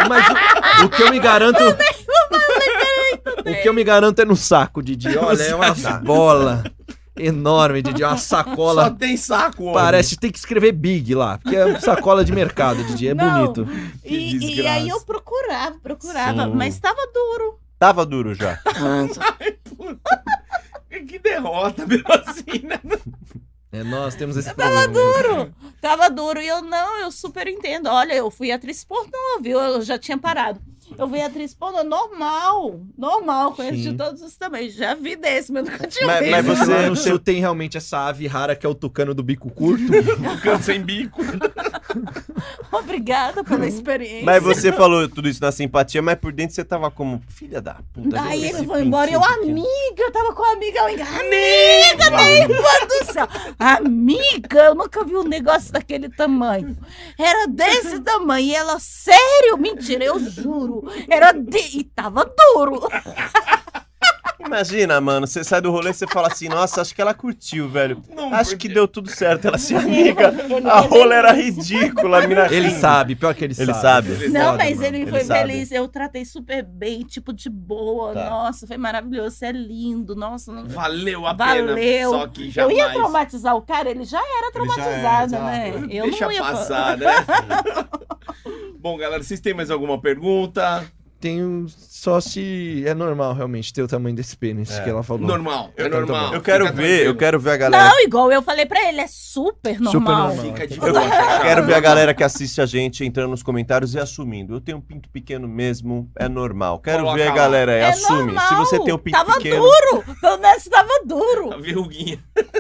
B: Mas o, o que eu me garanto. o que eu me garanto é no saco, Didi. Olha, é uma bola enorme, Didi. é Uma
A: Só
B: sacola.
A: tem saco, homem.
B: Parece, tem que escrever Big lá, porque é sacola de mercado, Didi. É
D: Não.
B: bonito.
D: e, e
A: desgraça.
D: aí eu procurava, procurava,
C: Sim.
D: mas estava duro.
C: Tava duro já.
A: Que derrota, mesmo assim, né?
B: É, nós temos esse problema. mesmo.
D: Duro. Tava duro. E eu, não, eu super entendo. Olha, eu fui atriz pornô, viu? Eu já tinha parado. Eu fui atriz pornô normal. Normal, conheço
B: Sim.
D: de todos os tamanhos. Já vi desse, mas nunca tinha
C: Mas-
D: visto.
C: mas
B: Mas
C: você-
B: lá no
C: você-
B: sul tem realmente essa ave rara que é o tucano do bico curto.
A: Um canto sem bico.
D: Obrigada pela experiência.
C: Uhum. Mas você falou tudo isso na simpatia, mas por dentro você tava como, filha da puta. né?
D: Aí
C: esse
D: ele foi embora e eu,
C: pintinho pequeno.
D: amiga, eu tava com a amiga lá em casa. Amiga, meu Deus do céu! Amiga, eu nunca vi um negócio daquele tamanho. Era desse tamanho. E ela, sério? Mentira, eu juro. Era de... E tava duro. "Ah,
C: Imagina, mano, você sai do rolê e você fala assim, nossa, acho que ela curtiu, velho.
E: Não,
C: Acho que deu tudo certo, ela se amiga.
D: Ele- é
C: A rola era ridícula, a mina
B: Ele
C: rindo.
B: sabe, pior que ele,
C: Ele sabe.
D: Não,
B: Foda,
D: mas
B: mano.
D: ele
C: Ele
D: foi
C: sabe.
D: feliz. Eu tratei super bem, tipo, de boa.
C: Tá.
D: Nossa, foi maravilhoso. Você é lindo. Nossa, não...
A: Valeu a pena.
D: Valeu.
A: Só que
D: Eu
A: jamais.
D: ia traumatizar o cara, ele já era traumatizado,
F: exato.
D: né? Eu
A: Deixa
D: não ia fa-
A: passar, né? Bom, galera, vocês têm mais alguma pergunta?
B: Tenho um só se é normal realmente ter o tamanho desse pênis
C: É.
B: que ela falou.
A: Normal, é
B: Eu tô
A: normal.
B: bem.
C: Eu quero
A: Fica
C: ver, eu
A: tranquilo.
C: quero ver a galera.
D: Não, igual eu falei pra ele, é super normal.
B: normal.
A: Fica de
B: Eu
A: boa.
C: Eu
A: Cacá.
C: quero ver a galera que assiste a gente entrando nos comentários e assumindo. Eu tenho um pinto pequeno mesmo, é normal. Quero
A: Coloca
C: ver a
A: lá.
C: galera aí,
D: É
C: assume.
D: normal.
C: Se você tem um pinto
D: tava
C: pequeno,
D: duro, pelo menos tava
A: A
D: duro.
A: verruguinha.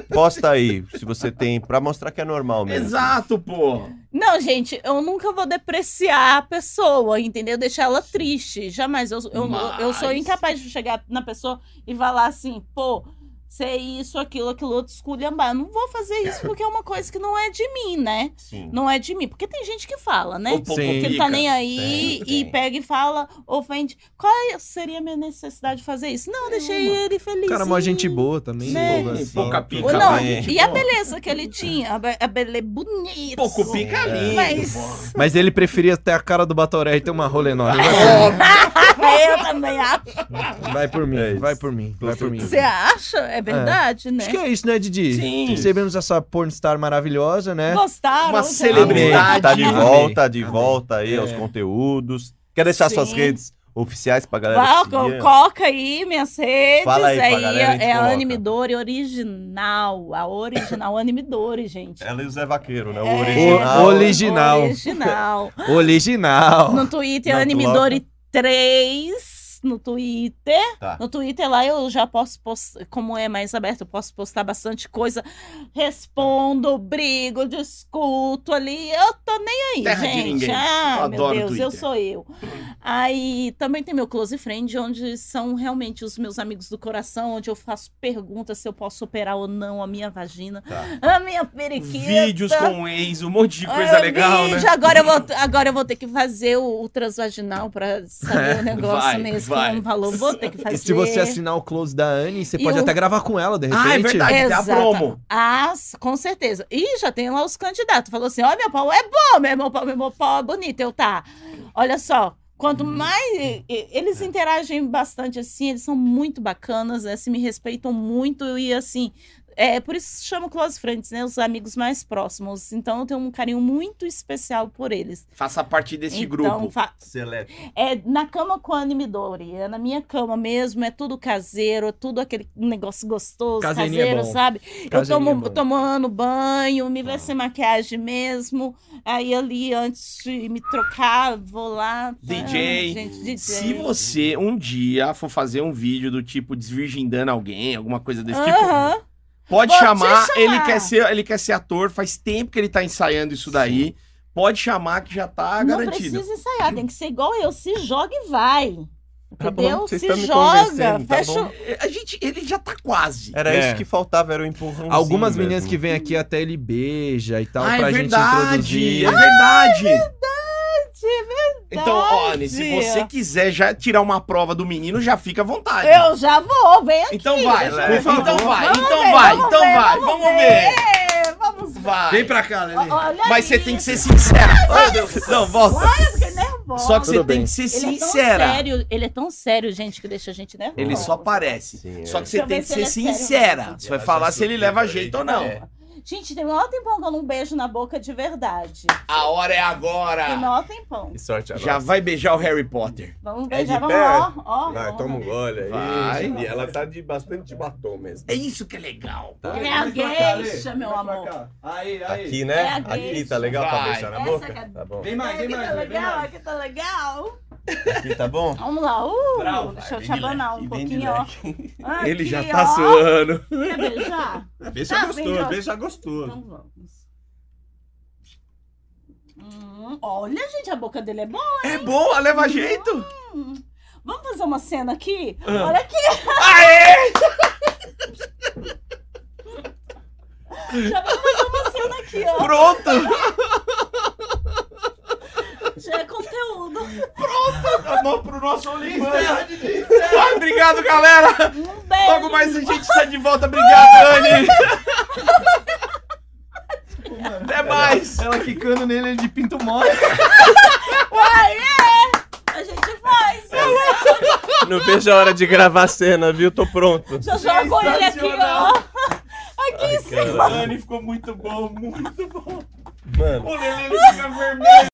C: posta aí. Se você tem, pra mostrar que é normal mesmo.
A: Exato, pô.
D: Não, gente, eu nunca vou depreciar a pessoa, entendeu? Deixar ela triste, jamais. Eu, eu,
A: Mas-
D: eu sou incapaz de chegar na pessoa e falar assim, pô, se é isso, aquilo, aquilo, outro, esculhambar. Não vou fazer isso porque é uma coisa que não é de mim, né?
C: Sim.
D: Não é de mim, porque tem gente que fala, né?
A: O pouco
B: Sim.
A: pica.
D: que não tá nem aí
C: Tem,
D: e
C: tem.
D: pega e fala, ofende. Qual é- seria a minha necessidade de fazer isso? Não, deixei ele feliz.
B: O cara é mó
D: e-
B: gente boa também.
D: Né?
B: boa, assim.
A: Pouca
D: Ou
A: pica.
D: não,
A: lá, gente,
D: e é a
A: pô.
D: beleza que ele tinha, a, be- a beleza bonita.
A: Pouco pica
C: É.
A: lindo. pô.
D: Mas
B: Mas ele preferia ter a cara do Batoré e ter uma rola enorme.
D: eu também acho.
B: Vai por mim,
C: É isso.
B: vai por mim, vai por mim.
D: Você acha? É verdade, né?
B: Acho que é isso, né, Didi?
A: Sim.
B: Recebemos essa pornstar maravilhosa, né?
D: Gostaram?
A: Uma
D: tá?
A: celebridade.
C: Amei. Tá de
D: né?
B: Amei.
C: volta, de
B: Amei.
C: volta aí
B: É.
C: aos conteúdos. Quer deixar
D: Sim.
C: suas redes oficiais pra galera?
D: Val,
C: seguir?
D: coloca aí minhas redes.
C: é. Fala aí pra galera, a gente
D: é a
C: coloca.
D: Anime Dori original. A original Anime Dori, gente.
C: Ela e o Zé Vaqueiro, né? É, O
D: É,
C: original.
B: O- original.
D: Original.
B: Original.
D: No Twitter,
C: Não,
D: Animidori3 no Twitter.
C: Tá.
D: No Twitter lá eu já posso postar, como é mais aberto, eu posso postar bastante coisa. Respondo, brigo, discuto ali. Eu tô nem aí,
A: Terra de
D: gente.
A: ninguém.
D: Ah,
A: Eu
D: meu
A: adoro
D: Deus, eu
A: Twitter.
D: sou eu. Aí também tem meu Close Friend, onde são realmente os meus amigos do coração, onde eu faço perguntas se eu posso operar ou não a minha vagina,
C: Tá.
D: a minha periquita.
A: Vídeos com ex, um monte de coisa
D: Ah, eu
A: legal,
D: vi,
A: né?
D: já Agora eu, vou, agora eu vou ter que fazer o, o transvaginal pra saber o negócio
A: É, vai,
D: mesmo,
A: vai.
D: como falou. Vou ter que fazer.
B: E se você assinar o close da Anne, você
D: E
B: pode
D: o-
B: até gravar com ela, de repente.
A: Ah, é verdade, tem a
D: Exato.
A: promo.
D: Ah, s- com certeza. E já tem lá os candidatos. Falou assim: ó, meu pau é bom, meu irmão pau, meu irmão pau é bonito. Eu tá. Olha só. Quanto
A: Uhum.
D: mais. e- e-
A: É.
D: Eles interagem bastante assim, eles são muito bacanas, né? Se me respeitam muito e assim. É por isso chamo close friends, né? Os amigos mais próximos. Então eu tenho um carinho muito especial por eles.
A: Faça parte desse
D: então,
A: grupo.
D: fa-
C: Seleto.
D: É na cama com a Animidori. É na minha cama mesmo. É tudo caseiro. É tudo aquele negócio gostoso,
B: Caseirinho é
D: caseiro,
B: bom.
D: sabe? eu
B: Caseirinho
D: tomo,
B: é bom.
D: tomando banho, me ver sem maquiagem mesmo. Aí ali, antes de me trocar, vou lá.
A: DJ.
D: Ah, gente, DJ.
A: Se você um dia for fazer um vídeo do tipo desvirgindando alguém, alguma coisa desse tipo,
D: Aham.
A: pode
D: Vou te
A: chamar,
D: Ah, chamar.
A: Ele, quer ser, ele quer ser ator, faz tempo que ele tá ensaiando isso daí. Pode chamar que já tá
D: Não
A: garantido.
D: precisa ensaiar. Tem que ser igual eu. Se joga e vai.
C: Tá bom,
D: Entendeu?
C: vocês
D: Se
C: tão me
D: joga.
C: convencendo, tá
D: fecha o-
C: bom.
A: É, A gente, ele já tá quase.
C: Era
B: É.
C: isso que faltava, era o empurrãozinho
B: Algumas
C: mesmo.
B: meninas que vêm aqui até ele beija e tal,
A: Ah, é
B: então pra gente
A: verdade, é
B: introduzir.
D: Ah,
A: verdade.
D: é
A: Então, ó, Anne, se
D: verdade.
A: você quiser já tirar uma prova do menino, já fica à vontade.
D: Eu já vou. Vem aqui.
A: Então vai,
B: é
D: deixa eu
A: Lelé.
D: ver.
A: então vai,
D: Vamos
A: então
D: ver,
A: vai,
D: vamos
A: então
D: ver,
A: vai,
D: vamos
A: vamos ver.
D: É, vamos
A: Vai.
B: Vem pra cá, né? Lelê.
D: Olha
A: Mas
D: aí.
A: você tem que ser sincera. Ai, meu Deus. Não, volta.
D: Ai, eu fiquei nervosa.
A: Só que você
B: Tudo
A: tem
B: bem.
A: que ser
D: ele
A: sincera.
D: É tão sério, ele é tão sério, gente, que deixa a gente nervosa.
A: Ele só aparece.
C: Sim, é.
A: Só que
D: Deixa
A: você
D: eu
A: tem
D: ver
A: que
D: se
A: ser
D: ele é sério
A: sincera.
D: mesmo.
A: Você vai falar se ele leva jeito ou não.
D: Gente, tem um tempão que eu não beijo na boca de verdade.
F: Ah.
A: A hora é
D: Tem
A: agora.
D: maior tempão.
F: Que sorte agora.
A: Já vai beijar o Harry Potter.
D: Vamos
F: É de
D: beijar, vamos
F: pé?
D: lá, ó, ó.
F: Vai,
D: ó.
F: toma um gole aí.
A: Vai.
F: E ela tá de bastante de batom mesmo.
A: É isso que é legal.
F: Tá.
D: É a gueixa, meu amor.
E: Aí, aí.
C: Aqui,
D: É
C: né?
D: a
C: aqui
D: deixa.
C: tá legal pra
A: Vai.
C: beijar na
D: Essa
C: boca?
D: que é-
C: Tá bom.
E: Vem mais, vem
D: Aqui tá
E: mais, vem
D: legal,
E: mais.
D: aqui tá legal.
C: Aqui tá bom?
D: Vamos lá, uh,
E: Bravo,
D: deixa eu
C: vai,
D: te
C: bem de
D: abanar um
C: leque, bem de
D: pouquinho, ó. Aqui,
A: Ele já tá
D: ó.
A: suando.
D: Quer beijar?
E: é
F: Beija
D: Tá Então
F: gostou,
D: vendo?
F: beija gostou.
D: Então vamos. Hum. Hum, olha, gente, a boca dele é boa.
A: É boa, leva jeito.
D: Hum. Vamos fazer uma cena aqui?
A: Ah.
D: Olha aqui,
A: Aê!
D: já vamos fazer uma cena aqui, ó.
A: Pronto!
D: Já é conteúdo.
A: Vamos pro nosso OnlyFans. Ai, Obrigado, galera.
D: Um beijo.
A: Logo mais a gente tá de volta. Obrigado, Anne. Até mais.
B: Ela quicando nele de pinto mole.
D: Uai, é. A gente faz.
A: é
C: Não vejo a hora de gravar a cena, viu? Tô pronto.
D: Já jogo ele aqui, ó. Aqui em cima.
A: Anne, ficou muito bom, muito bom.
C: Mano.
A: O Lelê ele fica vermelho.